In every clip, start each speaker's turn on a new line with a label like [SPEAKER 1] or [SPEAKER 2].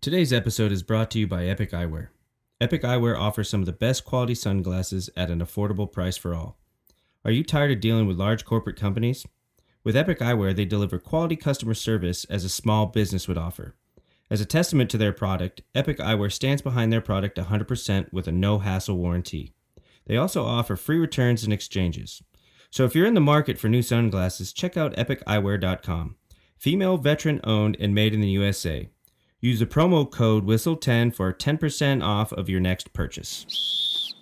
[SPEAKER 1] Today's episode is brought to you by Epic Eyewear. Epic Eyewear offers some of the best quality sunglasses at an affordable price for all. Are you tired of dealing with large corporate companies? With Epic Eyewear, they deliver quality customer service as a small business would offer. As a testament to their product, Epic Eyewear stands behind their product 100% with a no hassle warranty. They also offer free returns and exchanges. So if you're in the market for new sunglasses, check out epiceyewear.com. Female veteran owned and made in the USA. Use the promo code WHISTLE10 for 10% off of your next purchase.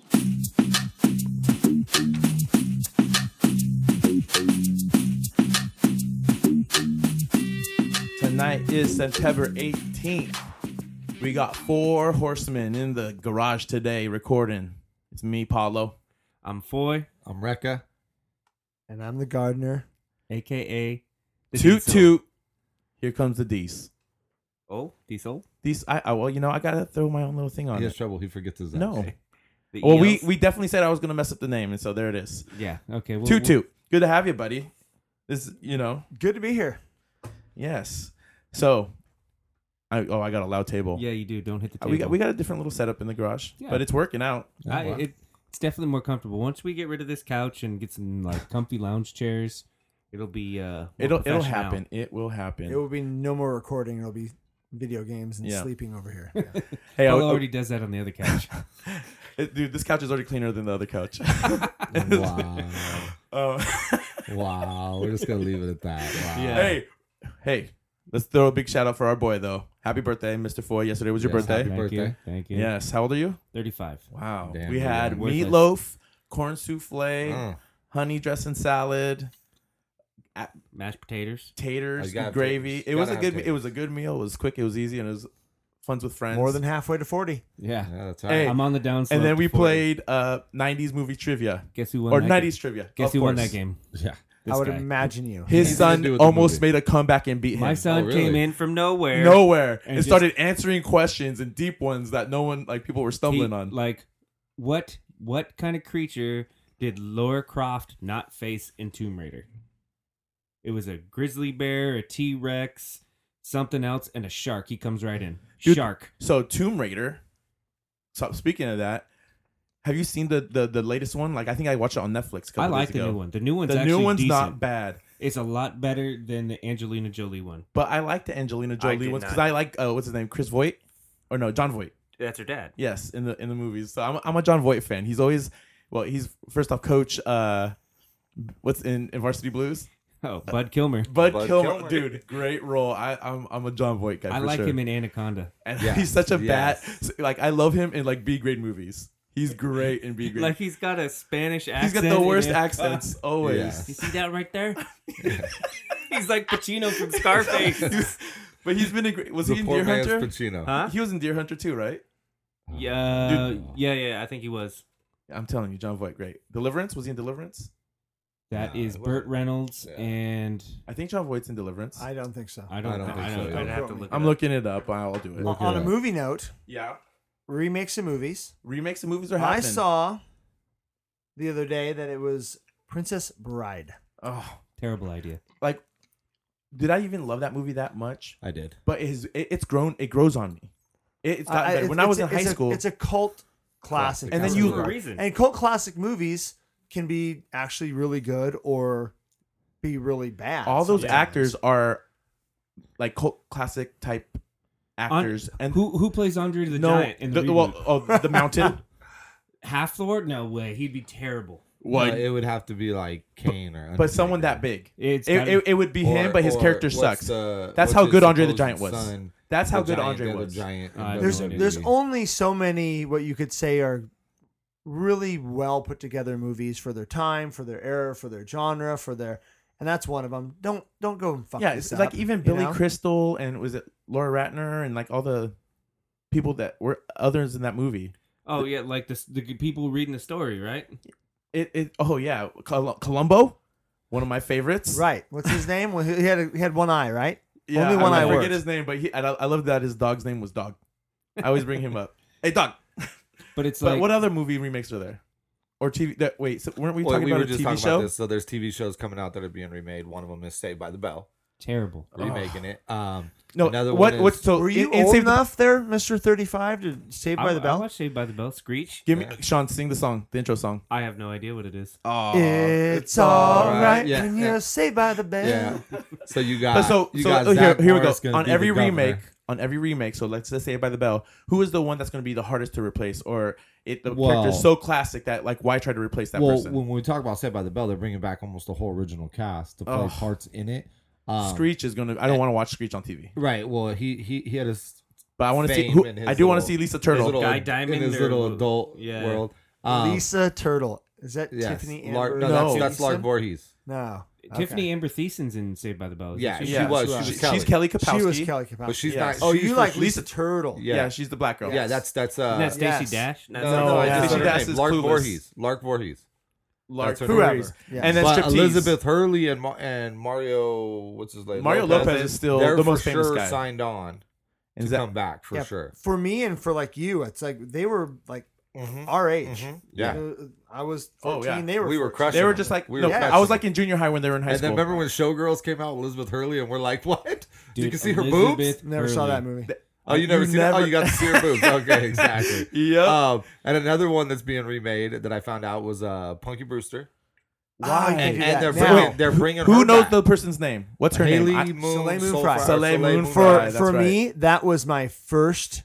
[SPEAKER 2] Tonight is September 18th. We got four horsemen in the garage today recording. It's me, Paulo.
[SPEAKER 3] I'm Foy,
[SPEAKER 4] I'm Rekka.
[SPEAKER 5] and I'm the gardener.
[SPEAKER 3] aka the
[SPEAKER 2] Toot
[SPEAKER 3] Diesel.
[SPEAKER 2] toot. Here comes the Dees.
[SPEAKER 3] Oh, Diesel.
[SPEAKER 2] These, I, I, well, you know, I gotta throw my own little thing on
[SPEAKER 4] He has
[SPEAKER 2] it.
[SPEAKER 4] trouble. He forgets his.
[SPEAKER 2] No.
[SPEAKER 4] accent.
[SPEAKER 3] The
[SPEAKER 2] Well, we,
[SPEAKER 3] Eels.
[SPEAKER 2] we definitely said I was gonna mess up the name, and so there it is.
[SPEAKER 3] yeah okay. Well,
[SPEAKER 2] Toot toot. Good to have you, buddy. This, you know,
[SPEAKER 5] Good to be here.
[SPEAKER 2] yes. So, I, oh, I got a loud table.
[SPEAKER 3] well, yeah, you do. Don't hit the
[SPEAKER 2] Uh,
[SPEAKER 3] table.
[SPEAKER 2] We got we Oh, got a different little setup in the garage,
[SPEAKER 3] Yeah.
[SPEAKER 2] but it's working out.
[SPEAKER 3] I, it, it's definitely more comfortable once we get rid of this couch and get some like comfy lounge chairs. It'll be uh, more
[SPEAKER 2] It'll it'll
[SPEAKER 3] professional.
[SPEAKER 2] happen. It will happen.
[SPEAKER 5] It will be no more recording. It'll be video games and
[SPEAKER 2] Yeah.
[SPEAKER 5] sleeping over here.
[SPEAKER 2] hey, I,
[SPEAKER 3] Paul
[SPEAKER 2] I,
[SPEAKER 3] already does that on the other couch.
[SPEAKER 2] It- dude, this couch is already cleaner than the other couch.
[SPEAKER 4] Wow.
[SPEAKER 2] Uh,
[SPEAKER 4] wow. We're just gonna leave it at that. Wow.
[SPEAKER 3] Yeah.
[SPEAKER 2] hey, hey, let's throw a big shout out for our boy though. Happy birthday, Mr. Foy. Yesterday was your
[SPEAKER 4] Yes,
[SPEAKER 2] birthday.
[SPEAKER 4] happy-
[SPEAKER 3] Thank you.
[SPEAKER 4] birthday.
[SPEAKER 3] Thank you.
[SPEAKER 2] Yes. How old are you?
[SPEAKER 3] Thirty-five.
[SPEAKER 2] Wow.
[SPEAKER 4] Damn,
[SPEAKER 2] we
[SPEAKER 4] yeah.
[SPEAKER 2] had
[SPEAKER 3] Worthless.
[SPEAKER 2] meatloaf, corn souffle,
[SPEAKER 4] Mm.
[SPEAKER 2] honey dressing salad,
[SPEAKER 3] Mashed potatoes.
[SPEAKER 2] taters,
[SPEAKER 4] you gotta have
[SPEAKER 2] gravy.
[SPEAKER 4] taters.
[SPEAKER 2] It was
[SPEAKER 4] Gotta
[SPEAKER 2] a
[SPEAKER 4] have
[SPEAKER 2] good. It
[SPEAKER 4] taters.
[SPEAKER 2] was a good meal. It was quick. It was easy, and it was funs with friends.
[SPEAKER 5] More than halfway to forty.
[SPEAKER 3] Yeah.
[SPEAKER 4] Yeah, that's
[SPEAKER 2] Hey.
[SPEAKER 4] right.
[SPEAKER 3] I'm on the downslope.
[SPEAKER 2] And then
[SPEAKER 3] to 40.
[SPEAKER 2] we played uh, '90s movie trivia
[SPEAKER 3] Guess who won?
[SPEAKER 2] or
[SPEAKER 3] that
[SPEAKER 2] '90s
[SPEAKER 3] Game?
[SPEAKER 2] trivia.
[SPEAKER 3] Guess
[SPEAKER 2] of
[SPEAKER 3] who won
[SPEAKER 2] course.
[SPEAKER 3] that game?
[SPEAKER 4] Yeah.
[SPEAKER 3] This
[SPEAKER 5] I would
[SPEAKER 3] guy.
[SPEAKER 5] imagine you.
[SPEAKER 2] His
[SPEAKER 4] Anything to do
[SPEAKER 2] son
[SPEAKER 4] with the
[SPEAKER 2] almost
[SPEAKER 4] movie.
[SPEAKER 2] made a comeback and beat him.
[SPEAKER 3] My son
[SPEAKER 4] Oh, really?
[SPEAKER 3] came in from nowhere.
[SPEAKER 2] nowhere
[SPEAKER 3] And
[SPEAKER 2] and,
[SPEAKER 3] just-
[SPEAKER 2] started answering questions and deep ones that no one like people were stumbling
[SPEAKER 3] He-
[SPEAKER 2] on.
[SPEAKER 3] Like, what what kind of creature did Laura Croft not face in Tomb Raider? It was a grizzly bear, a T Rex, something else, and a shark. He comes right in.
[SPEAKER 2] Dude.
[SPEAKER 3] Shark.
[SPEAKER 2] so Tomb Raider. So speaking of that, have you seen the the, the latest one? Like I think I watched it on Netflix. A couple
[SPEAKER 3] I like
[SPEAKER 2] days
[SPEAKER 3] the
[SPEAKER 2] ago.
[SPEAKER 3] new one. The new one's
[SPEAKER 2] The
[SPEAKER 3] actually
[SPEAKER 2] new one's
[SPEAKER 3] decent.
[SPEAKER 2] not bad,
[SPEAKER 3] It's a lot better than the Angelina Jolie one.
[SPEAKER 2] but I like the Angelina
[SPEAKER 1] I
[SPEAKER 2] Jolie
[SPEAKER 1] did
[SPEAKER 2] ones because
[SPEAKER 1] not.
[SPEAKER 2] I like uh, what's his name, Chris Voight, or no, John Voight.
[SPEAKER 1] That's her dad.
[SPEAKER 2] Yes, in the in the movies. So I'm I'm a John Voight fan. He's always well. He's first off coach. uh What's in, in Varsity Blues?
[SPEAKER 3] Oh, Bud Kilmer.
[SPEAKER 2] Bud,
[SPEAKER 4] Bud
[SPEAKER 2] Kilmer,
[SPEAKER 4] Kilmer.
[SPEAKER 2] dude, great role. I, I'm I'm a John Voight guy.
[SPEAKER 3] I
[SPEAKER 2] for
[SPEAKER 3] like
[SPEAKER 2] sure.
[SPEAKER 3] him in Anaconda.
[SPEAKER 2] and
[SPEAKER 4] Yes,
[SPEAKER 2] he's such a bad
[SPEAKER 4] yes.
[SPEAKER 2] like I love him in like B grade movies. He's great in B grade.
[SPEAKER 3] Like he's got a Spanish
[SPEAKER 2] he's
[SPEAKER 3] accent.
[SPEAKER 2] got the
[SPEAKER 3] in
[SPEAKER 2] worst
[SPEAKER 3] it.
[SPEAKER 2] accents always.
[SPEAKER 4] Yeah.
[SPEAKER 3] You see that right there? he's like Pacino from Scarface.
[SPEAKER 2] He's- but he's been a great. Was
[SPEAKER 4] The
[SPEAKER 2] he in
[SPEAKER 4] poor
[SPEAKER 2] Deer
[SPEAKER 4] man's
[SPEAKER 2] Hunter?
[SPEAKER 4] Pacino. Oh.
[SPEAKER 3] huh?
[SPEAKER 2] He was in Deer Hunter too, right?
[SPEAKER 3] Yeah, yeah, yeah. I think he was.
[SPEAKER 2] I'm telling you, John Voight, great. Deliverance was he in Deliverance?
[SPEAKER 3] That
[SPEAKER 4] Nah,
[SPEAKER 3] is
[SPEAKER 4] it
[SPEAKER 3] Burt Reynolds,
[SPEAKER 4] yeah.
[SPEAKER 3] and
[SPEAKER 2] I think John Voight's in Deliverance. I,
[SPEAKER 5] I don't think so.
[SPEAKER 3] I don't. I
[SPEAKER 4] I
[SPEAKER 3] don't.
[SPEAKER 4] don't
[SPEAKER 3] I
[SPEAKER 4] think so,
[SPEAKER 3] don't,
[SPEAKER 4] yeah.
[SPEAKER 3] I'd have to look.
[SPEAKER 2] am
[SPEAKER 3] it up.
[SPEAKER 2] looking it up. I'll do it.
[SPEAKER 4] Look
[SPEAKER 5] On
[SPEAKER 4] it
[SPEAKER 5] a
[SPEAKER 4] up.
[SPEAKER 5] movie note,
[SPEAKER 2] Yeah,
[SPEAKER 5] remakes of movies.
[SPEAKER 2] remakes of movies are
[SPEAKER 5] I
[SPEAKER 2] happening.
[SPEAKER 5] saw the other day that it was Princess Bride.
[SPEAKER 2] Oh,
[SPEAKER 3] Terrible idea.
[SPEAKER 2] like, did I even love that movie that much?
[SPEAKER 4] I did.
[SPEAKER 2] But it is, it, it's grown. It grows on me. It, it's gotten
[SPEAKER 5] I- I-
[SPEAKER 2] better.
[SPEAKER 5] it's-
[SPEAKER 2] when I was in
[SPEAKER 5] it's a-
[SPEAKER 2] high
[SPEAKER 5] it's a-
[SPEAKER 2] school,
[SPEAKER 5] it's a cult classic.
[SPEAKER 2] and then
[SPEAKER 5] That's
[SPEAKER 2] you
[SPEAKER 5] what it is.
[SPEAKER 3] reason.
[SPEAKER 5] and cult classic movies can be actually really good or be really bad.
[SPEAKER 2] all those
[SPEAKER 5] sometimes.
[SPEAKER 2] actors are like cult classic type actors and
[SPEAKER 3] Who who plays Andre the
[SPEAKER 2] no
[SPEAKER 3] Giant in the,
[SPEAKER 2] the,
[SPEAKER 3] reboot?
[SPEAKER 2] well, oh, the mountain
[SPEAKER 3] Half Lord? No way. He'd be terrible.
[SPEAKER 2] well,
[SPEAKER 4] No, it would have to be like Kane or.
[SPEAKER 2] but someone that big
[SPEAKER 3] It's
[SPEAKER 2] it,
[SPEAKER 3] gotta-
[SPEAKER 2] it, it would be
[SPEAKER 4] Or-
[SPEAKER 2] him but his
[SPEAKER 4] or
[SPEAKER 2] character
[SPEAKER 4] what's
[SPEAKER 2] sucks
[SPEAKER 4] the-
[SPEAKER 2] That's
[SPEAKER 4] what's
[SPEAKER 2] how
[SPEAKER 4] his
[SPEAKER 2] good Andre the
[SPEAKER 4] supposed
[SPEAKER 2] Giant was.
[SPEAKER 4] son,
[SPEAKER 2] that's how
[SPEAKER 4] the
[SPEAKER 2] good
[SPEAKER 4] giant,
[SPEAKER 2] Andre
[SPEAKER 4] the other
[SPEAKER 2] was
[SPEAKER 4] Giant. in
[SPEAKER 3] I
[SPEAKER 4] the
[SPEAKER 3] don't
[SPEAKER 5] there's
[SPEAKER 3] know,
[SPEAKER 4] movie.
[SPEAKER 3] dude.
[SPEAKER 5] there's only so many what you could say are really well put together movies for their time, for their era, for their genre, for their and that's one of them. Don't don't go and fuck.
[SPEAKER 2] yeah
[SPEAKER 5] this
[SPEAKER 2] it's like
[SPEAKER 5] up,
[SPEAKER 2] even
[SPEAKER 5] you
[SPEAKER 2] Billy
[SPEAKER 5] know?
[SPEAKER 2] Crystal and was it Laura Ratner and like all the people that were others in that movie
[SPEAKER 3] oh yeah, like the the people reading the story, right?
[SPEAKER 2] it, it oh yeah Col- Columbo one of my favorites
[SPEAKER 5] Right. What's his name? Well, he he had a, he had one eye, right?
[SPEAKER 2] yeah,
[SPEAKER 5] Only one
[SPEAKER 2] I,
[SPEAKER 5] I
[SPEAKER 2] forget
[SPEAKER 5] worked.
[SPEAKER 2] his name but he I, I love that his dog's name was Dog I always bring him up hey Dog
[SPEAKER 3] But it's
[SPEAKER 2] But
[SPEAKER 3] like
[SPEAKER 2] what other movie remakes are there? Or TV? That, wait, so weren't we
[SPEAKER 4] Well,
[SPEAKER 2] talking
[SPEAKER 4] we were
[SPEAKER 2] about a
[SPEAKER 4] just
[SPEAKER 2] TV
[SPEAKER 4] talking
[SPEAKER 2] show?
[SPEAKER 4] about this. So there's TV shows coming out that are being remade. One of them is Saved by the Bell,
[SPEAKER 3] terrible.
[SPEAKER 4] remaking it. Um,
[SPEAKER 2] No,
[SPEAKER 4] Another
[SPEAKER 2] what?
[SPEAKER 4] one is-
[SPEAKER 2] What's so?
[SPEAKER 5] Were you
[SPEAKER 2] in- in
[SPEAKER 5] old
[SPEAKER 2] Saved-
[SPEAKER 5] enough there, Mister Thirty Five, to Saved
[SPEAKER 3] I,
[SPEAKER 5] by the
[SPEAKER 3] I
[SPEAKER 5] Bell?
[SPEAKER 3] watched Saved by the Bell. Screech.
[SPEAKER 2] Give me, Sean, sing the song, the intro song.
[SPEAKER 3] I have no idea what it is.
[SPEAKER 2] Oh,
[SPEAKER 5] it's all right,
[SPEAKER 4] yeah,
[SPEAKER 5] when
[SPEAKER 4] yeah.
[SPEAKER 5] you're Saved by the Bell.
[SPEAKER 4] Yeah. So you
[SPEAKER 2] But
[SPEAKER 4] got
[SPEAKER 2] so
[SPEAKER 4] Ah, you
[SPEAKER 2] so
[SPEAKER 4] got
[SPEAKER 2] oh, here,
[SPEAKER 4] Zach
[SPEAKER 2] here we go.
[SPEAKER 4] Morris gonna
[SPEAKER 2] On
[SPEAKER 4] be the
[SPEAKER 2] every
[SPEAKER 4] governor.
[SPEAKER 2] remake, on every remake. So let's just say by the bell, who is the one that's going to be the hardest to replace, or it the
[SPEAKER 4] Well-
[SPEAKER 2] character's so classic that like why try to replace that
[SPEAKER 4] well,
[SPEAKER 2] person?
[SPEAKER 4] when we talk about Saved by the Bell, they're bringing back almost the whole original cast to play
[SPEAKER 2] Ugh.
[SPEAKER 4] parts in it. Um,
[SPEAKER 2] Screech is going to. I don't want to watch Screech on TV,
[SPEAKER 4] Right. Well, he he he had his
[SPEAKER 2] but I want to see
[SPEAKER 4] Fame
[SPEAKER 2] who.
[SPEAKER 4] and his
[SPEAKER 2] I do want to
[SPEAKER 4] little-
[SPEAKER 2] see Lisa
[SPEAKER 4] his
[SPEAKER 2] Turtle.
[SPEAKER 4] little-
[SPEAKER 3] Guy Diamond
[SPEAKER 4] in his
[SPEAKER 3] or-
[SPEAKER 4] little adult
[SPEAKER 3] yeah.
[SPEAKER 4] world. Um,
[SPEAKER 5] Lisa Turtle. Is that
[SPEAKER 4] yes,
[SPEAKER 5] Tiffany
[SPEAKER 4] Lar-
[SPEAKER 5] Amber?
[SPEAKER 4] no,
[SPEAKER 2] No.
[SPEAKER 4] that's that's Lark
[SPEAKER 5] Gleason?
[SPEAKER 4] Voorhees.
[SPEAKER 5] No.
[SPEAKER 3] Tiffany Amber Thiesen's in Saved by the Bell.
[SPEAKER 4] Yeah,
[SPEAKER 3] She,
[SPEAKER 4] she
[SPEAKER 2] yeah,
[SPEAKER 4] was.
[SPEAKER 5] she
[SPEAKER 4] She
[SPEAKER 5] was.
[SPEAKER 4] was
[SPEAKER 2] She's
[SPEAKER 4] Kelly.
[SPEAKER 2] Kelly
[SPEAKER 5] Okay.
[SPEAKER 2] Kapowski.
[SPEAKER 5] She was Kelly Kapowski.
[SPEAKER 4] but she's
[SPEAKER 2] Yes.
[SPEAKER 4] not.
[SPEAKER 5] oh,
[SPEAKER 4] she's
[SPEAKER 5] you
[SPEAKER 4] for-
[SPEAKER 5] like
[SPEAKER 4] she's-
[SPEAKER 5] Lisa Turtle?
[SPEAKER 4] Yeah.
[SPEAKER 2] Yeah. she's the black girl.
[SPEAKER 4] Yeah, that's that's
[SPEAKER 3] Isn't
[SPEAKER 4] uh.
[SPEAKER 3] that Stacey
[SPEAKER 5] yes.
[SPEAKER 3] Dash?
[SPEAKER 4] no,
[SPEAKER 2] No,
[SPEAKER 4] no, I
[SPEAKER 2] yeah.
[SPEAKER 4] just
[SPEAKER 2] Stacey
[SPEAKER 4] said her
[SPEAKER 2] Dash
[SPEAKER 4] name.
[SPEAKER 2] is
[SPEAKER 4] Lark
[SPEAKER 2] Clueless.
[SPEAKER 4] Voorhees. Lark Voorhees.
[SPEAKER 2] Lark.
[SPEAKER 4] That's her
[SPEAKER 2] Whoever.
[SPEAKER 4] name.
[SPEAKER 5] Yeah.
[SPEAKER 2] And then
[SPEAKER 4] but
[SPEAKER 2] striptease.
[SPEAKER 4] Elizabeth Hurley and Ma- and Mario, what's his name?
[SPEAKER 2] Mario Lopez is still
[SPEAKER 4] they're
[SPEAKER 2] the
[SPEAKER 4] for
[SPEAKER 2] most famous
[SPEAKER 4] sure
[SPEAKER 2] guy.
[SPEAKER 4] signed on
[SPEAKER 2] And
[SPEAKER 4] to
[SPEAKER 2] is that-
[SPEAKER 4] come back for
[SPEAKER 5] Yeah,
[SPEAKER 4] sure.
[SPEAKER 5] For me and for like you, it's like they were like
[SPEAKER 4] Mhm.
[SPEAKER 5] our age.
[SPEAKER 4] Mhm. Yeah.
[SPEAKER 5] Uh, I was 14.
[SPEAKER 2] Mm-hmm. Oh, yeah.
[SPEAKER 5] They were
[SPEAKER 4] We were
[SPEAKER 5] 14.
[SPEAKER 4] crushing.
[SPEAKER 2] they were
[SPEAKER 4] them.
[SPEAKER 2] just like
[SPEAKER 4] We
[SPEAKER 2] no,
[SPEAKER 4] were
[SPEAKER 2] I
[SPEAKER 4] crushing
[SPEAKER 2] was
[SPEAKER 4] them.
[SPEAKER 2] like in junior high when they were in high
[SPEAKER 4] And
[SPEAKER 2] school.
[SPEAKER 4] then remember when Showgirls came out, Elizabeth Hurley, and we're like, what?
[SPEAKER 3] Dude,
[SPEAKER 4] you can see her boobs.
[SPEAKER 3] Elizabeth
[SPEAKER 5] Never saw
[SPEAKER 3] Hurley.
[SPEAKER 5] that movie.
[SPEAKER 4] Oh, you never
[SPEAKER 2] You
[SPEAKER 4] seen it?
[SPEAKER 2] never-
[SPEAKER 4] Oh, you got to see her boobs. Okay, exactly.
[SPEAKER 2] Yep.
[SPEAKER 4] Um, and another one that's being remade that I found out was uh, Punky Brewster.
[SPEAKER 5] Wow, you
[SPEAKER 2] Why?
[SPEAKER 5] can
[SPEAKER 4] And,
[SPEAKER 5] do
[SPEAKER 4] and they're
[SPEAKER 5] that now.
[SPEAKER 4] bringing, they're bringing
[SPEAKER 2] Who
[SPEAKER 4] her
[SPEAKER 2] knows
[SPEAKER 4] back.
[SPEAKER 2] the person's name? What's her
[SPEAKER 4] Haley
[SPEAKER 2] name? I-
[SPEAKER 4] Moon,
[SPEAKER 5] Soleil Moon
[SPEAKER 4] Soul
[SPEAKER 5] Fry.
[SPEAKER 4] Fry-
[SPEAKER 2] Soleil Moon
[SPEAKER 4] Oh
[SPEAKER 5] for
[SPEAKER 2] Fry, that's
[SPEAKER 5] for
[SPEAKER 2] right.
[SPEAKER 5] me, that was my first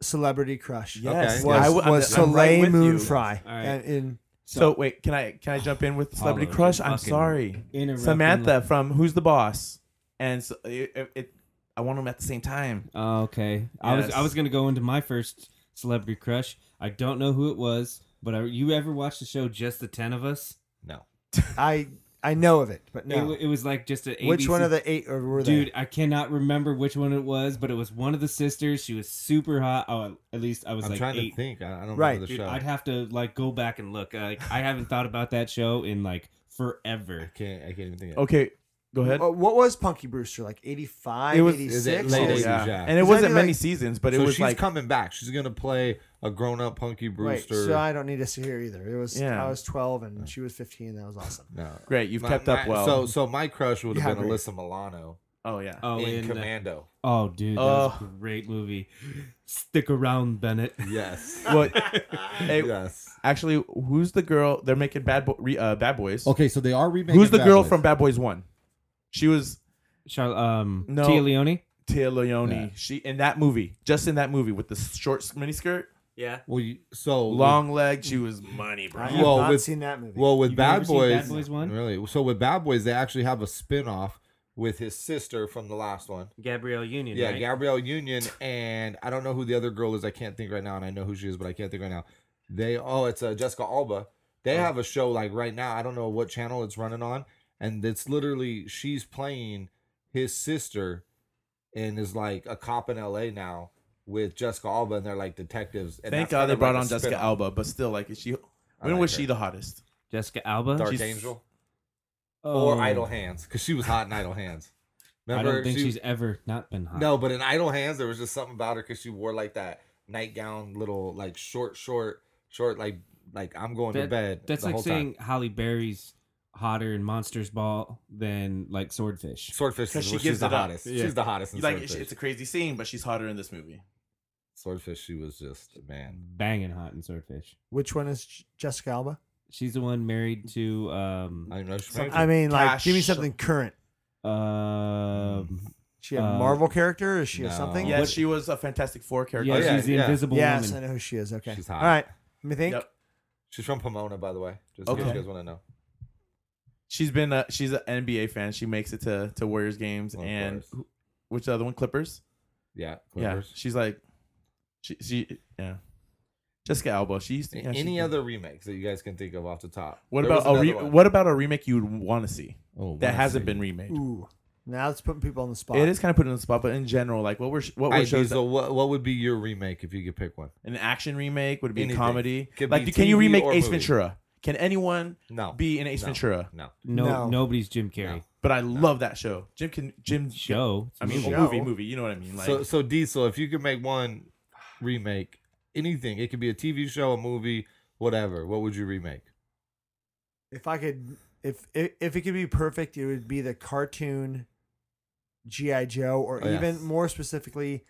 [SPEAKER 5] celebrity crush.
[SPEAKER 2] Yes.
[SPEAKER 5] was,
[SPEAKER 4] Okay. I
[SPEAKER 2] w- I'm-
[SPEAKER 5] was
[SPEAKER 2] I'm right
[SPEAKER 5] Soleil
[SPEAKER 2] with
[SPEAKER 5] Moon
[SPEAKER 2] you.
[SPEAKER 5] Fry.
[SPEAKER 3] All right.
[SPEAKER 5] And in
[SPEAKER 2] So wait, can I can I jump in with celebrity
[SPEAKER 3] Paulo,
[SPEAKER 2] crush?
[SPEAKER 3] you're
[SPEAKER 2] I'm
[SPEAKER 3] fucking
[SPEAKER 2] sorry,
[SPEAKER 3] interrupting
[SPEAKER 2] Samantha
[SPEAKER 3] like-
[SPEAKER 2] from Who's the Boss, and so it, it, it- I want them at the same time.
[SPEAKER 3] Oh, okay. I was
[SPEAKER 2] Yes.
[SPEAKER 3] I was gonna go into my first celebrity crush. I don't know who it was, but I, you ever watched the show Just the Ten of Us?
[SPEAKER 4] No.
[SPEAKER 5] I I know of it, but
[SPEAKER 3] It,
[SPEAKER 5] no.
[SPEAKER 3] wa- it was like just an ABC
[SPEAKER 5] Which one of the eight or were
[SPEAKER 3] Dude,
[SPEAKER 5] they?
[SPEAKER 3] I cannot remember which one it was, but it was one of the sisters. She was super hot. Oh, at least I was
[SPEAKER 4] I'm
[SPEAKER 3] like
[SPEAKER 4] trying
[SPEAKER 3] eight.
[SPEAKER 4] to think. I, I don't
[SPEAKER 5] Right.
[SPEAKER 4] remember the
[SPEAKER 3] Dude,
[SPEAKER 4] show.
[SPEAKER 3] I'd have to like go back and look. Like, I haven't thought about that show in like
[SPEAKER 4] I
[SPEAKER 3] forever.
[SPEAKER 4] can't. I can't even think. Of it.
[SPEAKER 2] Okay, go ahead.
[SPEAKER 4] Oh,
[SPEAKER 5] Uh, what was Punky Brewster like? 85,
[SPEAKER 2] It was-
[SPEAKER 4] is it
[SPEAKER 5] 86?
[SPEAKER 4] late
[SPEAKER 5] Oh,
[SPEAKER 4] eighties,
[SPEAKER 2] yeah.
[SPEAKER 4] yeah.
[SPEAKER 2] and it
[SPEAKER 5] Is that
[SPEAKER 2] wasn't
[SPEAKER 5] be
[SPEAKER 2] many
[SPEAKER 5] like-
[SPEAKER 2] seasons, but it
[SPEAKER 4] so
[SPEAKER 2] was
[SPEAKER 4] she's
[SPEAKER 2] like
[SPEAKER 4] coming back. She's gonna play a grown-up Punky
[SPEAKER 5] Wait,
[SPEAKER 4] Brewster.
[SPEAKER 5] so I don't need to hear either. It was
[SPEAKER 2] Yeah.
[SPEAKER 5] I was 12 and she was 15. That was awesome.
[SPEAKER 4] no.
[SPEAKER 2] great. You've
[SPEAKER 4] My-
[SPEAKER 2] kept
[SPEAKER 4] my-
[SPEAKER 2] up well.
[SPEAKER 4] So, so my crush would have
[SPEAKER 5] Yeah,
[SPEAKER 4] been
[SPEAKER 5] great.
[SPEAKER 4] Alyssa Milano
[SPEAKER 2] oh yeah.
[SPEAKER 3] Oh,
[SPEAKER 4] in,
[SPEAKER 3] and, uh,
[SPEAKER 4] Commando.
[SPEAKER 3] oh, dude, that was
[SPEAKER 4] Uh,
[SPEAKER 3] a great movie. Stick around, Bennett.
[SPEAKER 4] Yes.
[SPEAKER 2] Well, hey,
[SPEAKER 4] yes.
[SPEAKER 2] actually, who's the girl? They're making Bad Bo- re, uh, Bad Boys.
[SPEAKER 4] Okay, so they are remaking.
[SPEAKER 2] Who's the
[SPEAKER 4] Bad
[SPEAKER 2] girl
[SPEAKER 4] Boys.
[SPEAKER 2] from Bad Boys One? She was
[SPEAKER 3] Charlotte, um,
[SPEAKER 2] No.
[SPEAKER 3] Tia Leone.
[SPEAKER 2] Tia Leone.
[SPEAKER 4] Yeah.
[SPEAKER 2] She in that movie, just in that movie with the short miniskirt,
[SPEAKER 3] Yeah.
[SPEAKER 4] Well, you, so
[SPEAKER 2] long leg. She was money, bro.
[SPEAKER 5] I have
[SPEAKER 4] Well,
[SPEAKER 5] not
[SPEAKER 4] with-
[SPEAKER 5] seen that movie.
[SPEAKER 4] Well, with
[SPEAKER 3] You've
[SPEAKER 4] Bad
[SPEAKER 3] never seen
[SPEAKER 4] Boys,
[SPEAKER 3] Bad Boys one?
[SPEAKER 4] really. So with Bad Boys, they actually have a spin-off with his sister from the last one.
[SPEAKER 3] Gabrielle Union.
[SPEAKER 4] Yeah,
[SPEAKER 3] right?
[SPEAKER 4] Gabrielle Union and I don't know who the other girl is. I can't think right now, and I know who she is, but I can't think right now. They oh, it's uh, Jessica Alba. They
[SPEAKER 2] Oh.
[SPEAKER 4] have a show like right now. I don't know what channel it's running on, and it's literally she's playing his sister, and is like a cop in L.A. now with Jessica Alba, and they're like detectives. And
[SPEAKER 2] Thank
[SPEAKER 4] that's
[SPEAKER 2] God
[SPEAKER 4] kind
[SPEAKER 2] they
[SPEAKER 4] of
[SPEAKER 2] brought
[SPEAKER 4] like a
[SPEAKER 2] on Jessica
[SPEAKER 4] spin-off.
[SPEAKER 2] Alba, but still, like, is she?
[SPEAKER 4] I
[SPEAKER 2] When
[SPEAKER 4] like
[SPEAKER 2] was
[SPEAKER 4] her.
[SPEAKER 2] she the hottest?
[SPEAKER 3] Jessica Alba.
[SPEAKER 4] Dark
[SPEAKER 2] She's-
[SPEAKER 4] Angel
[SPEAKER 3] Oh.
[SPEAKER 4] or Idle Hands because she was hot in Idle Hands. Remember,
[SPEAKER 3] I don't think
[SPEAKER 4] she-
[SPEAKER 3] she's ever not been hot.
[SPEAKER 4] No, but in Idle Hands, there was just something about her because she wore like that nightgown, little like short, short, short, like like I'm going to
[SPEAKER 3] That-
[SPEAKER 4] bed.
[SPEAKER 3] That's
[SPEAKER 4] the
[SPEAKER 3] like
[SPEAKER 4] whole time.
[SPEAKER 3] saying Holly Berry's hotter in Monsters Ball than like Swordfish.
[SPEAKER 4] Swordfish is
[SPEAKER 2] 'Cause she
[SPEAKER 4] where
[SPEAKER 2] gives
[SPEAKER 4] she's the
[SPEAKER 2] it up.
[SPEAKER 4] hottest.
[SPEAKER 2] Yeah.
[SPEAKER 4] She's the hottest in
[SPEAKER 2] like,
[SPEAKER 4] Swordfish.
[SPEAKER 2] it's, it's a crazy scene, but she's hotter in this movie.
[SPEAKER 4] Swordfish, she was just man.
[SPEAKER 3] Banging hot in Swordfish.
[SPEAKER 5] Which one is J- Jessica Alba?
[SPEAKER 3] She's the one married to um
[SPEAKER 4] I don't know. She
[SPEAKER 2] Some-
[SPEAKER 4] might-
[SPEAKER 5] I mean, like, give me
[SPEAKER 2] Cash-
[SPEAKER 5] something current.
[SPEAKER 3] um
[SPEAKER 5] Is she a
[SPEAKER 3] Uh,
[SPEAKER 5] Marvel character? Is she a
[SPEAKER 4] no.
[SPEAKER 5] something?
[SPEAKER 2] Yeah,
[SPEAKER 4] What-
[SPEAKER 2] she was a Fantastic Four character.
[SPEAKER 3] yeah,
[SPEAKER 4] Oh, yeah,
[SPEAKER 3] she's the
[SPEAKER 4] yeah.
[SPEAKER 3] invisible
[SPEAKER 5] Yes, I
[SPEAKER 3] woman.
[SPEAKER 5] know who she is. Okay.
[SPEAKER 4] She's hot.
[SPEAKER 5] All right. Let me think.
[SPEAKER 2] Yep.
[SPEAKER 4] she's from Pomona, by the way. Just in
[SPEAKER 2] Okay.
[SPEAKER 4] case you guys want to know.
[SPEAKER 2] She's been a, she's an NBA fan. She makes it to to Warriors games
[SPEAKER 4] Of
[SPEAKER 2] and
[SPEAKER 4] course.
[SPEAKER 2] who- which other one? Clippers.
[SPEAKER 4] Yeah,
[SPEAKER 2] Yeah,
[SPEAKER 4] Clippers.
[SPEAKER 2] she's like, she she yeah. Jessica Alba. She used to, yeah,
[SPEAKER 4] Any
[SPEAKER 2] she-
[SPEAKER 4] other remakes that you guys can think of off the top?
[SPEAKER 2] What
[SPEAKER 4] There
[SPEAKER 2] about
[SPEAKER 4] was
[SPEAKER 2] a re-
[SPEAKER 4] another one.
[SPEAKER 2] what about a remake you would want to see
[SPEAKER 4] Oh,
[SPEAKER 2] that
[SPEAKER 4] wow,
[SPEAKER 2] hasn't
[SPEAKER 4] see.
[SPEAKER 2] been remade?
[SPEAKER 5] Ooh. Now it's putting people on the spot.
[SPEAKER 2] It is kind of put in the spot, but in general, like what were sh- what were
[SPEAKER 4] All right,
[SPEAKER 2] shows that-
[SPEAKER 4] Diesel, what, what would be your remake if you could pick one?
[SPEAKER 2] an action remake? Would it be
[SPEAKER 4] Anything.
[SPEAKER 2] a comedy?
[SPEAKER 4] Could
[SPEAKER 2] like,
[SPEAKER 4] be
[SPEAKER 2] can you
[SPEAKER 4] TV
[SPEAKER 2] remake
[SPEAKER 4] or
[SPEAKER 2] Ace
[SPEAKER 4] movie.
[SPEAKER 2] Ventura? Can anyone
[SPEAKER 4] No.
[SPEAKER 2] be an Ace
[SPEAKER 4] No.
[SPEAKER 2] Ventura?
[SPEAKER 4] No.
[SPEAKER 3] No,
[SPEAKER 5] No.
[SPEAKER 3] nobody's Jim Carrey.
[SPEAKER 4] No.
[SPEAKER 2] But I love that show. Jim can Jim.
[SPEAKER 3] Show. It's a
[SPEAKER 2] I mean,
[SPEAKER 3] movie.
[SPEAKER 5] Show.
[SPEAKER 2] movie, movie. You know what I mean? Like,
[SPEAKER 4] so so Diesel, if you could make one remake, anything, it could be a TV show, a movie, whatever. What would you remake?
[SPEAKER 5] If I could, if, if if it could be perfect, it would be the cartoon GI Joe, or
[SPEAKER 4] Oh, yeah.
[SPEAKER 5] even more specifically,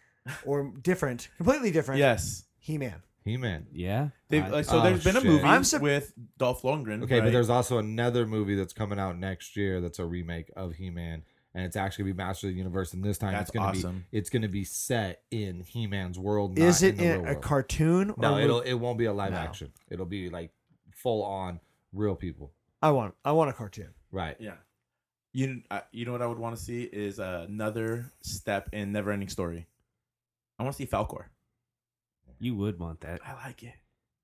[SPEAKER 5] or different, completely different.
[SPEAKER 2] Yes.
[SPEAKER 5] He Man.
[SPEAKER 4] He Man.
[SPEAKER 3] Yeah.
[SPEAKER 2] They've,
[SPEAKER 3] I-
[SPEAKER 2] uh, so
[SPEAKER 4] oh,
[SPEAKER 2] there's been a
[SPEAKER 4] shit.
[SPEAKER 2] movie
[SPEAKER 5] I'm sup-
[SPEAKER 2] with Dolph Lundgren.
[SPEAKER 4] Okay,
[SPEAKER 2] right?
[SPEAKER 4] but there's also another movie that's coming out next year that's a remake of He Man, and it's actually gonna be Master of the Universe, and this time
[SPEAKER 2] That's
[SPEAKER 4] it's gonna
[SPEAKER 2] awesome.
[SPEAKER 4] be it's gonna be set in He Man's world. Not
[SPEAKER 5] Is it
[SPEAKER 4] in, the
[SPEAKER 5] in
[SPEAKER 4] real
[SPEAKER 5] a
[SPEAKER 4] world.
[SPEAKER 5] cartoon? Or
[SPEAKER 4] No,
[SPEAKER 5] a
[SPEAKER 4] it'll
[SPEAKER 5] movie?
[SPEAKER 4] it won't be a live
[SPEAKER 2] No.
[SPEAKER 4] action. It'll be like full on real people.
[SPEAKER 5] I want. I want a cartoon.
[SPEAKER 4] Right.
[SPEAKER 2] Yeah. You uh, you know what I would want to see is another step in Never Ending Story. I want to see Falcor.
[SPEAKER 3] You would want that.
[SPEAKER 2] I like it.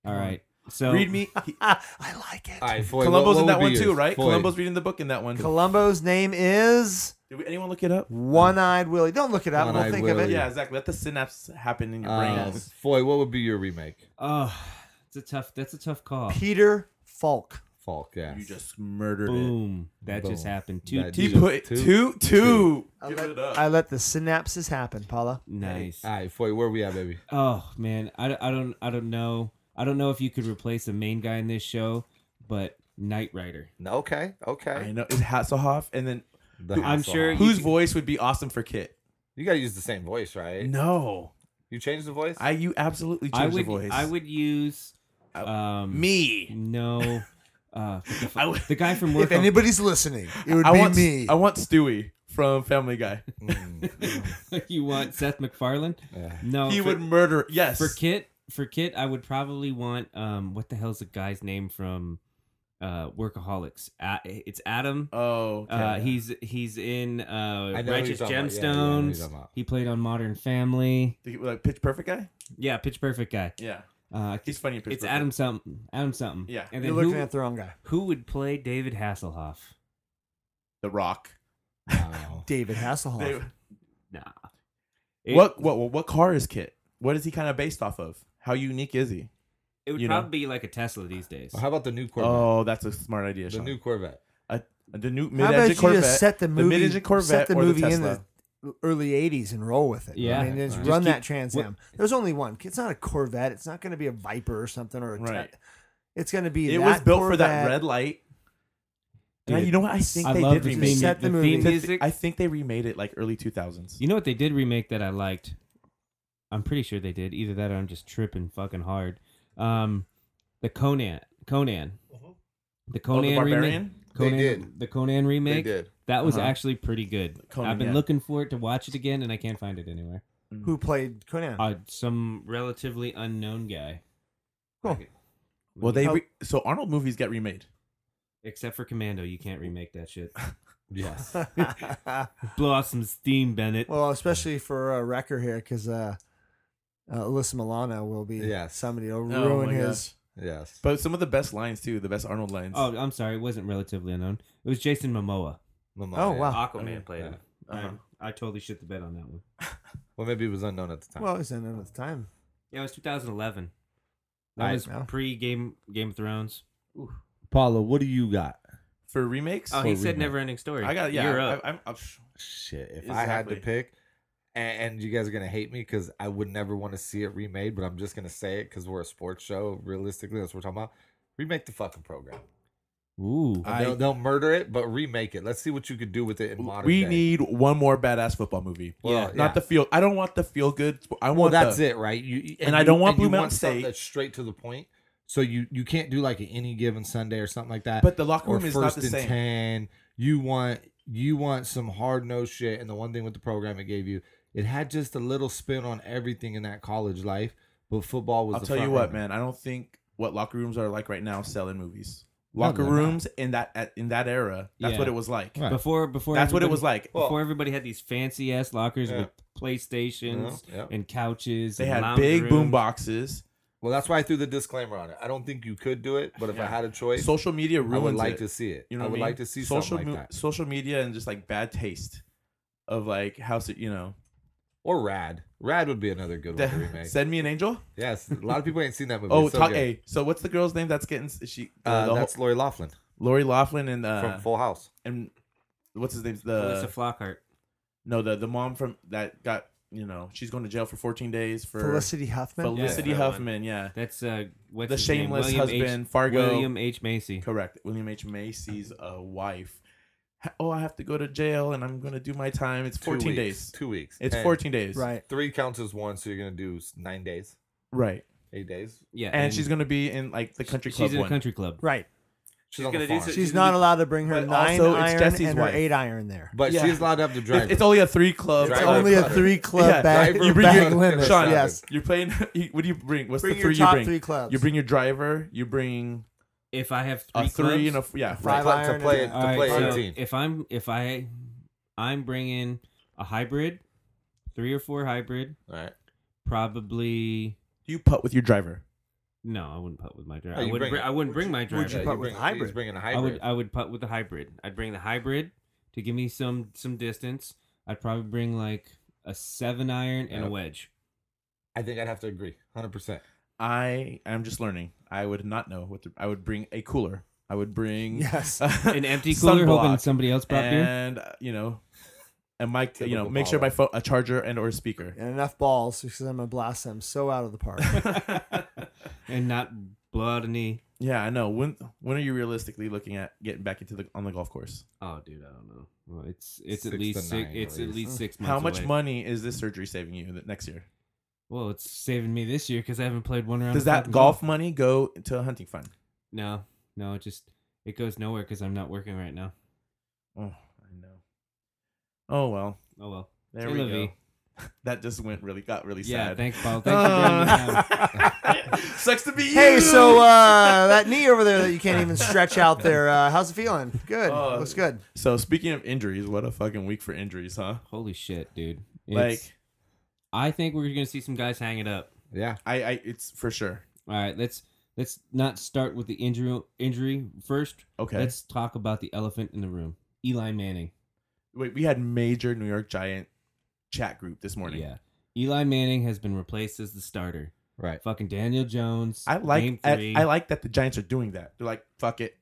[SPEAKER 3] All right. So
[SPEAKER 2] Read me. He,
[SPEAKER 5] Ah, I like it.
[SPEAKER 4] All right, Foy,
[SPEAKER 2] Columbo's
[SPEAKER 4] what-
[SPEAKER 2] in
[SPEAKER 4] what
[SPEAKER 2] that
[SPEAKER 4] would
[SPEAKER 2] one
[SPEAKER 4] be
[SPEAKER 2] too,
[SPEAKER 4] yours?
[SPEAKER 2] right?
[SPEAKER 4] Foy.
[SPEAKER 2] Columbo's reading the book in that one.
[SPEAKER 5] Columbo's name is
[SPEAKER 2] Did we, anyone look it up?
[SPEAKER 5] One Eyed Willie. Don't look it up. We'll
[SPEAKER 4] One-Eyed
[SPEAKER 5] think of
[SPEAKER 4] Willie.
[SPEAKER 5] it.
[SPEAKER 2] Yeah, exactly. Let the synapse happen in your
[SPEAKER 4] Uh,
[SPEAKER 2] brains.
[SPEAKER 4] Foy, what would be your remake?
[SPEAKER 3] Oh, it's a tough. That's a tough call.
[SPEAKER 5] Peter Falk.
[SPEAKER 4] Falk, yeah.
[SPEAKER 2] You just murdered it.
[SPEAKER 3] Boom! That just
[SPEAKER 4] Boom.
[SPEAKER 3] happened. Two
[SPEAKER 4] That
[SPEAKER 3] two-
[SPEAKER 2] He
[SPEAKER 4] just-
[SPEAKER 2] put
[SPEAKER 4] two-
[SPEAKER 2] two, two.
[SPEAKER 5] I
[SPEAKER 2] Give
[SPEAKER 5] let,
[SPEAKER 2] it up.
[SPEAKER 5] I let the synapses happen, Paula.
[SPEAKER 3] nice.
[SPEAKER 4] All right, Foy, where we at, baby?
[SPEAKER 3] Oh man, I, I don't I don't know. I don't know if you could replace the main guy in this show, but Knight Rider.
[SPEAKER 4] Okay,
[SPEAKER 2] I
[SPEAKER 4] okay.
[SPEAKER 2] know it's Hasselhoff, and then
[SPEAKER 4] The
[SPEAKER 3] I'm
[SPEAKER 4] Hasselhoff.
[SPEAKER 3] sure-
[SPEAKER 2] whose
[SPEAKER 3] can-
[SPEAKER 2] voice would be awesome for Kit?
[SPEAKER 4] you gotta use the same voice, right?
[SPEAKER 2] No,
[SPEAKER 4] You changed the voice.
[SPEAKER 2] I you absolutely
[SPEAKER 3] I
[SPEAKER 2] changed
[SPEAKER 3] would
[SPEAKER 2] the voice.
[SPEAKER 3] I would use um
[SPEAKER 2] me.
[SPEAKER 3] No, uh, what the, fu-
[SPEAKER 2] I would-
[SPEAKER 3] the guy from work.
[SPEAKER 5] If anybody's listening, it would
[SPEAKER 2] I
[SPEAKER 5] be
[SPEAKER 2] want
[SPEAKER 5] me.
[SPEAKER 2] I want Stewie from Family Guy.
[SPEAKER 4] Mm,
[SPEAKER 3] you want Seth MacFarlane?
[SPEAKER 4] yeah.
[SPEAKER 3] No,
[SPEAKER 2] he
[SPEAKER 3] Oh, for,
[SPEAKER 2] would murder. Yes,
[SPEAKER 3] for Kit. For Kit, I would probably want um what the hell's the guy's name from uh Workaholics? Uh, it's Adam.
[SPEAKER 2] Oh, okay.
[SPEAKER 3] Uh, he's he's in uh,
[SPEAKER 4] I know who you're
[SPEAKER 3] Righteous
[SPEAKER 4] talking about. Yeah, yeah, I know who you're
[SPEAKER 3] Gemstones.
[SPEAKER 4] talking about.
[SPEAKER 3] he played on Modern Family.
[SPEAKER 2] The- like Pitch Perfect guy.
[SPEAKER 3] Yeah, Pitch Perfect guy.
[SPEAKER 2] Yeah,
[SPEAKER 3] Uh,
[SPEAKER 2] he's funny. In Pitch
[SPEAKER 3] it's
[SPEAKER 2] Perfect.
[SPEAKER 3] Adam something. Adam something.
[SPEAKER 2] Yeah.
[SPEAKER 3] And then
[SPEAKER 5] You're looking
[SPEAKER 3] who,
[SPEAKER 5] at the wrong guy.
[SPEAKER 3] who would play David Hasselhoff?
[SPEAKER 2] The Rock.
[SPEAKER 4] Wow.
[SPEAKER 5] David Hasselhoff.
[SPEAKER 2] They-
[SPEAKER 3] Nah. It-
[SPEAKER 2] what what what car is Kit? What is he kind of based off of? How unique is he?
[SPEAKER 3] It would
[SPEAKER 2] you know?
[SPEAKER 3] probably be like a Tesla these days.
[SPEAKER 4] Well, how about the new Corvette?
[SPEAKER 2] Oh, that's a smart idea.
[SPEAKER 4] the
[SPEAKER 2] Sean.
[SPEAKER 4] new Corvette.
[SPEAKER 2] A- the new
[SPEAKER 5] How about you
[SPEAKER 2] mid-engine Corvette.
[SPEAKER 5] just set the movie,
[SPEAKER 2] mid-engine Corvette
[SPEAKER 5] set the
[SPEAKER 2] or the
[SPEAKER 5] movie in the
[SPEAKER 2] Tesla.
[SPEAKER 5] early '80s and roll with it?
[SPEAKER 3] Yeah.
[SPEAKER 5] I mean, just
[SPEAKER 4] Right.
[SPEAKER 5] run
[SPEAKER 3] Just
[SPEAKER 5] that Trans Am. There's only one. It's not a Corvette. It's not going to be a Viper or something or a.
[SPEAKER 2] Right.
[SPEAKER 5] Te- it's going to be.
[SPEAKER 2] it
[SPEAKER 5] that
[SPEAKER 2] was built for that
[SPEAKER 5] Corvette.
[SPEAKER 2] red light. And I-
[SPEAKER 3] Dude,
[SPEAKER 2] you know what? I think
[SPEAKER 3] I
[SPEAKER 2] they
[SPEAKER 3] love
[SPEAKER 2] did
[SPEAKER 3] the
[SPEAKER 2] remake.
[SPEAKER 3] theme,
[SPEAKER 2] it.
[SPEAKER 5] Set
[SPEAKER 3] the
[SPEAKER 5] the
[SPEAKER 3] theme
[SPEAKER 5] movie.
[SPEAKER 3] music.
[SPEAKER 2] I think they remade it like early two thousands.
[SPEAKER 3] you know what they did remake that I liked? I'm pretty sure they did. Either that or I'm just tripping fucking hard. Um, the Conan, Conan, the
[SPEAKER 2] Oh, the
[SPEAKER 3] Conan remake.
[SPEAKER 2] Barbarian.
[SPEAKER 4] They
[SPEAKER 3] Conan,
[SPEAKER 4] did.
[SPEAKER 3] the Conan remake.
[SPEAKER 4] They did.
[SPEAKER 3] That was
[SPEAKER 2] Uh-huh.
[SPEAKER 3] actually pretty good.
[SPEAKER 2] Conan,
[SPEAKER 3] I've been
[SPEAKER 2] yeah.
[SPEAKER 3] looking for it to watch it again, and I can't find it anywhere.
[SPEAKER 5] Who played Conan?
[SPEAKER 3] Uh, some relatively unknown guy,
[SPEAKER 5] cool.
[SPEAKER 2] Well, they
[SPEAKER 5] How-
[SPEAKER 2] re- so Arnold movies get remade.
[SPEAKER 3] except for Commando. You can't remake that shit.
[SPEAKER 4] Yes.
[SPEAKER 3] Blow off some steam, Bennett.
[SPEAKER 5] well, especially for uh, Wrecker here, because uh, uh, Alyssa Milano will be
[SPEAKER 4] Yes.
[SPEAKER 5] somebody who'll
[SPEAKER 2] Oh,
[SPEAKER 5] ruin
[SPEAKER 2] my
[SPEAKER 5] his.
[SPEAKER 4] yes.
[SPEAKER 2] But some of the best lines too, the best Arnold lines.
[SPEAKER 3] oh, I'm sorry. It wasn't relatively unknown. It was Jason Momoa.
[SPEAKER 4] Mamma
[SPEAKER 5] Oh,
[SPEAKER 4] Mia.
[SPEAKER 5] wow.
[SPEAKER 3] Aquaman
[SPEAKER 2] okay.
[SPEAKER 3] played him.
[SPEAKER 2] Uh-huh.
[SPEAKER 3] I, I totally shit the bed on that one.
[SPEAKER 4] Well, maybe it was unknown at the time.
[SPEAKER 5] Well, it was in at the time.
[SPEAKER 3] Yeah, it was 2011. That
[SPEAKER 4] Right
[SPEAKER 3] was
[SPEAKER 5] now.
[SPEAKER 3] pre Game Game of Thrones.
[SPEAKER 4] Paula, what do you got?
[SPEAKER 2] for remakes.
[SPEAKER 3] Oh, he said
[SPEAKER 4] remake.
[SPEAKER 3] Never Ending Story.
[SPEAKER 2] I got yeah.
[SPEAKER 3] You're up.
[SPEAKER 2] I, I'm, I'm,
[SPEAKER 4] Shit. If I had to
[SPEAKER 2] Exactly.
[SPEAKER 4] pick, and, and you guys are gonna hate me because I would never want to see it remade, but I'm just gonna say it because we're a sports show. Realistically, that's what we're talking about. Remake the fucking program.
[SPEAKER 3] Ooh,
[SPEAKER 2] I-
[SPEAKER 4] they'll, they'll murder it, but remake it. Let's see what you could do with it in modern.
[SPEAKER 2] we
[SPEAKER 4] day.
[SPEAKER 2] need one more badass football movie.
[SPEAKER 4] Well,
[SPEAKER 2] yeah,
[SPEAKER 4] yeah.
[SPEAKER 2] not the feel. I don't want the feel good. sp- I
[SPEAKER 4] Well,
[SPEAKER 2] want
[SPEAKER 4] that's
[SPEAKER 2] the,
[SPEAKER 4] it, right? You you-
[SPEAKER 2] And I don't want
[SPEAKER 4] you
[SPEAKER 2] Blue Mountain
[SPEAKER 4] something
[SPEAKER 2] State.
[SPEAKER 4] That's straight to the point. So you you can't do like any given Sunday or something like that.
[SPEAKER 2] But the locker
[SPEAKER 4] or
[SPEAKER 2] room is not
[SPEAKER 4] first
[SPEAKER 2] the
[SPEAKER 4] and
[SPEAKER 2] same.
[SPEAKER 4] ten. You want you want some hard nosed shit. And the one thing with the program it gave you, it had just a little spin on everything in that college life. But football was.
[SPEAKER 2] I'll
[SPEAKER 4] the
[SPEAKER 2] tell you
[SPEAKER 4] front
[SPEAKER 2] what,
[SPEAKER 4] runner.
[SPEAKER 2] man. I don't think what locker rooms are like right now selling movies.
[SPEAKER 4] No,
[SPEAKER 2] Locker
[SPEAKER 4] they're
[SPEAKER 2] rooms in that at, in that era, that's
[SPEAKER 3] Yeah.
[SPEAKER 2] what it was like.
[SPEAKER 4] Right.
[SPEAKER 3] before before
[SPEAKER 2] That's what it was
[SPEAKER 3] everybody-
[SPEAKER 2] like.
[SPEAKER 4] Well-
[SPEAKER 3] Before everybody had these fancy ass lockers
[SPEAKER 4] Yeah.
[SPEAKER 3] with PlayStations
[SPEAKER 4] Yeah, yeah.
[SPEAKER 3] and couches.
[SPEAKER 2] They
[SPEAKER 3] and
[SPEAKER 2] had
[SPEAKER 3] lounge
[SPEAKER 2] big boom
[SPEAKER 3] rooms.
[SPEAKER 2] boxes.
[SPEAKER 4] Well, that's why I threw the disclaimer on it. I don't think you could do it, but if I
[SPEAKER 2] Yeah.
[SPEAKER 4] had a choice,
[SPEAKER 2] Social media
[SPEAKER 4] I
[SPEAKER 2] ruins
[SPEAKER 4] would like
[SPEAKER 2] it.
[SPEAKER 4] to see it.
[SPEAKER 2] You know,
[SPEAKER 4] I
[SPEAKER 2] what
[SPEAKER 4] would
[SPEAKER 2] mean?
[SPEAKER 4] like to see
[SPEAKER 2] social
[SPEAKER 4] something
[SPEAKER 2] mo-
[SPEAKER 4] like that
[SPEAKER 2] social media and just like bad taste of like how so- you know.
[SPEAKER 4] or Rad. Rad would be another good one to remake.
[SPEAKER 2] Send me an angel.
[SPEAKER 4] yes, a lot of people ain't seen that movie.
[SPEAKER 2] Oh,
[SPEAKER 4] It's so
[SPEAKER 2] talk.
[SPEAKER 4] good.
[SPEAKER 2] Hey, so what's the girl's name that's getting? s- She
[SPEAKER 4] Uh,
[SPEAKER 2] uh, the
[SPEAKER 4] that's
[SPEAKER 2] whole,
[SPEAKER 4] Lori Laughlin
[SPEAKER 2] Lori Laughlin and uh,
[SPEAKER 4] from Full House.
[SPEAKER 2] and what's his name?
[SPEAKER 3] Melissa
[SPEAKER 2] The
[SPEAKER 3] Flockhart.
[SPEAKER 2] no, the the mom from that got you know she's going to jail for 14 days for Felicity,
[SPEAKER 5] Felicity Huffman.
[SPEAKER 3] Fel- Yeah, that one.
[SPEAKER 2] Huffman. Yeah,
[SPEAKER 3] That's uh, what's
[SPEAKER 2] the
[SPEAKER 3] his name?
[SPEAKER 2] shameless
[SPEAKER 3] William H-
[SPEAKER 2] husband, Fargo.
[SPEAKER 3] William H Macy.
[SPEAKER 2] Correct. William H Macy's uh, wife. ha- oh, I have to go to jail and I'm going to do my time. It's
[SPEAKER 4] Two
[SPEAKER 2] 14
[SPEAKER 4] weeks,
[SPEAKER 2] days.
[SPEAKER 4] Two weeks.
[SPEAKER 2] It's
[SPEAKER 4] Ten.
[SPEAKER 2] 14 days.
[SPEAKER 5] Right.
[SPEAKER 4] Three counts as one, so you're gonna do s- nine days,
[SPEAKER 2] Right.
[SPEAKER 4] eight days.
[SPEAKER 3] Yeah,
[SPEAKER 2] And, she's going to be in like the country club
[SPEAKER 3] she's in
[SPEAKER 2] one.
[SPEAKER 3] a country club.
[SPEAKER 5] Right.
[SPEAKER 4] She's,
[SPEAKER 6] She's
[SPEAKER 4] on the
[SPEAKER 6] gonna do
[SPEAKER 4] farm.
[SPEAKER 6] so-
[SPEAKER 5] She's not allowed to bring her
[SPEAKER 2] But
[SPEAKER 5] nine
[SPEAKER 2] also, it's
[SPEAKER 5] iron
[SPEAKER 2] Jesse's
[SPEAKER 5] and her
[SPEAKER 2] wife.
[SPEAKER 5] eight iron there.
[SPEAKER 4] but
[SPEAKER 2] Yeah.
[SPEAKER 4] she's allowed to have the driver.
[SPEAKER 2] It- It's only a three club.
[SPEAKER 5] It's
[SPEAKER 4] Driver
[SPEAKER 5] only a
[SPEAKER 4] club.
[SPEAKER 5] three club
[SPEAKER 2] Yeah,
[SPEAKER 5] back.
[SPEAKER 4] driver
[SPEAKER 5] You
[SPEAKER 4] club.
[SPEAKER 5] bring your,
[SPEAKER 4] Driver
[SPEAKER 5] limit.
[SPEAKER 4] club.
[SPEAKER 5] Yes.
[SPEAKER 2] You're playing. you- What do you bring? What's
[SPEAKER 5] Bring
[SPEAKER 2] the
[SPEAKER 5] your
[SPEAKER 2] three you
[SPEAKER 5] top
[SPEAKER 2] bring?
[SPEAKER 5] three clubs.
[SPEAKER 2] You bring your driver. You bring
[SPEAKER 3] If I have three,
[SPEAKER 2] a three and a
[SPEAKER 3] clubs-
[SPEAKER 2] f- yeah.
[SPEAKER 5] Five
[SPEAKER 4] to
[SPEAKER 5] iron.
[SPEAKER 4] play
[SPEAKER 5] and a-
[SPEAKER 4] it.
[SPEAKER 3] All right,
[SPEAKER 4] play
[SPEAKER 3] so
[SPEAKER 4] 18.
[SPEAKER 3] if I'm if I I'm bringing a hybrid, three or four hybrid,
[SPEAKER 4] All right.
[SPEAKER 3] probably
[SPEAKER 2] You putt with your driver.
[SPEAKER 3] no, I wouldn't putt with my driver.
[SPEAKER 4] Oh,
[SPEAKER 3] I
[SPEAKER 4] you
[SPEAKER 3] wouldn't
[SPEAKER 4] bring
[SPEAKER 3] bring,
[SPEAKER 4] it.
[SPEAKER 3] I wouldn't bring my driver.
[SPEAKER 5] Would you
[SPEAKER 4] Yeah,
[SPEAKER 5] putt
[SPEAKER 4] you
[SPEAKER 5] with
[SPEAKER 4] bring,
[SPEAKER 5] hybrid?
[SPEAKER 4] He's bringing a
[SPEAKER 3] I would
[SPEAKER 4] hybrid.
[SPEAKER 3] I would putt with the hybrid. I'd bring the hybrid to give me some some distance. I'd probably bring like a seven iron and a
[SPEAKER 4] Yep.
[SPEAKER 3] wedge.
[SPEAKER 4] I think I'd have to agree, hundred percent.
[SPEAKER 2] I am just learning. I would not know what to, I would bring. A cooler. I would bring
[SPEAKER 5] Yes.
[SPEAKER 3] An empty cooler, hoping
[SPEAKER 2] sunblock
[SPEAKER 3] somebody else brought beer.
[SPEAKER 2] and uh, you know, and my you know
[SPEAKER 4] Typical
[SPEAKER 2] make sure
[SPEAKER 4] Paolo.
[SPEAKER 2] my phone a charger and or a speaker.
[SPEAKER 5] and enough balls because I'm gonna blast them so out of the park.
[SPEAKER 4] Eh.
[SPEAKER 3] and not blow out a knee.
[SPEAKER 2] Yeah, I know. When when are you realistically looking at getting back into the on the golf course?
[SPEAKER 3] Oh, dude, I don't know. Well, it's it's
[SPEAKER 4] Six
[SPEAKER 3] at
[SPEAKER 4] to
[SPEAKER 3] least six.
[SPEAKER 4] nine,
[SPEAKER 3] It's
[SPEAKER 4] at
[SPEAKER 3] at least
[SPEAKER 4] least.
[SPEAKER 3] six months.
[SPEAKER 2] How much
[SPEAKER 3] away.
[SPEAKER 2] money is this surgery saving you the- next year?
[SPEAKER 3] Well, it's saving me this year because I haven't played one round.
[SPEAKER 2] Does
[SPEAKER 3] of
[SPEAKER 2] that
[SPEAKER 3] fucking
[SPEAKER 2] golf money go to a hunting fund?
[SPEAKER 3] No, no, it just it goes nowhere because I'm not working right now.
[SPEAKER 2] Oh, I know. Oh well,
[SPEAKER 3] Oh well.
[SPEAKER 2] there
[SPEAKER 3] Hey,
[SPEAKER 2] we
[SPEAKER 3] Livy.
[SPEAKER 2] go. That just went really got really
[SPEAKER 3] Yeah,
[SPEAKER 2] sad.
[SPEAKER 3] thanks, Paul. Thanks for bringing it down.
[SPEAKER 2] Uh, Sucks to be you.
[SPEAKER 5] hey, so uh, that knee over there that you can't even stretch out there, uh, how's it feeling? Good.
[SPEAKER 2] Oh.
[SPEAKER 5] Looks good.
[SPEAKER 2] so speaking of injuries, what a fucking week for injuries, huh?
[SPEAKER 3] Holy shit, dude! It's-
[SPEAKER 2] Like
[SPEAKER 3] I think we're gonna see some guys hang it up.
[SPEAKER 4] Yeah.
[SPEAKER 2] I, I, it's for sure.
[SPEAKER 3] All right, let's let's not start with the injury injury first.
[SPEAKER 2] Okay.
[SPEAKER 3] Let's talk about the elephant in the room, Eli Manning.
[SPEAKER 2] Wait, we had major New York Giant chat group this morning.
[SPEAKER 3] Yeah, Eli Manning has been replaced as the starter.
[SPEAKER 4] Right.
[SPEAKER 3] Fucking Daniel Jones.
[SPEAKER 2] I
[SPEAKER 3] game
[SPEAKER 2] like I,
[SPEAKER 3] three.
[SPEAKER 2] I like that the Giants are doing that. They're like, fuck it.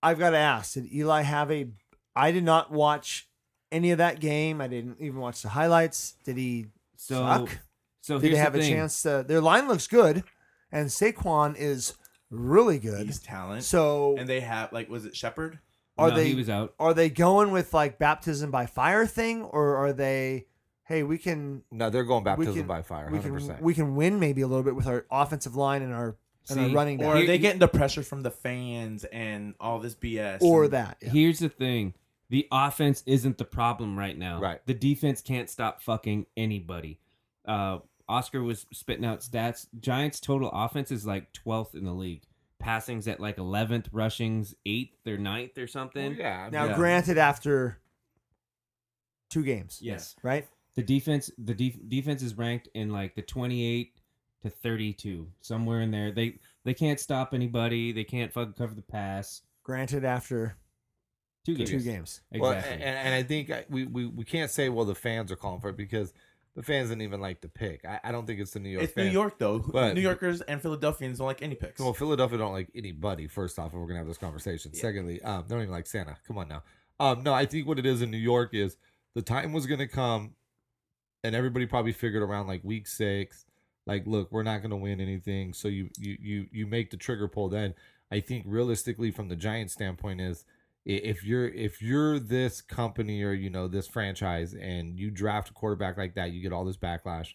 [SPEAKER 5] I've got to ask: Did Eli have a? I did not watch any of that game. I didn't even watch the highlights. Did he
[SPEAKER 3] so.
[SPEAKER 5] suck?
[SPEAKER 3] So
[SPEAKER 5] did
[SPEAKER 3] here's
[SPEAKER 5] they have
[SPEAKER 3] the
[SPEAKER 5] a
[SPEAKER 3] thing.
[SPEAKER 5] chance to? Their line looks good, and Saquon is really good.
[SPEAKER 2] He's talent.
[SPEAKER 5] So
[SPEAKER 2] and they have like, was it Shepard?
[SPEAKER 5] are
[SPEAKER 3] No,
[SPEAKER 5] they?
[SPEAKER 3] He was out.
[SPEAKER 5] are they going with like baptism by fire thing, or are they? Hey, we can
[SPEAKER 4] No, they're going baptism
[SPEAKER 5] can-
[SPEAKER 4] by fire,
[SPEAKER 5] we
[SPEAKER 4] hundred
[SPEAKER 5] can
[SPEAKER 4] percent. Oh,
[SPEAKER 5] we can win maybe a little bit with our offensive line and our and our
[SPEAKER 3] See,
[SPEAKER 5] running
[SPEAKER 2] Or
[SPEAKER 5] back
[SPEAKER 2] are
[SPEAKER 3] Here-
[SPEAKER 2] they getting the pressure from the fans and all this BS?
[SPEAKER 5] or,
[SPEAKER 2] and-
[SPEAKER 5] that. Yeah.
[SPEAKER 3] Here's the thing. The offense isn't the problem right now.
[SPEAKER 4] Right.
[SPEAKER 3] The defense can't stop fucking anybody. Uh, Oscar was spitting out stats. Giants total offense is like 12th in the league. Passings at like 11th, rushings 8th or 9th or something.
[SPEAKER 4] Oh, yeah. I
[SPEAKER 5] Now,
[SPEAKER 4] mean,
[SPEAKER 2] Yeah.
[SPEAKER 5] granted, after two games,
[SPEAKER 3] Yes.
[SPEAKER 5] right?
[SPEAKER 3] The defense the def- defense is ranked in like the 28 to 32, somewhere in there. They they can't stop anybody. They can't fucking cover the pass.
[SPEAKER 5] Granted, after
[SPEAKER 3] Two games.
[SPEAKER 5] two games,
[SPEAKER 4] Well,
[SPEAKER 3] Exactly.
[SPEAKER 4] and, and I think I- we, we, we can't say well the fans are calling for it because the fans didn't even like the pick. I, I don't think it's the New York.
[SPEAKER 2] It's
[SPEAKER 4] fans.
[SPEAKER 2] New York though.
[SPEAKER 4] But-
[SPEAKER 2] New Yorkers and Philadelphians don't like any picks.
[SPEAKER 4] Well, Philadelphia don't like anybody. First off, if we're gonna have this conversation. Secondly, um, they don't even like Santa. Come on now. Um, no, I think what it is in New York is the time was gonna come, and everybody probably figured around like week six, like, look, we're not gonna win anything. So you you you you make the trigger pull. Then I think realistically, from the Giants' standpoint, is i- if you're if you're this company or you know this franchise and you draft a quarterback like that, you get all this backlash.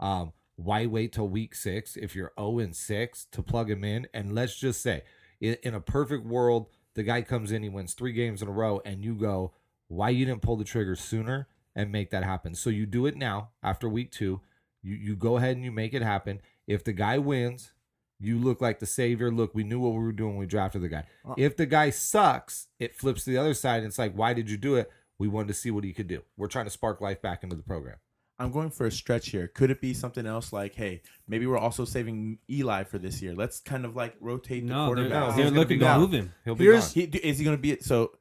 [SPEAKER 4] Um, why wait till week six if you're 0 and 6 to plug him in? And let's just say, in, in a perfect world, the guy comes in, he wins three games in a row, and you go, why you didn't pull the trigger sooner and make that happen? So you do it now after week two. You, you go ahead and you make it happen. If the guy wins, you look like the savior. Look, we knew what we were doing when we drafted the guy. If the guy sucks, it flips to the other side. And it's like, why did you do it? We wanted to see what he could do. We're trying to spark life back into the program.
[SPEAKER 2] I'm going for a stretch here. Could it be something else? Like, hey, maybe we're also saving Eli for this year. Let's kind of like rotate the
[SPEAKER 3] no, they're,
[SPEAKER 2] quarterback.
[SPEAKER 4] he's
[SPEAKER 3] they're
[SPEAKER 4] gonna
[SPEAKER 3] looking to
[SPEAKER 4] be gone.
[SPEAKER 3] move him.
[SPEAKER 4] He'll be
[SPEAKER 5] Here's-
[SPEAKER 4] gone.
[SPEAKER 2] He, do- is he going to be it? So,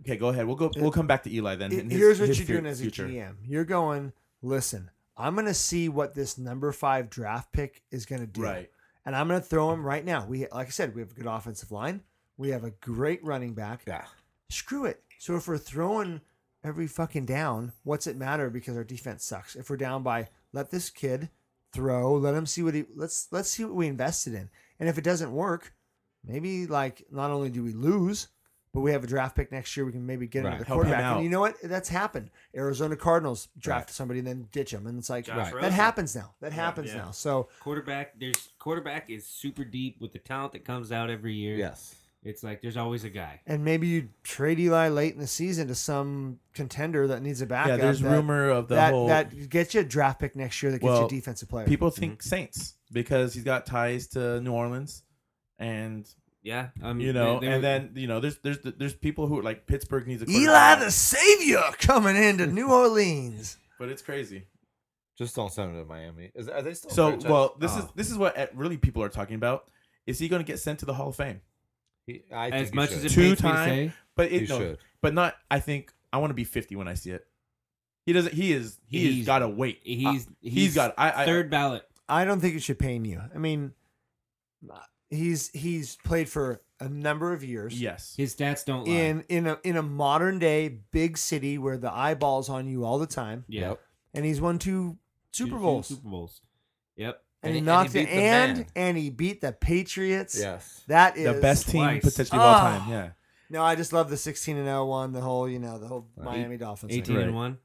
[SPEAKER 2] okay, go ahead. We'll go. We'll come back to Eli then.
[SPEAKER 5] It-
[SPEAKER 2] and his-
[SPEAKER 5] here's what
[SPEAKER 2] his
[SPEAKER 5] you're
[SPEAKER 2] fu-
[SPEAKER 5] doing as a
[SPEAKER 2] future.
[SPEAKER 5] GM. You're going, listen, I'm going to see what this number five draft pick is going to do.
[SPEAKER 2] Right.
[SPEAKER 5] And I'm going to throw him right now. We, like I said, we have a good offensive line. We have a great running back.
[SPEAKER 4] Yeah.
[SPEAKER 5] Screw it. So if we're throwing every fucking down, what's it matter? Because our defense sucks. If we're down by, let this kid throw. Let him see what he. Let's let's see what we invested in. And if it doesn't work, maybe like not only do we lose, but we have a draft pick next year. We can maybe get
[SPEAKER 4] Right.
[SPEAKER 5] another
[SPEAKER 2] Help him
[SPEAKER 5] quarterback.
[SPEAKER 2] out.
[SPEAKER 5] And you know what? That's happened. Arizona Cardinals draft
[SPEAKER 4] Right.
[SPEAKER 5] somebody and then ditch him, and it's like
[SPEAKER 3] Josh Rosen.
[SPEAKER 5] that happens now. That happens
[SPEAKER 2] yeah.
[SPEAKER 5] now. So
[SPEAKER 3] Quarterback, there's quarterback is super deep with the talent that comes out every year.
[SPEAKER 4] Yes.
[SPEAKER 3] It's like there's always a guy.
[SPEAKER 5] and maybe you trade Eli late in the season to some contender that needs a backup.
[SPEAKER 2] yeah, there's
[SPEAKER 5] that,
[SPEAKER 2] rumor of the
[SPEAKER 5] that
[SPEAKER 2] whole.
[SPEAKER 5] that Mm-hmm. gets you a draft pick next year that gets you
[SPEAKER 2] Well,
[SPEAKER 5] a defensive player.
[SPEAKER 2] people think Saints because he's got ties to New Orleans, and
[SPEAKER 3] Yeah, um,
[SPEAKER 2] you know,
[SPEAKER 3] they- they were-
[SPEAKER 2] and then you know, there's there's there's people who are like Pittsburgh needs a
[SPEAKER 5] Eli
[SPEAKER 2] quarterback,
[SPEAKER 5] the savior coming into New Orleans.
[SPEAKER 2] but it's crazy.
[SPEAKER 4] Just don't send him to Miami. Is, are they still? a
[SPEAKER 2] So
[SPEAKER 4] franchise?
[SPEAKER 2] well, this is
[SPEAKER 4] Oh.
[SPEAKER 2] this is what uh, really people are talking about. Is he going to get sent to the Hall of Fame?
[SPEAKER 4] He- I think
[SPEAKER 3] as
[SPEAKER 4] he
[SPEAKER 3] much
[SPEAKER 4] should.
[SPEAKER 3] as it
[SPEAKER 2] Two
[SPEAKER 3] pains me to
[SPEAKER 2] time- uh,
[SPEAKER 3] say,
[SPEAKER 2] But
[SPEAKER 4] He
[SPEAKER 2] it, no,
[SPEAKER 4] should.
[SPEAKER 2] but not. I think I want to be 50 when I see it. He doesn't. He is. He
[SPEAKER 3] He's-
[SPEAKER 2] has got to wait.
[SPEAKER 3] he's
[SPEAKER 2] Uh,
[SPEAKER 3] he's,
[SPEAKER 2] he's got. I, I
[SPEAKER 3] third ballot.
[SPEAKER 5] I don't think it should pain you. I mean, he's he's played for a number of years.
[SPEAKER 2] Yes.
[SPEAKER 3] His stats don't lie.
[SPEAKER 5] in in a in a modern day big city where the eyeballs on you all the time,
[SPEAKER 3] yeah,
[SPEAKER 4] Yep.
[SPEAKER 5] and he's won two
[SPEAKER 3] Two-
[SPEAKER 5] Super
[SPEAKER 3] two
[SPEAKER 5] Bowls,
[SPEAKER 3] Super Bowls. Yep.
[SPEAKER 5] and, he
[SPEAKER 4] and he-
[SPEAKER 5] knocked it,
[SPEAKER 4] and he beat the
[SPEAKER 5] and
[SPEAKER 4] man.
[SPEAKER 5] and he beat the Patriots.
[SPEAKER 4] Yes.
[SPEAKER 5] that is
[SPEAKER 2] the best
[SPEAKER 3] twice.
[SPEAKER 2] team potentially of all
[SPEAKER 5] Ah.
[SPEAKER 2] time. Yeah.
[SPEAKER 5] No, I just love the sixteen and 0 one, the whole you know the whole Miami Dolphins. thing.
[SPEAKER 3] Eighteen and one.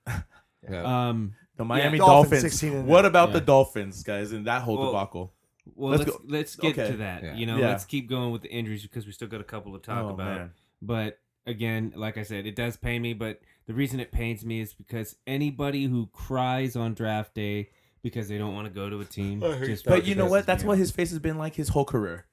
[SPEAKER 4] Yeah.
[SPEAKER 3] Um.
[SPEAKER 2] The Miami
[SPEAKER 5] Dolphins,
[SPEAKER 2] Dolphins.
[SPEAKER 5] 16 and
[SPEAKER 2] what about
[SPEAKER 3] Yeah.
[SPEAKER 2] the Dolphins, guys, and that whole
[SPEAKER 3] Well,
[SPEAKER 2] debacle?
[SPEAKER 3] Well, let's
[SPEAKER 2] Let's
[SPEAKER 3] let's,
[SPEAKER 2] go-
[SPEAKER 3] get
[SPEAKER 2] okay.
[SPEAKER 3] to that.
[SPEAKER 4] Yeah.
[SPEAKER 3] You know,
[SPEAKER 2] Yeah.
[SPEAKER 3] let's keep going with the injuries because we still got a couple to talk
[SPEAKER 2] Oh,
[SPEAKER 3] about.
[SPEAKER 2] man.
[SPEAKER 3] But again, like I said, it does pain me. But the reason it pains me is because anybody who cries on draft day because they don't want to go to a team,
[SPEAKER 4] I hate
[SPEAKER 3] just
[SPEAKER 4] that.
[SPEAKER 2] But you know what? That's
[SPEAKER 3] Yeah.
[SPEAKER 2] what his face has been like his whole career.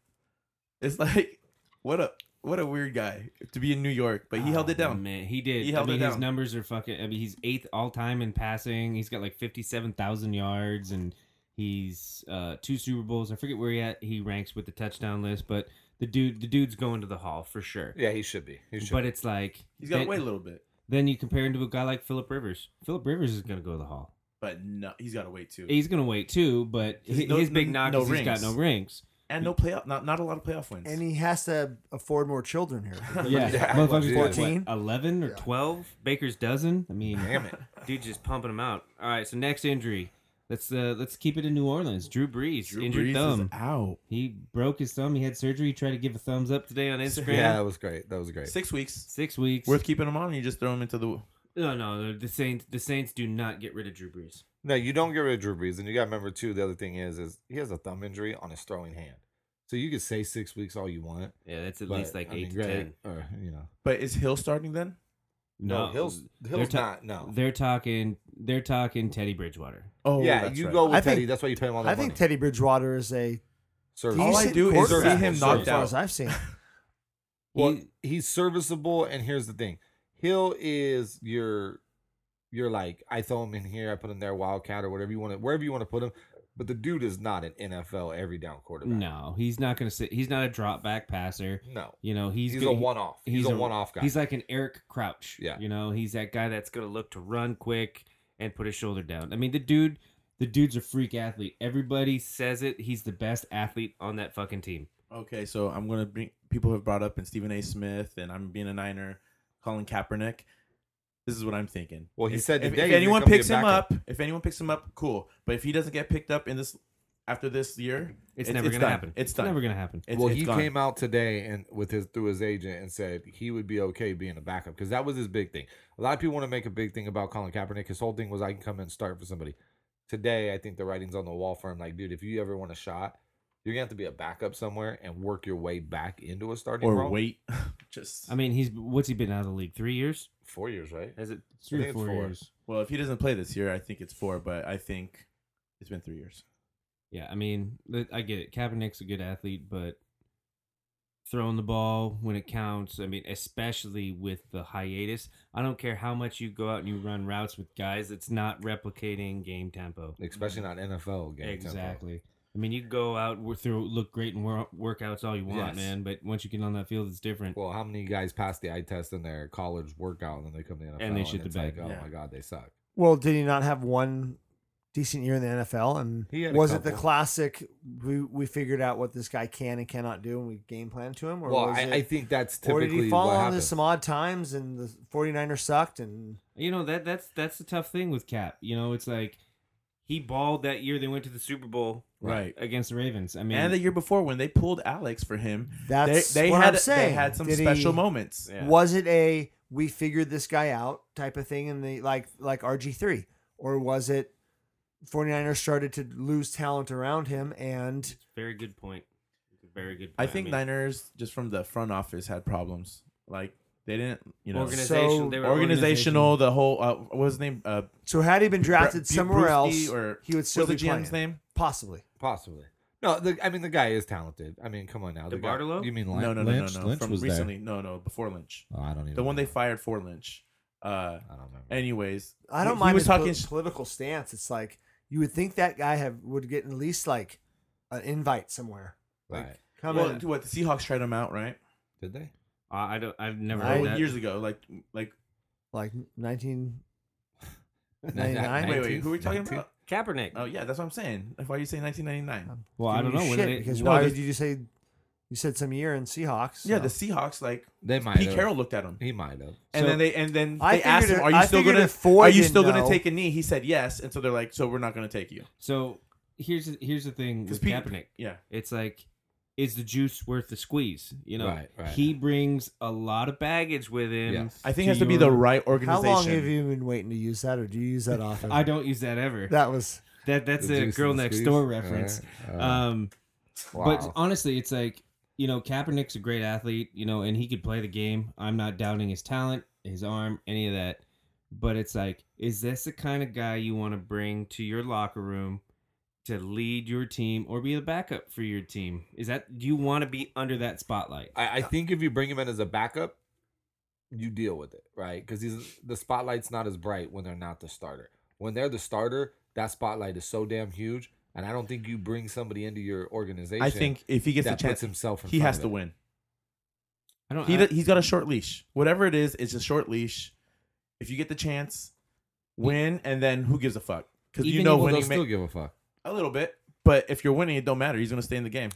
[SPEAKER 2] It's like what a what a weird guy to be in New York, but he held
[SPEAKER 3] Oh,
[SPEAKER 2] it down.
[SPEAKER 3] Man, he did.
[SPEAKER 2] He held
[SPEAKER 3] I mean,
[SPEAKER 2] it
[SPEAKER 3] his
[SPEAKER 2] down.
[SPEAKER 3] numbers are fucking. I mean, he's eighth all time in passing. He's got like fifty-seven thousand yards, and he's uh two Super Bowls. I forget where he at. He ranks with the touchdown list, but the dude, the dude's going to the Hall for sure.
[SPEAKER 4] Yeah, he should be. He should.
[SPEAKER 3] But it's like
[SPEAKER 2] He's got to
[SPEAKER 3] then-
[SPEAKER 2] wait a little bit,
[SPEAKER 3] Then you compare him to a guy like Philip Rivers. Philip Rivers is going to go to the Hall.
[SPEAKER 2] but no, he's got to wait too.
[SPEAKER 3] He's going to wait too, but
[SPEAKER 2] He's
[SPEAKER 3] his,
[SPEAKER 2] no-
[SPEAKER 3] his big knock
[SPEAKER 2] no
[SPEAKER 3] is he's got
[SPEAKER 2] rings.
[SPEAKER 3] no rings.
[SPEAKER 2] And no playoff, not not a lot of playoff wins.
[SPEAKER 5] And he has to afford more children here.
[SPEAKER 3] Yeah,
[SPEAKER 4] Yeah.
[SPEAKER 3] motherfuckers got, what,
[SPEAKER 5] 14?
[SPEAKER 3] eleven or
[SPEAKER 5] Yeah.
[SPEAKER 3] twelve. Baker's dozen. I mean,
[SPEAKER 4] Damn it.
[SPEAKER 3] dude, just pumping him out. All right, so next injury. Let's uh let's keep it in New Orleans. Drew Brees
[SPEAKER 2] Drew
[SPEAKER 3] injured
[SPEAKER 2] Brees is
[SPEAKER 3] thumb.
[SPEAKER 2] out
[SPEAKER 3] He broke his thumb. He had surgery. He tried to give a thumbs up today on Instagram.
[SPEAKER 4] yeah, that was great. That was great.
[SPEAKER 2] six weeks.
[SPEAKER 3] Six weeks.
[SPEAKER 2] Worth keeping him on, or you just throw him into the.
[SPEAKER 3] no, no. The Saints. The Saints do not get rid of Drew Brees.
[SPEAKER 4] No, you don't get rid of Drew Brees, and you got to remember too. The other thing is, is he has a thumb injury on his throwing hand, so you could say six weeks all you want,
[SPEAKER 3] Yeah, that's at
[SPEAKER 4] but,
[SPEAKER 3] least like
[SPEAKER 4] I mean,
[SPEAKER 3] eight to
[SPEAKER 4] great,
[SPEAKER 3] ten.
[SPEAKER 4] or you know,
[SPEAKER 2] But is Hill starting then?
[SPEAKER 4] no, Hill's Hill's
[SPEAKER 3] ta-
[SPEAKER 4] not. No,
[SPEAKER 3] They're talking. They're talking Teddy Bridgewater.
[SPEAKER 2] Oh,
[SPEAKER 4] yeah,
[SPEAKER 2] that's
[SPEAKER 4] you
[SPEAKER 2] right.
[SPEAKER 4] go with
[SPEAKER 5] I
[SPEAKER 4] Teddy.
[SPEAKER 5] think-
[SPEAKER 4] that's why you pay him all that
[SPEAKER 5] I think
[SPEAKER 4] money.
[SPEAKER 5] Teddy Bridgewater is a
[SPEAKER 4] Service.
[SPEAKER 2] All I
[SPEAKER 5] decent
[SPEAKER 2] do is see
[SPEAKER 5] quarterback
[SPEAKER 2] him
[SPEAKER 5] as
[SPEAKER 2] knocked
[SPEAKER 5] far
[SPEAKER 2] out.
[SPEAKER 5] as I've seen.
[SPEAKER 4] Well,
[SPEAKER 3] He-
[SPEAKER 4] he's serviceable, and here's the thing: Hill is your, you're like I throw him in here, I put him there, Wildcat or whatever you want to, wherever you want to put him. But the dude is not an NFL every down quarterback.
[SPEAKER 3] No, he's not going to sit. He's not a drop back passer.
[SPEAKER 4] no,
[SPEAKER 3] You know, he's
[SPEAKER 4] he's, a
[SPEAKER 3] gonna-
[SPEAKER 4] one off. He's, a, one off guy.
[SPEAKER 3] He's like an Eric Crouch.
[SPEAKER 4] Yeah.
[SPEAKER 3] You know, he's that guy that's going to look to run quick and put his shoulder down. I mean, the dude, the dude's a freak athlete. Everybody says it. He's the best athlete on that fucking team.
[SPEAKER 2] Okay, so I'm gonna bring people have brought up and Stephen A. Smith and I'm being a Niner, Colin Kaepernick. This is what I'm thinking.
[SPEAKER 4] Well, he
[SPEAKER 2] If-
[SPEAKER 4] said
[SPEAKER 2] if,
[SPEAKER 4] today
[SPEAKER 2] if
[SPEAKER 4] he's
[SPEAKER 2] anyone
[SPEAKER 4] gonna be a
[SPEAKER 2] picks him
[SPEAKER 4] backup.
[SPEAKER 2] up, if anyone picks him up, cool. But if he doesn't get picked up in this after this year,
[SPEAKER 3] It's, never going to
[SPEAKER 2] done.
[SPEAKER 3] happen.
[SPEAKER 2] It's done.
[SPEAKER 3] never going to happen.
[SPEAKER 2] It's-
[SPEAKER 4] well,
[SPEAKER 2] it's
[SPEAKER 4] he
[SPEAKER 2] gone.
[SPEAKER 4] came out today and with his through his agent and said he would be okay being a backup because that was his big thing. A lot of people want to make a big thing about Colin Kaepernick. His whole thing was I can come in and start for somebody. Today, I think the writing's on the wall for him. Like, dude, if you ever want a shot, you're gonna have to be a backup somewhere and work your way back into a starting
[SPEAKER 2] or
[SPEAKER 4] role.
[SPEAKER 2] wait. Just
[SPEAKER 3] I mean, he's what's he been out of the league? Three years?
[SPEAKER 4] Four years, right?
[SPEAKER 3] Has it
[SPEAKER 4] I
[SPEAKER 3] three
[SPEAKER 4] think
[SPEAKER 3] or
[SPEAKER 4] it's
[SPEAKER 3] four,
[SPEAKER 4] four.
[SPEAKER 3] years?
[SPEAKER 2] well, if he doesn't play this year, I think it's four. But I think it's been three years.
[SPEAKER 3] Yeah, I mean, th- I get it. Kaepernick's a good athlete, but throwing the ball when it counts, I mean, especially with the hiatus, I don't care how much you go out and you run routes with guys, it's not replicating game tempo.
[SPEAKER 4] Especially not NFL game. tempo.
[SPEAKER 3] Exactly. I mean, you can go out wo- through, look great in wor- workouts all you want,
[SPEAKER 4] Yes.
[SPEAKER 3] man, but once you get on that field, it's different.
[SPEAKER 4] Well, how many guys pass the eye test in their college workout and then they come to the NFL
[SPEAKER 3] And they shit the
[SPEAKER 4] it's
[SPEAKER 3] bed.
[SPEAKER 4] like, oh
[SPEAKER 2] Yeah.
[SPEAKER 4] my god, they suck.
[SPEAKER 5] Well, did he not have one decent year in the NFL? And
[SPEAKER 4] He had a
[SPEAKER 5] was it the
[SPEAKER 4] couple.
[SPEAKER 5] classic? We we figured out what this guy can and cannot do, and we game plan to him. Or
[SPEAKER 4] well,
[SPEAKER 5] was
[SPEAKER 4] I,
[SPEAKER 5] it,
[SPEAKER 4] I think that's
[SPEAKER 5] or
[SPEAKER 4] typically
[SPEAKER 5] did he fall
[SPEAKER 4] what
[SPEAKER 5] on
[SPEAKER 4] happens.
[SPEAKER 5] this some odd times, and the 49ers sucked, and
[SPEAKER 3] You know that that's that's the tough thing with Cap. You know, it's like He balled that year they went to the Super Bowl
[SPEAKER 2] Right.
[SPEAKER 3] against the Ravens. I mean,
[SPEAKER 2] and the year before when they pulled Alex for him,
[SPEAKER 5] That's
[SPEAKER 2] they, they
[SPEAKER 5] what
[SPEAKER 2] had
[SPEAKER 5] I'm saying.
[SPEAKER 2] they had some
[SPEAKER 5] Did he-
[SPEAKER 2] special moments. Yeah.
[SPEAKER 5] Was it a we figured this guy out type of thing in the like like RG3 or was it 49ers started to lose talent around him and
[SPEAKER 3] very good point. Very good. Point.
[SPEAKER 2] I think
[SPEAKER 3] mean,
[SPEAKER 2] Niners just from the front office had problems. Like they didn't, you know,
[SPEAKER 5] Organi-
[SPEAKER 3] organization,
[SPEAKER 5] so
[SPEAKER 3] they were
[SPEAKER 2] organizational. The whole uh, what was his name? Uh,
[SPEAKER 5] so had he been drafted
[SPEAKER 2] Bru-
[SPEAKER 5] somewhere
[SPEAKER 2] Brewski
[SPEAKER 5] else
[SPEAKER 2] or
[SPEAKER 5] he would still
[SPEAKER 2] what's
[SPEAKER 5] be
[SPEAKER 2] the GM's
[SPEAKER 5] playing.
[SPEAKER 2] name?
[SPEAKER 5] possibly
[SPEAKER 4] Possibly. No, the, I mean the guy is talented. I mean, come on now. The guy-
[SPEAKER 3] DeBartolo?
[SPEAKER 4] You mean
[SPEAKER 2] No,
[SPEAKER 4] Lynch?
[SPEAKER 2] no, no,
[SPEAKER 6] Lynch-
[SPEAKER 2] no, no.
[SPEAKER 6] Lynch
[SPEAKER 2] from
[SPEAKER 6] was there.
[SPEAKER 2] recently, no, no, before Lynch,
[SPEAKER 4] Oh, I don't even.
[SPEAKER 2] the one
[SPEAKER 4] know.
[SPEAKER 2] they fired for Lynch. Uh,
[SPEAKER 4] I don't remember.
[SPEAKER 2] anyways,
[SPEAKER 5] I don't
[SPEAKER 2] he,
[SPEAKER 5] mind
[SPEAKER 2] He was
[SPEAKER 5] his
[SPEAKER 2] talking.
[SPEAKER 5] po- political stance it's like you would think that guy have would get at least like an invite somewhere
[SPEAKER 4] right?
[SPEAKER 5] come
[SPEAKER 2] well,
[SPEAKER 5] in
[SPEAKER 2] what the Seahawks tried him out, right?
[SPEAKER 4] Did they?
[SPEAKER 3] Uh, I don't. I've never
[SPEAKER 5] I-
[SPEAKER 3] heard
[SPEAKER 2] Oh,
[SPEAKER 3] that.
[SPEAKER 2] years ago, like like
[SPEAKER 5] like 19
[SPEAKER 4] Nin-
[SPEAKER 2] wait,
[SPEAKER 5] Nineteen-
[SPEAKER 2] wait, who are we talking
[SPEAKER 4] 19?
[SPEAKER 2] about?
[SPEAKER 3] Kaepernick.
[SPEAKER 2] Oh yeah, that's what I'm saying. Why are you saying 1999?
[SPEAKER 3] well, I don't
[SPEAKER 5] giving
[SPEAKER 3] know.
[SPEAKER 5] you
[SPEAKER 3] when
[SPEAKER 5] shit,
[SPEAKER 3] they-
[SPEAKER 5] because
[SPEAKER 2] No,
[SPEAKER 5] why
[SPEAKER 2] the-
[SPEAKER 5] did you just say you said some year in Seahawks?
[SPEAKER 2] Yeah,
[SPEAKER 5] so.
[SPEAKER 2] the Seahawks. Like
[SPEAKER 4] They might.
[SPEAKER 2] Pete
[SPEAKER 4] have.
[SPEAKER 2] Carroll looked at him,
[SPEAKER 4] He might have.
[SPEAKER 2] and
[SPEAKER 3] So-
[SPEAKER 2] then they and then
[SPEAKER 5] I
[SPEAKER 2] they asked
[SPEAKER 5] figured
[SPEAKER 2] him,
[SPEAKER 5] it-
[SPEAKER 2] "Are you
[SPEAKER 5] I
[SPEAKER 2] still
[SPEAKER 5] figured
[SPEAKER 2] gonna
[SPEAKER 5] if Ford
[SPEAKER 2] Are you
[SPEAKER 5] didn't
[SPEAKER 2] still gonna
[SPEAKER 5] know-
[SPEAKER 2] take a knee?" He said yes, and so they're like, "So we're not gonna take you."
[SPEAKER 3] So here's here's the thing with
[SPEAKER 2] Pete-
[SPEAKER 3] Kaepernick.
[SPEAKER 2] Yeah,
[SPEAKER 3] It's like, is the juice worth the squeeze? You know,
[SPEAKER 4] Right, right.
[SPEAKER 3] he brings a lot of baggage with him.
[SPEAKER 4] Yes.
[SPEAKER 2] I
[SPEAKER 3] to
[SPEAKER 2] think it has to be the
[SPEAKER 3] your-
[SPEAKER 2] right
[SPEAKER 5] How
[SPEAKER 2] organization.
[SPEAKER 5] long have you been waiting to use that, or do you use that often?
[SPEAKER 3] I don't use that ever.
[SPEAKER 5] That was
[SPEAKER 3] That that's
[SPEAKER 4] The
[SPEAKER 3] a
[SPEAKER 4] juice
[SPEAKER 3] girl
[SPEAKER 4] and the
[SPEAKER 3] next
[SPEAKER 4] squeeze?
[SPEAKER 3] door reference.
[SPEAKER 4] All right, all
[SPEAKER 2] Uh,
[SPEAKER 4] right.
[SPEAKER 3] Um,
[SPEAKER 4] Wow.
[SPEAKER 3] but honestly, it's like you know, Kaepernick's a great athlete, you know, and he could play the game. I'm not doubting his talent, his arm, any of that. But it's like, is this the kind of guy you want to bring to your locker room to lead your team or be the backup for your team? Is that do you want to be under that spotlight?
[SPEAKER 4] I, I think if you bring him in as a backup, you deal with it, right? Because he's the spotlight's not as bright when they're not the starter. When they're the starter, that spotlight is so damn huge, and I don't think you bring somebody into your organization.
[SPEAKER 2] I think if he gets
[SPEAKER 4] that
[SPEAKER 2] a chance,
[SPEAKER 4] puts himself. In
[SPEAKER 2] he
[SPEAKER 4] front
[SPEAKER 2] has
[SPEAKER 4] of
[SPEAKER 2] to
[SPEAKER 4] it.
[SPEAKER 2] win.
[SPEAKER 3] I don't.
[SPEAKER 2] He
[SPEAKER 3] I-
[SPEAKER 2] d- he's got a short leash. Whatever it is, it's a short leash. If you get the chance, win, and then who gives a fuck? Because you
[SPEAKER 3] Even
[SPEAKER 2] know
[SPEAKER 3] if-
[SPEAKER 4] Well,
[SPEAKER 2] when
[SPEAKER 4] they'll
[SPEAKER 2] you
[SPEAKER 4] still
[SPEAKER 2] make
[SPEAKER 4] give a fuck.
[SPEAKER 2] a little bit, but if you're winning, it don't matter. He's gonna stay in the game,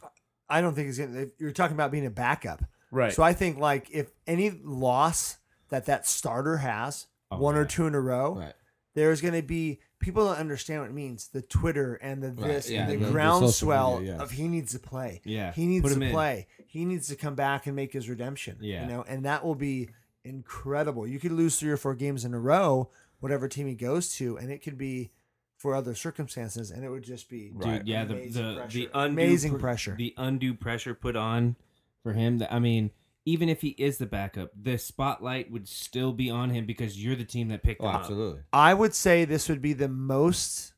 [SPEAKER 5] I don't think he's gonna. If you're talking about being a backup,
[SPEAKER 2] right?
[SPEAKER 5] so I think like if any loss that that starter has,
[SPEAKER 3] Oh,
[SPEAKER 5] one or
[SPEAKER 3] yeah.
[SPEAKER 5] two in a row,
[SPEAKER 2] Oh,
[SPEAKER 4] Right.
[SPEAKER 5] there's going to be people don't understand what it means. The Twitter and the
[SPEAKER 4] Right,
[SPEAKER 5] this
[SPEAKER 4] yeah,
[SPEAKER 5] and the,
[SPEAKER 4] the- the
[SPEAKER 5] groundswell
[SPEAKER 4] social media, yeah.
[SPEAKER 5] of he needs to play.
[SPEAKER 3] Yeah,
[SPEAKER 5] he needs
[SPEAKER 3] put
[SPEAKER 5] to
[SPEAKER 3] him in.
[SPEAKER 5] play. He needs to come back and make his redemption.
[SPEAKER 3] Yeah.
[SPEAKER 5] you know, and that will be incredible. You could lose three or four games in a row, whatever team he goes to, and it could be for other circumstances, and it would just be
[SPEAKER 3] Dude, yeah, the
[SPEAKER 5] Amazing
[SPEAKER 3] the, the
[SPEAKER 5] pressure.
[SPEAKER 3] undue
[SPEAKER 5] Amazing
[SPEAKER 3] pr-
[SPEAKER 5] pressure.
[SPEAKER 3] the undue pressure put on for him. That I mean, even if he is the backup, the spotlight would still be on him because you're the team that picked
[SPEAKER 4] Oh,
[SPEAKER 3] him up.
[SPEAKER 4] absolutely.
[SPEAKER 5] I would say this would be the most,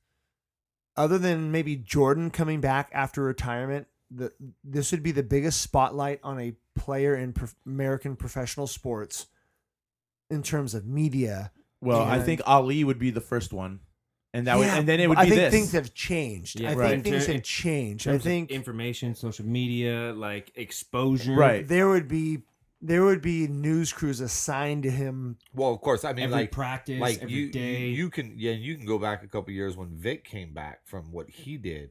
[SPEAKER 5] other than maybe Jordan coming back after retirement. The this would be the biggest spotlight on a player in prof- American professional sports, in terms of media.
[SPEAKER 2] well, I
[SPEAKER 5] and-
[SPEAKER 2] think Ali would be the first one, and that would,
[SPEAKER 5] Yeah,
[SPEAKER 2] and then it would
[SPEAKER 5] I
[SPEAKER 2] be
[SPEAKER 5] think
[SPEAKER 2] this.
[SPEAKER 5] things have changed.
[SPEAKER 3] Yeah,
[SPEAKER 5] I
[SPEAKER 2] right.
[SPEAKER 5] think
[SPEAKER 3] In
[SPEAKER 5] things
[SPEAKER 3] ter-
[SPEAKER 5] have changed.
[SPEAKER 3] In
[SPEAKER 5] I
[SPEAKER 3] terms of
[SPEAKER 5] think
[SPEAKER 3] information, social media, like exposure,
[SPEAKER 2] Right.
[SPEAKER 5] there would be there would be news crews assigned to him.
[SPEAKER 4] Well, of course. I mean,
[SPEAKER 3] Every
[SPEAKER 4] like
[SPEAKER 3] practice,
[SPEAKER 4] like
[SPEAKER 3] every
[SPEAKER 4] you, you-
[SPEAKER 3] day.
[SPEAKER 4] you can yeah, you can go back a couple years when Vic came back from what he did.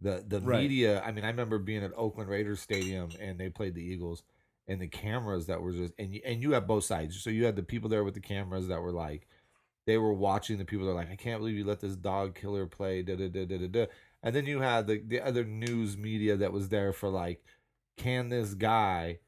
[SPEAKER 4] The the
[SPEAKER 2] Right.
[SPEAKER 4] media. I mean, I remember being at Oakland Raiders Stadium and they played the Eagles, and the cameras that were just and you, and you have both sides. So you had the people there with the cameras that were like, they were watching the people. They're like, I can't believe you let this dog killer play. Da da da da da da. And then you had the the other news media that was there for like, can this guy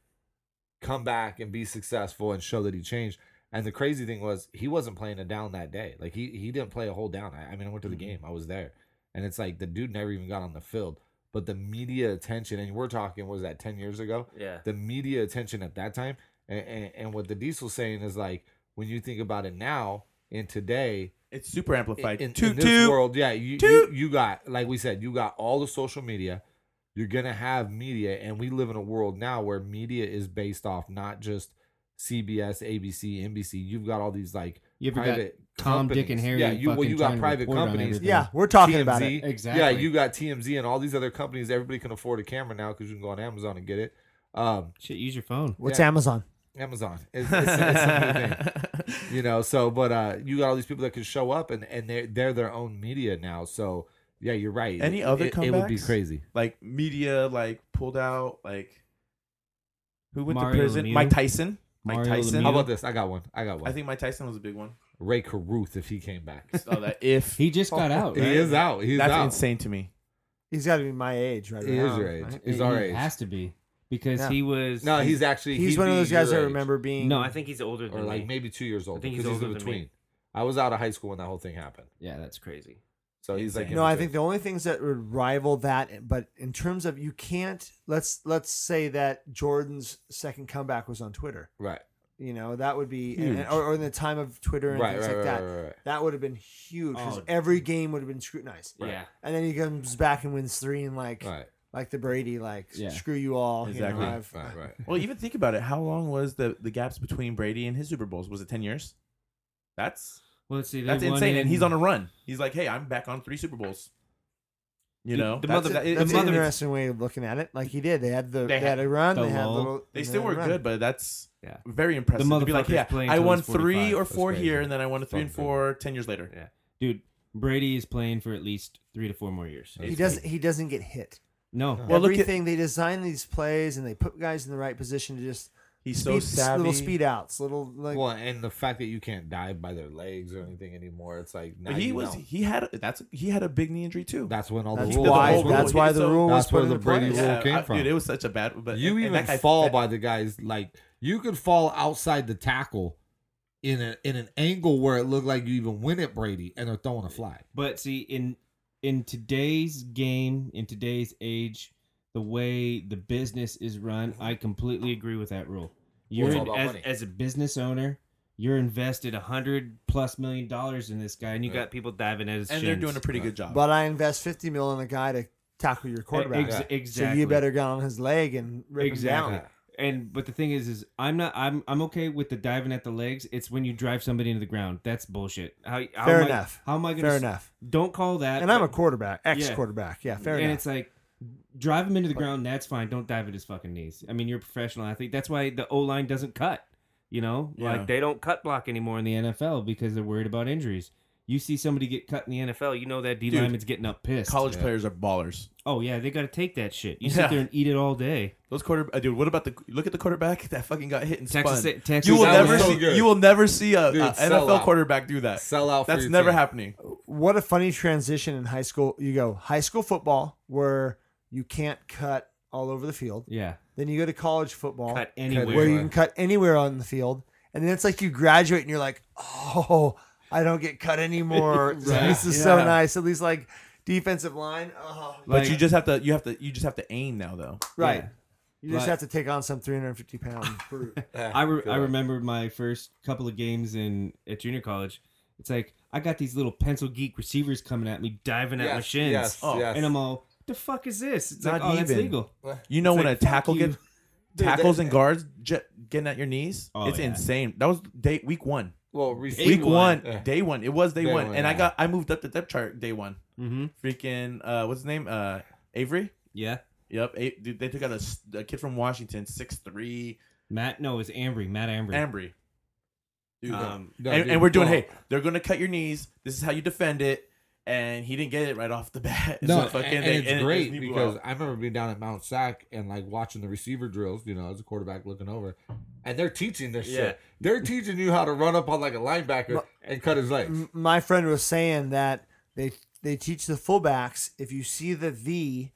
[SPEAKER 4] come back and be successful and show that he changed? And the crazy thing was he wasn't playing a down that day. Like he he didn't play a whole down. I, I mean, I went to the game. I was there, and it's like the dude never even got on the field. But the media attention, and we're talking, what was that ten years ago?
[SPEAKER 3] yeah,
[SPEAKER 4] the media attention at that time. And, and, and what the diesel's saying is like when you think about it now and today
[SPEAKER 2] it's super amplified.
[SPEAKER 4] in, in
[SPEAKER 2] toot
[SPEAKER 4] this
[SPEAKER 2] toot.
[SPEAKER 4] world, yeah, you, you
[SPEAKER 2] Toot.
[SPEAKER 4] you got like we said, you got all the social media. You're gonna have media, and we live in a world now where media is based off not just CBS, ABC, NBC. You've got all these like
[SPEAKER 3] You ever got
[SPEAKER 4] private
[SPEAKER 3] Tom, Dick, and
[SPEAKER 4] companies.
[SPEAKER 3] Harry.
[SPEAKER 4] Yeah, you well,
[SPEAKER 3] fucking
[SPEAKER 4] you got
[SPEAKER 3] trying to
[SPEAKER 4] private
[SPEAKER 3] report on
[SPEAKER 4] companies.
[SPEAKER 3] everything.
[SPEAKER 5] Yeah, we're talking about
[SPEAKER 4] TMZ.
[SPEAKER 5] it.
[SPEAKER 3] Exactly.
[SPEAKER 4] Yeah, you got TMZ and all these other companies. Everybody can afford a camera now because you can go on Amazon and get it. Um,
[SPEAKER 3] Shit, use your phone.
[SPEAKER 5] What's
[SPEAKER 4] Yeah.
[SPEAKER 5] Amazon?
[SPEAKER 4] Amazon. It's, it's, it's a new thing you know so but uh you got all these people that can show up and and they're they're their own media now so yeah you're right
[SPEAKER 2] Any
[SPEAKER 4] It-
[SPEAKER 2] other
[SPEAKER 4] it, it would be
[SPEAKER 2] comebacks?
[SPEAKER 4] crazy
[SPEAKER 2] like media like pulled out like who went
[SPEAKER 3] Mario
[SPEAKER 2] to prison?
[SPEAKER 3] Lemieux.
[SPEAKER 2] Mike Tyson. Mike
[SPEAKER 3] Mario
[SPEAKER 2] Tyson.
[SPEAKER 3] Lemieux.
[SPEAKER 4] how about this i got one i got one
[SPEAKER 2] I think Mike Tyson was a big one.
[SPEAKER 4] Ray Caruth if he came back.
[SPEAKER 2] So that if
[SPEAKER 3] He just got out.
[SPEAKER 4] He
[SPEAKER 3] right?
[SPEAKER 4] is out. He's
[SPEAKER 2] that's
[SPEAKER 4] out.
[SPEAKER 2] insane to me.
[SPEAKER 5] He's got to be my age right
[SPEAKER 4] He
[SPEAKER 5] now.
[SPEAKER 4] is your age.
[SPEAKER 5] right?
[SPEAKER 4] He's
[SPEAKER 3] Oh, He
[SPEAKER 4] our age.
[SPEAKER 3] Has to be because
[SPEAKER 5] Yeah.
[SPEAKER 3] he was.
[SPEAKER 4] No, he's actually
[SPEAKER 5] He's
[SPEAKER 4] he'd
[SPEAKER 5] one of
[SPEAKER 4] be
[SPEAKER 5] those guys I
[SPEAKER 4] your age.
[SPEAKER 5] remember being.
[SPEAKER 3] No, I think he's older than
[SPEAKER 4] or like
[SPEAKER 3] me.
[SPEAKER 4] maybe two years old
[SPEAKER 3] think
[SPEAKER 4] because
[SPEAKER 3] he's
[SPEAKER 4] he's in
[SPEAKER 3] older than me.
[SPEAKER 4] between. I was out of high school when that whole thing happened,
[SPEAKER 3] Yeah, that's crazy.
[SPEAKER 4] so he's like in
[SPEAKER 5] No, I think
[SPEAKER 4] between.
[SPEAKER 5] the only things that would rival that, but in terms of you can't let's let's say that Jordan's second comeback was on Twitter.
[SPEAKER 4] right,
[SPEAKER 5] You know that would be and, and- or, or in the time of Twitter and
[SPEAKER 4] right,
[SPEAKER 5] things
[SPEAKER 4] right,
[SPEAKER 5] like
[SPEAKER 4] right,
[SPEAKER 5] that.
[SPEAKER 4] right, right, right.
[SPEAKER 5] That would have been huge because
[SPEAKER 3] Oh.
[SPEAKER 5] every game would have been scrutinized.
[SPEAKER 3] Yeah,
[SPEAKER 5] And then he comes back and wins three and like
[SPEAKER 4] Right,
[SPEAKER 5] like the Brady like
[SPEAKER 3] Yeah.
[SPEAKER 5] screw you all.
[SPEAKER 2] Exactly.
[SPEAKER 5] You know, I've,
[SPEAKER 4] right, right.
[SPEAKER 2] Well, even think about it. How long was the the gaps between Brady and his Super Bowls? Was it ten years? That's
[SPEAKER 3] well, let's see. They
[SPEAKER 2] that's
[SPEAKER 3] won
[SPEAKER 2] insane.
[SPEAKER 3] in-
[SPEAKER 2] And he's on a run. He's like, hey, I'm back on three Super Bowls. You
[SPEAKER 3] The-
[SPEAKER 2] know,
[SPEAKER 3] the
[SPEAKER 2] That's-
[SPEAKER 3] mother-
[SPEAKER 2] that- it-
[SPEAKER 5] that's
[SPEAKER 2] it's-
[SPEAKER 5] an
[SPEAKER 3] mother-
[SPEAKER 5] interesting way of looking at it. Like he did. They had the
[SPEAKER 2] They
[SPEAKER 5] they,
[SPEAKER 2] had
[SPEAKER 5] had a run.
[SPEAKER 3] the
[SPEAKER 5] they had
[SPEAKER 3] lull.
[SPEAKER 5] little.
[SPEAKER 2] They
[SPEAKER 5] and
[SPEAKER 2] still
[SPEAKER 5] then
[SPEAKER 2] were
[SPEAKER 5] run.
[SPEAKER 2] good, but that's
[SPEAKER 3] Yeah.
[SPEAKER 2] very impressive. to be like,
[SPEAKER 3] motherfucker's
[SPEAKER 2] yeah,
[SPEAKER 3] playing
[SPEAKER 2] I
[SPEAKER 3] till
[SPEAKER 2] won
[SPEAKER 3] he's
[SPEAKER 2] three
[SPEAKER 3] 45.
[SPEAKER 2] or
[SPEAKER 4] That's
[SPEAKER 2] four
[SPEAKER 4] crazy.
[SPEAKER 2] here, and then I won three and
[SPEAKER 4] Fucking
[SPEAKER 2] four ten years later.
[SPEAKER 3] Yeah. dude. Brady is playing for at least three to four more years.
[SPEAKER 5] He doesn't. He doesn't get hit.
[SPEAKER 3] No,
[SPEAKER 2] Well, look at-
[SPEAKER 5] Everything they design these plays and they put guys in the right position to just
[SPEAKER 2] He's so
[SPEAKER 5] speed,
[SPEAKER 2] savvy.
[SPEAKER 5] little speed outs, little like
[SPEAKER 4] well, and the fact that you can't dive by their legs or anything anymore, it's like now
[SPEAKER 2] But he
[SPEAKER 4] you
[SPEAKER 2] was
[SPEAKER 4] know.
[SPEAKER 2] he had that's he had a big knee injury too.
[SPEAKER 4] That's when all the
[SPEAKER 5] that's
[SPEAKER 4] rules.
[SPEAKER 5] why
[SPEAKER 4] that's when
[SPEAKER 5] that's
[SPEAKER 4] the-
[SPEAKER 5] why the
[SPEAKER 2] So-
[SPEAKER 5] rule was
[SPEAKER 4] That's
[SPEAKER 5] put
[SPEAKER 4] where
[SPEAKER 5] in
[SPEAKER 4] the Brady
[SPEAKER 5] place.
[SPEAKER 4] rule came
[SPEAKER 2] I-
[SPEAKER 4] from.
[SPEAKER 2] uh, dude. It was such a bad. But and-
[SPEAKER 4] you
[SPEAKER 2] and
[SPEAKER 4] even
[SPEAKER 2] that guy-
[SPEAKER 4] fall
[SPEAKER 2] that-
[SPEAKER 4] by the guys like you could fall outside the tackle in a in an angle where it looked like you even went at Brady and they're throwing a flag.
[SPEAKER 3] But see, in in today's game, in today's age, the way the business is run, I completely agree with that rule. You're
[SPEAKER 4] Mm-hmm. it's all
[SPEAKER 3] in,
[SPEAKER 4] about
[SPEAKER 3] as,
[SPEAKER 4] money.
[SPEAKER 3] as a business owner, you're invested a hundred plus million dollars in this guy, and you
[SPEAKER 4] Yeah.
[SPEAKER 3] got people diving at his.
[SPEAKER 2] and they're
[SPEAKER 3] shins.
[SPEAKER 2] doing a pretty good job.
[SPEAKER 5] But I invest fifty mil in a guy to tackle your quarterback.
[SPEAKER 3] Ex-
[SPEAKER 4] Yeah.
[SPEAKER 3] Exactly.
[SPEAKER 5] So you better get on his leg and rip
[SPEAKER 3] Exactly.
[SPEAKER 5] him down.
[SPEAKER 3] And but the thing is, is I'm not. I'm I'm okay with the diving at the legs. It's when you drive somebody into the ground. That's bullshit. How, how
[SPEAKER 5] Fair
[SPEAKER 3] am I-
[SPEAKER 5] enough.
[SPEAKER 3] how am I going
[SPEAKER 5] Fair enough.
[SPEAKER 3] Don't call that.
[SPEAKER 5] And I'm a
[SPEAKER 3] but-
[SPEAKER 5] quarterback, ex quarterback. Yeah, fair
[SPEAKER 3] and
[SPEAKER 5] enough.
[SPEAKER 3] it's like drive him into the ground. That's fine. Don't dive at his fucking knees. I mean, you're a professional athlete. That's why the O line doesn't cut. You know,
[SPEAKER 2] Yeah.
[SPEAKER 3] like they don't cut block anymore in the NFL because they're worried about injuries. You see somebody get cut in the NFL, you know that D
[SPEAKER 2] Dude,
[SPEAKER 3] lineman's getting up pissed.
[SPEAKER 2] College
[SPEAKER 4] Yeah.
[SPEAKER 2] players are ballers.
[SPEAKER 3] Oh yeah, they got to take that shit. You
[SPEAKER 2] Yeah.
[SPEAKER 3] sit there and eat it all day.
[SPEAKER 2] Those quarter uh, dude. What about the look at the quarterback that fucking got hit and
[SPEAKER 3] Texas,
[SPEAKER 2] spun?
[SPEAKER 3] Texas,
[SPEAKER 2] You will
[SPEAKER 4] That was
[SPEAKER 2] never
[SPEAKER 4] so
[SPEAKER 2] see.
[SPEAKER 4] good.
[SPEAKER 2] You will never see a,
[SPEAKER 4] Dude,
[SPEAKER 2] a
[SPEAKER 4] sell
[SPEAKER 2] NFL
[SPEAKER 4] out.
[SPEAKER 2] quarterback do that.
[SPEAKER 4] Sell out. for
[SPEAKER 2] That's
[SPEAKER 4] your
[SPEAKER 2] never
[SPEAKER 4] team.
[SPEAKER 2] happening.
[SPEAKER 5] what a funny transition in high school. You go high school football where you can't cut all over the field.
[SPEAKER 3] yeah,
[SPEAKER 5] Then you go to college football
[SPEAKER 3] cut
[SPEAKER 5] where
[SPEAKER 3] anywhere.
[SPEAKER 5] you can cut anywhere on the field. And then it's like you graduate and you're like, oh, I don't get cut anymore. This is so
[SPEAKER 2] Yeah.
[SPEAKER 5] nice. At least like defensive line. Oh,
[SPEAKER 2] But
[SPEAKER 3] Like-
[SPEAKER 2] you just have to. You have to. You just have to aim now, though.
[SPEAKER 5] right. You just
[SPEAKER 3] But-
[SPEAKER 5] have to take on some 350 pound brute.
[SPEAKER 3] I, re- I remember my first couple of games in at junior college. It's like I got these little pencil geek receivers coming at me, diving at my
[SPEAKER 4] Yes,
[SPEAKER 3] shins,
[SPEAKER 4] yes,
[SPEAKER 2] Oh,
[SPEAKER 4] yes.
[SPEAKER 3] and I'm all, "The fuck is this?" It's like,
[SPEAKER 2] Not
[SPEAKER 3] "Oh, that's
[SPEAKER 2] even.
[SPEAKER 3] legal."
[SPEAKER 2] You know
[SPEAKER 3] It's
[SPEAKER 2] when
[SPEAKER 3] like,
[SPEAKER 2] a tackle
[SPEAKER 3] fuck you.
[SPEAKER 2] gets tackles
[SPEAKER 4] that-
[SPEAKER 2] and guards j- getting at your knees,
[SPEAKER 3] Oh,
[SPEAKER 2] it's
[SPEAKER 3] yeah.
[SPEAKER 2] insane. That was day week one.
[SPEAKER 4] Well,
[SPEAKER 3] Day
[SPEAKER 2] week
[SPEAKER 3] one.
[SPEAKER 2] one,
[SPEAKER 4] Yeah.
[SPEAKER 2] day one. It was day,
[SPEAKER 4] Day
[SPEAKER 2] one,
[SPEAKER 4] one,
[SPEAKER 2] and I
[SPEAKER 4] yeah.
[SPEAKER 2] got I moved up the depth chart day one.
[SPEAKER 3] Mm-hmm.
[SPEAKER 2] Freaking uh, what's his name? Uh, Avery.
[SPEAKER 3] Yeah,
[SPEAKER 2] Yep, A- dude, they took out a, s- a kid from Washington, six three,
[SPEAKER 3] Matt. No, it's Ambry. Matt Ambry.
[SPEAKER 2] Ambry. Dude,
[SPEAKER 3] Um,
[SPEAKER 4] No,
[SPEAKER 2] and,
[SPEAKER 4] dude,
[SPEAKER 2] and we're doing,
[SPEAKER 4] well,
[SPEAKER 2] hey, they're gonna cut your knees. This is how you defend it. And he didn't get it right off the bat.
[SPEAKER 4] No,
[SPEAKER 2] So fucking
[SPEAKER 4] and,
[SPEAKER 2] they-
[SPEAKER 4] and it's
[SPEAKER 2] and his
[SPEAKER 4] great
[SPEAKER 2] knee blew
[SPEAKER 4] because
[SPEAKER 2] out.
[SPEAKER 4] I remember being down at Mount Sac and like watching the receiver drills, you know, as a quarterback looking over, and they're teaching this
[SPEAKER 2] Yeah.
[SPEAKER 4] shit. They're teaching you how to run up on like a linebacker and cut his legs.
[SPEAKER 2] mm,
[SPEAKER 5] M- My friend was saying that they they teach the fullbacks if you see the V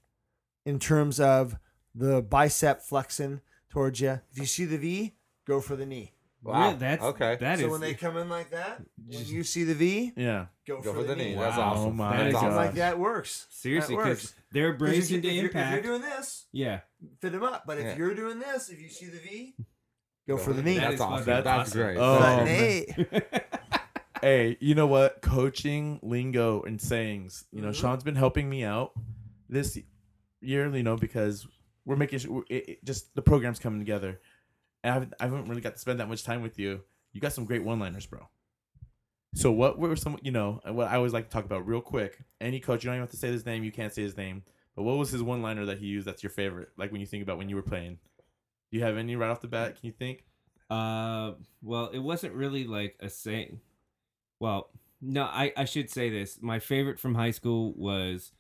[SPEAKER 5] in terms of the bicep flexing towards you. If you see the V, go for the knee.
[SPEAKER 4] Wow.
[SPEAKER 3] Yeah, that's
[SPEAKER 4] Okay.
[SPEAKER 3] That is
[SPEAKER 5] so when they come in like that, when you see the V,
[SPEAKER 2] yeah,
[SPEAKER 5] go,
[SPEAKER 4] Go for the knee.
[SPEAKER 5] Wow.
[SPEAKER 4] That's awesome.
[SPEAKER 2] Oh my
[SPEAKER 4] That's
[SPEAKER 3] God.
[SPEAKER 5] Something
[SPEAKER 4] awesome.
[SPEAKER 5] like that works.
[SPEAKER 3] seriously
[SPEAKER 5] That
[SPEAKER 3] because
[SPEAKER 5] works.
[SPEAKER 3] they're
[SPEAKER 5] 'Cause if you-
[SPEAKER 3] bracing
[SPEAKER 5] if
[SPEAKER 3] to
[SPEAKER 5] you're- If
[SPEAKER 3] impact.
[SPEAKER 5] you're doing this,
[SPEAKER 3] yeah,
[SPEAKER 5] fit him up. But if
[SPEAKER 4] Yeah.
[SPEAKER 5] you're doing this, if you see the V, go,
[SPEAKER 4] Go
[SPEAKER 5] for the knee.
[SPEAKER 3] That
[SPEAKER 4] That's
[SPEAKER 3] is
[SPEAKER 4] awesome.
[SPEAKER 3] fucking
[SPEAKER 4] That's,
[SPEAKER 3] awesome.
[SPEAKER 4] great.
[SPEAKER 2] Oh,
[SPEAKER 4] That's
[SPEAKER 5] But
[SPEAKER 4] great.
[SPEAKER 2] man.
[SPEAKER 5] hey,
[SPEAKER 2] hey, you know what? Coaching lingo and sayings. You know,
[SPEAKER 5] Mhm.
[SPEAKER 2] Sean's been helping me out this year. You know, because we're making su- we're, it, it- just the program's coming together, and I haven't, I haven't really got to spend that much time with you. You got some great one-liners, bro. So what were some? You know, what I always like to talk about real quick. Any coach, you don't even have to say his name. You can't say his name. But what was his one-liner that he used? That's your favorite. Like when you think about when you were playing. Do you have any right off the bat? Can you think?
[SPEAKER 3] Uh, well, it wasn't really like a saying. Well, no, I, I should say this. My favorite from high school was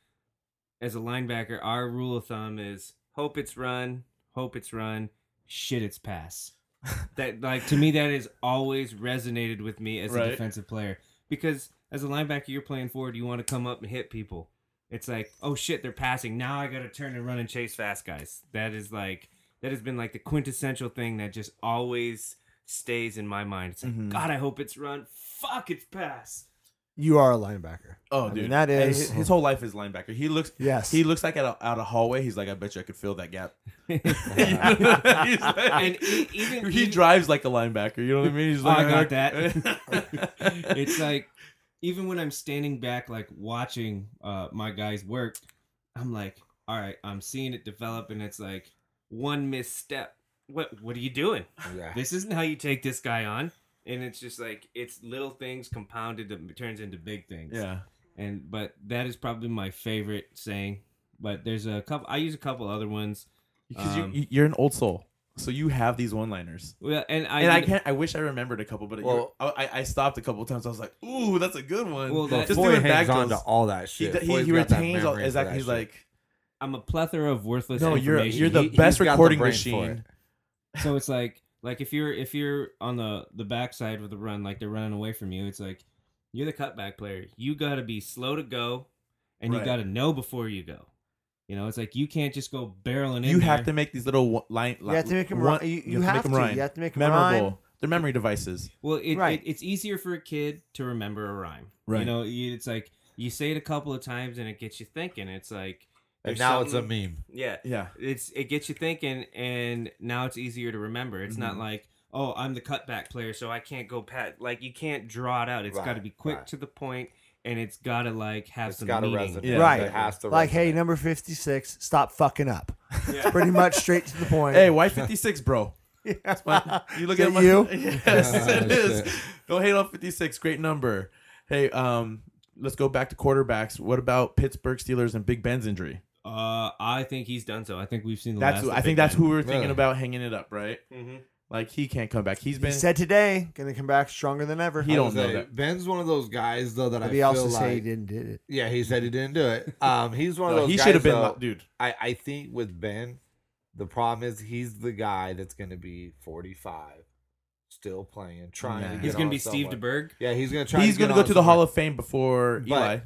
[SPEAKER 3] as a linebacker, our rule of thumb is hope it's run, hope it's run, shit it's pass. that like to me that has always resonated with me as a
[SPEAKER 2] Right.
[SPEAKER 3] defensive player because as a linebacker you're playing forward you want to come up and hit people it's like oh shit they're passing now i gotta turn and run and chase fast guys that is like that has been like the quintessential thing that just always stays in my mind it's like
[SPEAKER 2] Mhm.
[SPEAKER 3] god i hope it's run fuck it's pass
[SPEAKER 5] You are a linebacker.
[SPEAKER 2] Oh,
[SPEAKER 5] I mean,
[SPEAKER 2] dude,
[SPEAKER 5] that
[SPEAKER 2] Hey,
[SPEAKER 5] is-
[SPEAKER 2] his, his whole life is linebacker. He looks,
[SPEAKER 5] Yes.
[SPEAKER 2] he looks like out of, out of hallway. He's like, I bet you I could fill that gap. He's like-
[SPEAKER 3] And e- even-
[SPEAKER 2] he
[SPEAKER 3] even-
[SPEAKER 2] drives like a linebacker. You know what I mean? He's
[SPEAKER 3] Oh, I got
[SPEAKER 2] like,
[SPEAKER 3] that. it's uh, like even when i'm standing back like watching uh my guys work i'm like all right i'm seeing it develop and it's like one misstep what what are you doing
[SPEAKER 4] Yeah.
[SPEAKER 3] this isn't how you take this guy on and it's just like it's little things compounded that turns into big things
[SPEAKER 2] yeah,
[SPEAKER 3] and but that is probably my favorite saying but there's a couple i use a couple other ones
[SPEAKER 2] because
[SPEAKER 3] Um,
[SPEAKER 2] you, you're an old soul, so you have these one-liners.
[SPEAKER 3] well and i
[SPEAKER 2] and I can't. I wish I remembered a couple, but it-
[SPEAKER 4] Well-
[SPEAKER 2] I, I stopped a couple times. I was like, "Ooh, that's a good one."
[SPEAKER 3] Well, that-
[SPEAKER 2] just
[SPEAKER 4] Floyd
[SPEAKER 2] doing
[SPEAKER 4] hangs
[SPEAKER 2] back
[SPEAKER 4] on to
[SPEAKER 2] throws.
[SPEAKER 4] all that
[SPEAKER 2] He,
[SPEAKER 4] shit.
[SPEAKER 2] he,
[SPEAKER 4] Floyd's
[SPEAKER 2] he
[SPEAKER 4] got that
[SPEAKER 2] retains all
[SPEAKER 4] memory for
[SPEAKER 2] exactly.
[SPEAKER 4] that
[SPEAKER 2] He's
[SPEAKER 4] shit.
[SPEAKER 2] like,
[SPEAKER 3] i'm a plethora of worthless
[SPEAKER 2] "No, you're
[SPEAKER 3] information.
[SPEAKER 2] you're the
[SPEAKER 4] He- he's
[SPEAKER 2] best
[SPEAKER 4] got the
[SPEAKER 2] recording
[SPEAKER 4] brain for
[SPEAKER 2] machine."
[SPEAKER 4] it.
[SPEAKER 3] So it's like like if you're if you're on the the backside with the run, like they're running away from you, it's like you're the cutback player. You gotta be slow to go, and you
[SPEAKER 2] Right.
[SPEAKER 3] gotta know before you go. You know, it's like you can't just go barreling in.
[SPEAKER 2] You have to
[SPEAKER 3] there.
[SPEAKER 2] make these little one- line.
[SPEAKER 5] You have to make him
[SPEAKER 2] one-
[SPEAKER 5] rhyme. You, you
[SPEAKER 2] to
[SPEAKER 5] have,
[SPEAKER 2] make 'em
[SPEAKER 5] to.
[SPEAKER 2] rhyme.
[SPEAKER 5] You have to make him
[SPEAKER 2] memorable.
[SPEAKER 5] rhyme.
[SPEAKER 2] They're memory devices.
[SPEAKER 3] Well, it,
[SPEAKER 5] Right.
[SPEAKER 3] it it's easier for a kid to remember a rhyme. You
[SPEAKER 2] Right.
[SPEAKER 3] know, you, it's like you say it a couple of times and it gets you thinking. It's like
[SPEAKER 4] and
[SPEAKER 3] there's
[SPEAKER 4] now it's a
[SPEAKER 3] something-
[SPEAKER 4] meme.
[SPEAKER 3] yeah.
[SPEAKER 2] Yeah.
[SPEAKER 3] it's it gets you thinking and now it's easier to remember it's not
[SPEAKER 2] Mhm.
[SPEAKER 3] like oh i'm the cutback player so i can't go pat like you can't draw it out It's
[SPEAKER 4] Right,
[SPEAKER 3] got to be quick
[SPEAKER 4] right.
[SPEAKER 3] to the point and it's got to like have
[SPEAKER 4] It's
[SPEAKER 3] some
[SPEAKER 4] got to
[SPEAKER 3] meaning
[SPEAKER 4] resonate.
[SPEAKER 2] Yeah.
[SPEAKER 5] Right.
[SPEAKER 4] It has to
[SPEAKER 5] Like,
[SPEAKER 4] resonate.
[SPEAKER 5] hey, number fifty-six, stop fucking up.
[SPEAKER 3] Yeah.
[SPEAKER 5] Pretty much straight to the point.
[SPEAKER 2] Hey, why 56, bro? That's why- you look
[SPEAKER 5] Is
[SPEAKER 2] at
[SPEAKER 5] it
[SPEAKER 2] my,
[SPEAKER 5] you?
[SPEAKER 2] Yes, it
[SPEAKER 4] Oh,
[SPEAKER 2] is. Don't hate on 56. Great number. Hey, um, let's go back to quarterbacks. What about Pittsburgh Steelers and Big Ben's injury?
[SPEAKER 3] uh i think he's done so i think we've seen the
[SPEAKER 2] That's
[SPEAKER 3] last
[SPEAKER 2] who,
[SPEAKER 3] of
[SPEAKER 2] I
[SPEAKER 3] Big
[SPEAKER 2] think that's
[SPEAKER 3] Ben.
[SPEAKER 2] who we were thinking
[SPEAKER 4] Really?
[SPEAKER 2] about hanging it up, right?
[SPEAKER 3] Mhm.
[SPEAKER 2] Like he can't come back. He's
[SPEAKER 5] he
[SPEAKER 2] been
[SPEAKER 5] said today, gonna come back stronger than ever.
[SPEAKER 2] He
[SPEAKER 4] I
[SPEAKER 2] don't
[SPEAKER 4] was
[SPEAKER 2] know
[SPEAKER 4] like,
[SPEAKER 2] that.
[SPEAKER 4] Ben's one of those guys though that I
[SPEAKER 5] Maybe
[SPEAKER 4] feel
[SPEAKER 5] also say he
[SPEAKER 4] like.
[SPEAKER 5] didn't did it.
[SPEAKER 4] Yeah, he said he didn't do it. Um, he's one of
[SPEAKER 2] no,
[SPEAKER 4] those.
[SPEAKER 2] he
[SPEAKER 4] guys,
[SPEAKER 2] should have been
[SPEAKER 4] though,
[SPEAKER 2] lo- dude.
[SPEAKER 4] I, I think with Ben, the problem is he's the guy that's going to be 45, still playing, trying
[SPEAKER 2] Nah.
[SPEAKER 4] to get
[SPEAKER 3] he's gonna
[SPEAKER 4] on
[SPEAKER 3] be steve
[SPEAKER 4] someone.
[SPEAKER 3] deberg
[SPEAKER 4] Yeah, he's going to try.
[SPEAKER 2] He's
[SPEAKER 4] going
[SPEAKER 2] gonna go to the Hall of Fame before Eli.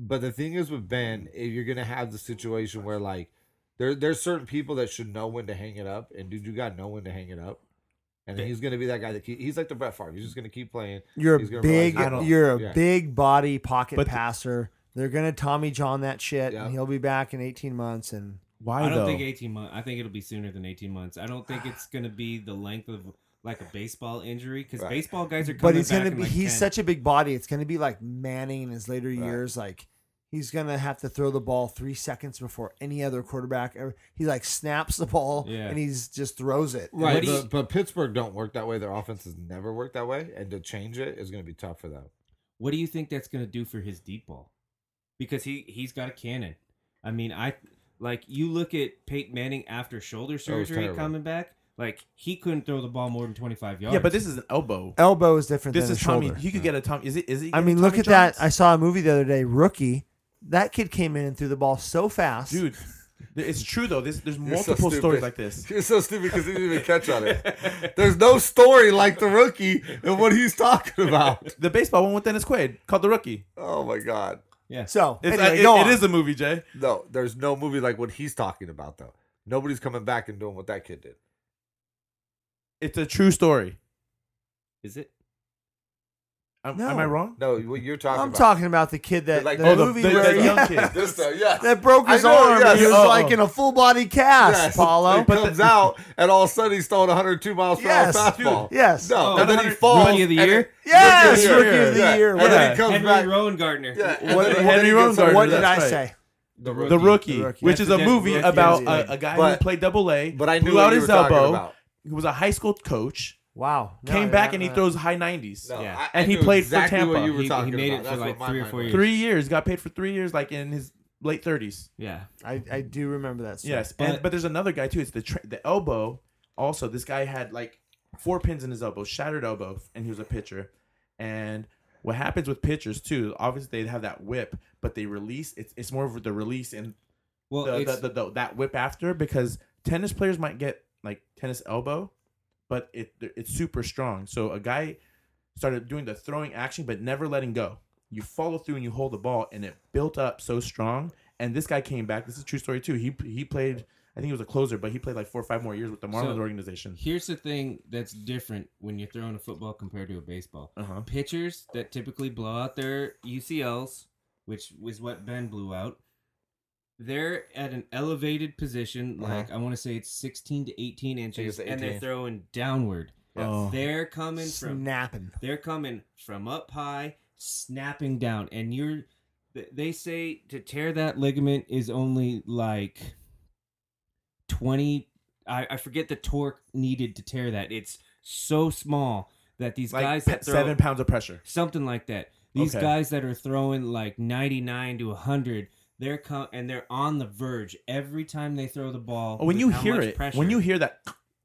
[SPEAKER 4] But the thing is with
[SPEAKER 2] Mm.
[SPEAKER 4] Ben, if you're going to have the situation where like there there's certain people that should know when to hang it up, and dude, you got to know when to hang it up. And he's going to be that guy that keep, he's like the Brett Favre. He's just going to keep playing.
[SPEAKER 5] You're
[SPEAKER 4] He's
[SPEAKER 5] a
[SPEAKER 4] gonna
[SPEAKER 5] big,
[SPEAKER 4] realize- I don't-
[SPEAKER 5] you're a
[SPEAKER 4] yeah.
[SPEAKER 5] big body pocket
[SPEAKER 2] But the-
[SPEAKER 5] passer. They're gonna Tommy John that shit,
[SPEAKER 4] Yeah.
[SPEAKER 5] and he'll be back in eighteen months. And
[SPEAKER 2] Why
[SPEAKER 3] i, don't
[SPEAKER 2] though?
[SPEAKER 3] think 18 months i think it'll be sooner than 18 months i don't think it's gonna be the length of like a baseball injury because
[SPEAKER 4] Right.
[SPEAKER 3] baseball guys are coming
[SPEAKER 5] but he's
[SPEAKER 3] back
[SPEAKER 5] gonna
[SPEAKER 3] in,
[SPEAKER 5] be,
[SPEAKER 3] like,
[SPEAKER 5] he's
[SPEAKER 3] 10.
[SPEAKER 5] such a big body. It's gonna be like Manning in his later years. Like he's gonna have to throw the ball three seconds before any other quarterback. ever- He like snaps the ball
[SPEAKER 3] Yeah.
[SPEAKER 5] and he's just throws it.
[SPEAKER 4] Right,
[SPEAKER 3] What do you-
[SPEAKER 4] but, but Pittsburgh don't work that way. Their offense has never worked that way, and to change it is going to be tough for them.
[SPEAKER 3] what do you think that's going to do for his deep ball? Because he he's got a cannon. I mean, I like you look at Peyton Manning after shoulder surgery
[SPEAKER 4] Oh, terrible.
[SPEAKER 3] coming back. Like he couldn't throw the ball more than twenty five yards.
[SPEAKER 2] yeah, but this is an elbow.
[SPEAKER 5] Elbow is different
[SPEAKER 2] This
[SPEAKER 5] than
[SPEAKER 2] is
[SPEAKER 5] a
[SPEAKER 2] Tommy.
[SPEAKER 5] shoulder.
[SPEAKER 2] He could get a Tommy. Is it? Is it?
[SPEAKER 5] I mean, look at that. I saw a movie the other day, Rookie. That kid came in and threw the ball so fast.
[SPEAKER 2] dude. th- It's true though. This, there's
[SPEAKER 4] You're so
[SPEAKER 2] multiple
[SPEAKER 4] stupid.
[SPEAKER 2] stories like this.
[SPEAKER 4] You're so stupid because you didn't even catch on it. There's no story like the rookie and what he's talking about.
[SPEAKER 2] The baseball one with Dennis Quaid called the rookie.
[SPEAKER 4] Oh my god.
[SPEAKER 5] So
[SPEAKER 2] It's, uh,
[SPEAKER 5] anyway,
[SPEAKER 2] it-
[SPEAKER 5] go
[SPEAKER 2] it
[SPEAKER 5] on.
[SPEAKER 2] is a movie, Jay.
[SPEAKER 4] No, there's no movie like what he's talking about though. Nobody's coming back and doing what that kid did.
[SPEAKER 2] It's a true story.
[SPEAKER 3] is it?
[SPEAKER 2] Am,
[SPEAKER 5] No.
[SPEAKER 2] am I wrong?
[SPEAKER 4] No, what you're talking
[SPEAKER 5] I'm
[SPEAKER 4] about.
[SPEAKER 5] talking about the kid that
[SPEAKER 4] Like,
[SPEAKER 5] the
[SPEAKER 4] oh, the-
[SPEAKER 5] movie
[SPEAKER 2] the-
[SPEAKER 5] where,
[SPEAKER 2] the young
[SPEAKER 5] yeah,
[SPEAKER 2] kid.
[SPEAKER 4] This though, yeah.
[SPEAKER 5] that broke
[SPEAKER 4] I
[SPEAKER 5] his
[SPEAKER 4] know,
[SPEAKER 5] arm.
[SPEAKER 4] yes.
[SPEAKER 5] He was
[SPEAKER 2] Oh,
[SPEAKER 5] like
[SPEAKER 2] oh.
[SPEAKER 5] in a full body cast.
[SPEAKER 4] Yes.
[SPEAKER 5] Follow.
[SPEAKER 4] He comes out and all of a sudden he's throwing 102 miles per
[SPEAKER 5] Yes,
[SPEAKER 4] hour fastball.
[SPEAKER 5] yes.
[SPEAKER 4] No,
[SPEAKER 3] Oh,
[SPEAKER 4] and then he
[SPEAKER 2] 100
[SPEAKER 4] falls.
[SPEAKER 3] Rookie of the
[SPEAKER 4] and
[SPEAKER 3] year?
[SPEAKER 4] then-
[SPEAKER 5] Yes,
[SPEAKER 4] Rookie of the year.
[SPEAKER 5] yeah.
[SPEAKER 4] Yeah. And then he comes
[SPEAKER 3] Henry
[SPEAKER 4] back.
[SPEAKER 3] Rowengartner.
[SPEAKER 4] Yeah, and
[SPEAKER 2] What-
[SPEAKER 4] then-
[SPEAKER 2] Henry
[SPEAKER 4] and then he gets
[SPEAKER 2] Rosengarten,
[SPEAKER 4] a-
[SPEAKER 5] what did I
[SPEAKER 2] that's right.
[SPEAKER 5] say?
[SPEAKER 4] The
[SPEAKER 2] The rookie,
[SPEAKER 5] The Rookie.
[SPEAKER 2] which is a
[SPEAKER 3] That's the
[SPEAKER 2] movie
[SPEAKER 3] Rookie,
[SPEAKER 2] about
[SPEAKER 5] yeah.
[SPEAKER 2] a, a guy who
[SPEAKER 4] But-
[SPEAKER 2] played double A,
[SPEAKER 4] But I knew
[SPEAKER 2] blew
[SPEAKER 4] what
[SPEAKER 2] out
[SPEAKER 4] you were
[SPEAKER 2] his
[SPEAKER 4] talking
[SPEAKER 2] elbow.
[SPEAKER 4] about.
[SPEAKER 2] He was a high school coach.
[SPEAKER 5] Wow. No,
[SPEAKER 2] came
[SPEAKER 5] yeah,
[SPEAKER 2] back and he
[SPEAKER 5] no.
[SPEAKER 2] throws high 90s.
[SPEAKER 4] No,
[SPEAKER 3] Yeah.
[SPEAKER 4] I- I
[SPEAKER 2] And he
[SPEAKER 4] knew
[SPEAKER 2] played for
[SPEAKER 4] exactly what
[SPEAKER 2] Tampa.
[SPEAKER 4] you were
[SPEAKER 3] He- he
[SPEAKER 4] talking
[SPEAKER 3] made it
[SPEAKER 4] about.
[SPEAKER 3] for
[SPEAKER 4] That's
[SPEAKER 3] like
[SPEAKER 4] what my
[SPEAKER 3] three or
[SPEAKER 4] mind
[SPEAKER 3] four
[SPEAKER 4] went.
[SPEAKER 3] years.
[SPEAKER 2] Three years, got paid for three years, like in his late 30s.
[SPEAKER 3] Yeah,
[SPEAKER 5] I, I do remember that. Story.
[SPEAKER 2] Yes,
[SPEAKER 3] But-
[SPEAKER 2] and but there's another guy too. It's the tra- the elbow. Also, this guy had like four pins in his elbow, shattered elbow, and he was a pitcher. And what happens with pitchers too? Obviously, they have that whip, but they release. It's it's more of the release and
[SPEAKER 3] well,
[SPEAKER 2] the,
[SPEAKER 3] it's,
[SPEAKER 2] the, the, the- that whip after because tennis players might get like tennis elbow, but it it's super strong. So a guy started doing the throwing action, but never letting go. You follow through and you hold the ball, and it built up so strong. And this guy came back. This is a true story too. He he played. I think he was a closer, but he played like four or five more years with the Marlins
[SPEAKER 3] So-
[SPEAKER 2] organization.
[SPEAKER 3] Here's the thing that's different when you're throwing a football compared to a baseball.
[SPEAKER 2] Uh huh.
[SPEAKER 3] Pitchers that typically blow out their UCLs, which was what Ben blew out, they're at an elevated position,
[SPEAKER 2] Uh-huh.
[SPEAKER 3] like I want to say it's 16 to 18 inches,
[SPEAKER 4] it's
[SPEAKER 3] and
[SPEAKER 4] 18.
[SPEAKER 3] they're throwing downward.
[SPEAKER 2] Oh.
[SPEAKER 3] They're coming from
[SPEAKER 5] snapping.
[SPEAKER 3] They're coming from up high, snapping down, and you're. th- They say to tear that ligament is only like twenty. I, I forget the torque needed to tear that. It's so small that these
[SPEAKER 2] Like
[SPEAKER 3] guys
[SPEAKER 2] pe-
[SPEAKER 3] that throw
[SPEAKER 2] seven pounds of pressure.
[SPEAKER 3] something like that. These
[SPEAKER 2] Okay.
[SPEAKER 3] guys that are throwing like ninety nine to hundred, they're com- and they're on the verge every time they throw the ball.
[SPEAKER 2] Oh, when
[SPEAKER 3] with
[SPEAKER 2] you
[SPEAKER 3] how
[SPEAKER 2] hear
[SPEAKER 3] much
[SPEAKER 2] it,
[SPEAKER 3] pressure.
[SPEAKER 2] when you hear that,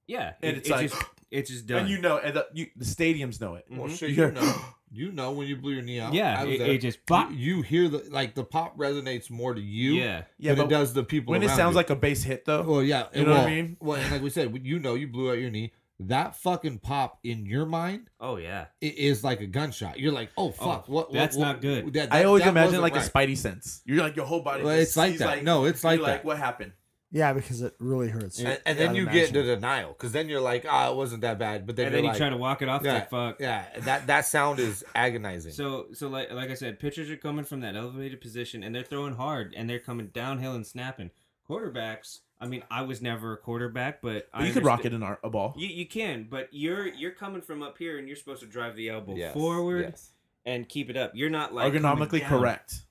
[SPEAKER 3] yeah,
[SPEAKER 2] and
[SPEAKER 3] it-
[SPEAKER 2] it's like-
[SPEAKER 3] just, it's just done.
[SPEAKER 2] and you Mm-hmm. know, and the, you, the stadiums know it.
[SPEAKER 4] Mm-hmm. Well,
[SPEAKER 3] Mhm.
[SPEAKER 4] shit,
[SPEAKER 2] You're-
[SPEAKER 4] you know, you know when you blew your knee out.
[SPEAKER 3] yeah,
[SPEAKER 4] I was
[SPEAKER 3] it,
[SPEAKER 4] there.
[SPEAKER 3] it just
[SPEAKER 4] you,
[SPEAKER 3] pop.
[SPEAKER 4] you hear the like the pop resonates more to you
[SPEAKER 3] yeah,
[SPEAKER 2] Yeah,
[SPEAKER 4] than it
[SPEAKER 2] but
[SPEAKER 4] does the people.
[SPEAKER 2] when it
[SPEAKER 4] around
[SPEAKER 2] sounds
[SPEAKER 4] you.
[SPEAKER 2] like a base hit though,
[SPEAKER 4] Well, yeah,
[SPEAKER 2] You
[SPEAKER 4] it-
[SPEAKER 2] know what I
[SPEAKER 4] well,
[SPEAKER 2] mean?
[SPEAKER 4] Well, and like we said, you know, you blew out your knee. That fucking pop in your mind
[SPEAKER 3] oh yeah.
[SPEAKER 4] i- is like a gunshot. You're like, oh fuck, what?
[SPEAKER 3] that's
[SPEAKER 4] what-
[SPEAKER 3] not good.
[SPEAKER 4] that-
[SPEAKER 2] I
[SPEAKER 4] that-
[SPEAKER 2] always
[SPEAKER 4] that
[SPEAKER 2] imagine
[SPEAKER 4] wasn't
[SPEAKER 2] like
[SPEAKER 4] right.
[SPEAKER 2] a spidey sense. You're like your whole body.
[SPEAKER 4] Well,
[SPEAKER 2] just
[SPEAKER 4] it's like
[SPEAKER 2] sees,
[SPEAKER 4] that. no, it's like
[SPEAKER 2] you're
[SPEAKER 4] that.
[SPEAKER 2] what happened?
[SPEAKER 5] Yeah, because it really hurts.
[SPEAKER 4] and, and then
[SPEAKER 5] I'd
[SPEAKER 4] you get
[SPEAKER 5] imagine.
[SPEAKER 4] into denial because then you're like, ah, it wasn't that bad. But then
[SPEAKER 3] and
[SPEAKER 4] you're
[SPEAKER 3] then
[SPEAKER 4] like,
[SPEAKER 3] you try to walk it off.
[SPEAKER 4] yeah,
[SPEAKER 3] Yeah. Like, fuck.
[SPEAKER 4] yeah, that that sound is agonizing.
[SPEAKER 3] So, so like, like I said, pitchers are coming from that elevated position and they're throwing hard and they're coming downhill and snapping. Quarterbacks. I mean, I was never a quarterback, but,
[SPEAKER 2] But
[SPEAKER 3] I
[SPEAKER 2] you could rock
[SPEAKER 3] understa-
[SPEAKER 2] it in our, a ball.
[SPEAKER 3] You, you can, but you're you're coming from up here and you're supposed to drive the elbow
[SPEAKER 4] Yes,
[SPEAKER 3] forward
[SPEAKER 4] yes.
[SPEAKER 3] and keep it up. You're not like coming
[SPEAKER 2] Ergonomically
[SPEAKER 3] down.
[SPEAKER 2] correct.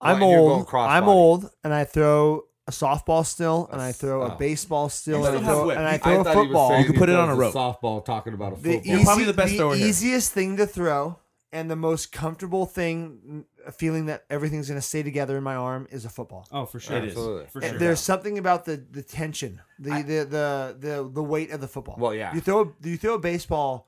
[SPEAKER 4] Well,
[SPEAKER 5] I'm
[SPEAKER 4] and you're going
[SPEAKER 5] old.
[SPEAKER 4] crossbody.
[SPEAKER 5] I'm old, and I throw a softball still, and
[SPEAKER 4] A
[SPEAKER 5] I
[SPEAKER 4] s-
[SPEAKER 5] throw a
[SPEAKER 4] oh.
[SPEAKER 5] baseball still,
[SPEAKER 2] You
[SPEAKER 5] and I
[SPEAKER 2] still have
[SPEAKER 5] throw,
[SPEAKER 2] whip.
[SPEAKER 5] and I
[SPEAKER 2] You-
[SPEAKER 5] throw a
[SPEAKER 4] thought he was
[SPEAKER 5] football.
[SPEAKER 4] saying
[SPEAKER 2] You can
[SPEAKER 4] he
[SPEAKER 2] put it
[SPEAKER 4] throws
[SPEAKER 2] on a rope.
[SPEAKER 4] Softball talking about
[SPEAKER 5] the
[SPEAKER 4] a football.
[SPEAKER 5] easy,
[SPEAKER 2] You're probably the best thrower here.
[SPEAKER 5] easiest thing to throw and the most comfortable thing, a feeling that everything's going to stay together in my arm, is a football.
[SPEAKER 3] Oh, for sure.
[SPEAKER 2] It is.
[SPEAKER 4] Absolutely.
[SPEAKER 3] For
[SPEAKER 5] And
[SPEAKER 3] sure.
[SPEAKER 5] There's something about the the tension, the, the, the the the weight of the football.
[SPEAKER 4] Well, yeah.
[SPEAKER 5] You throw you throw a baseball,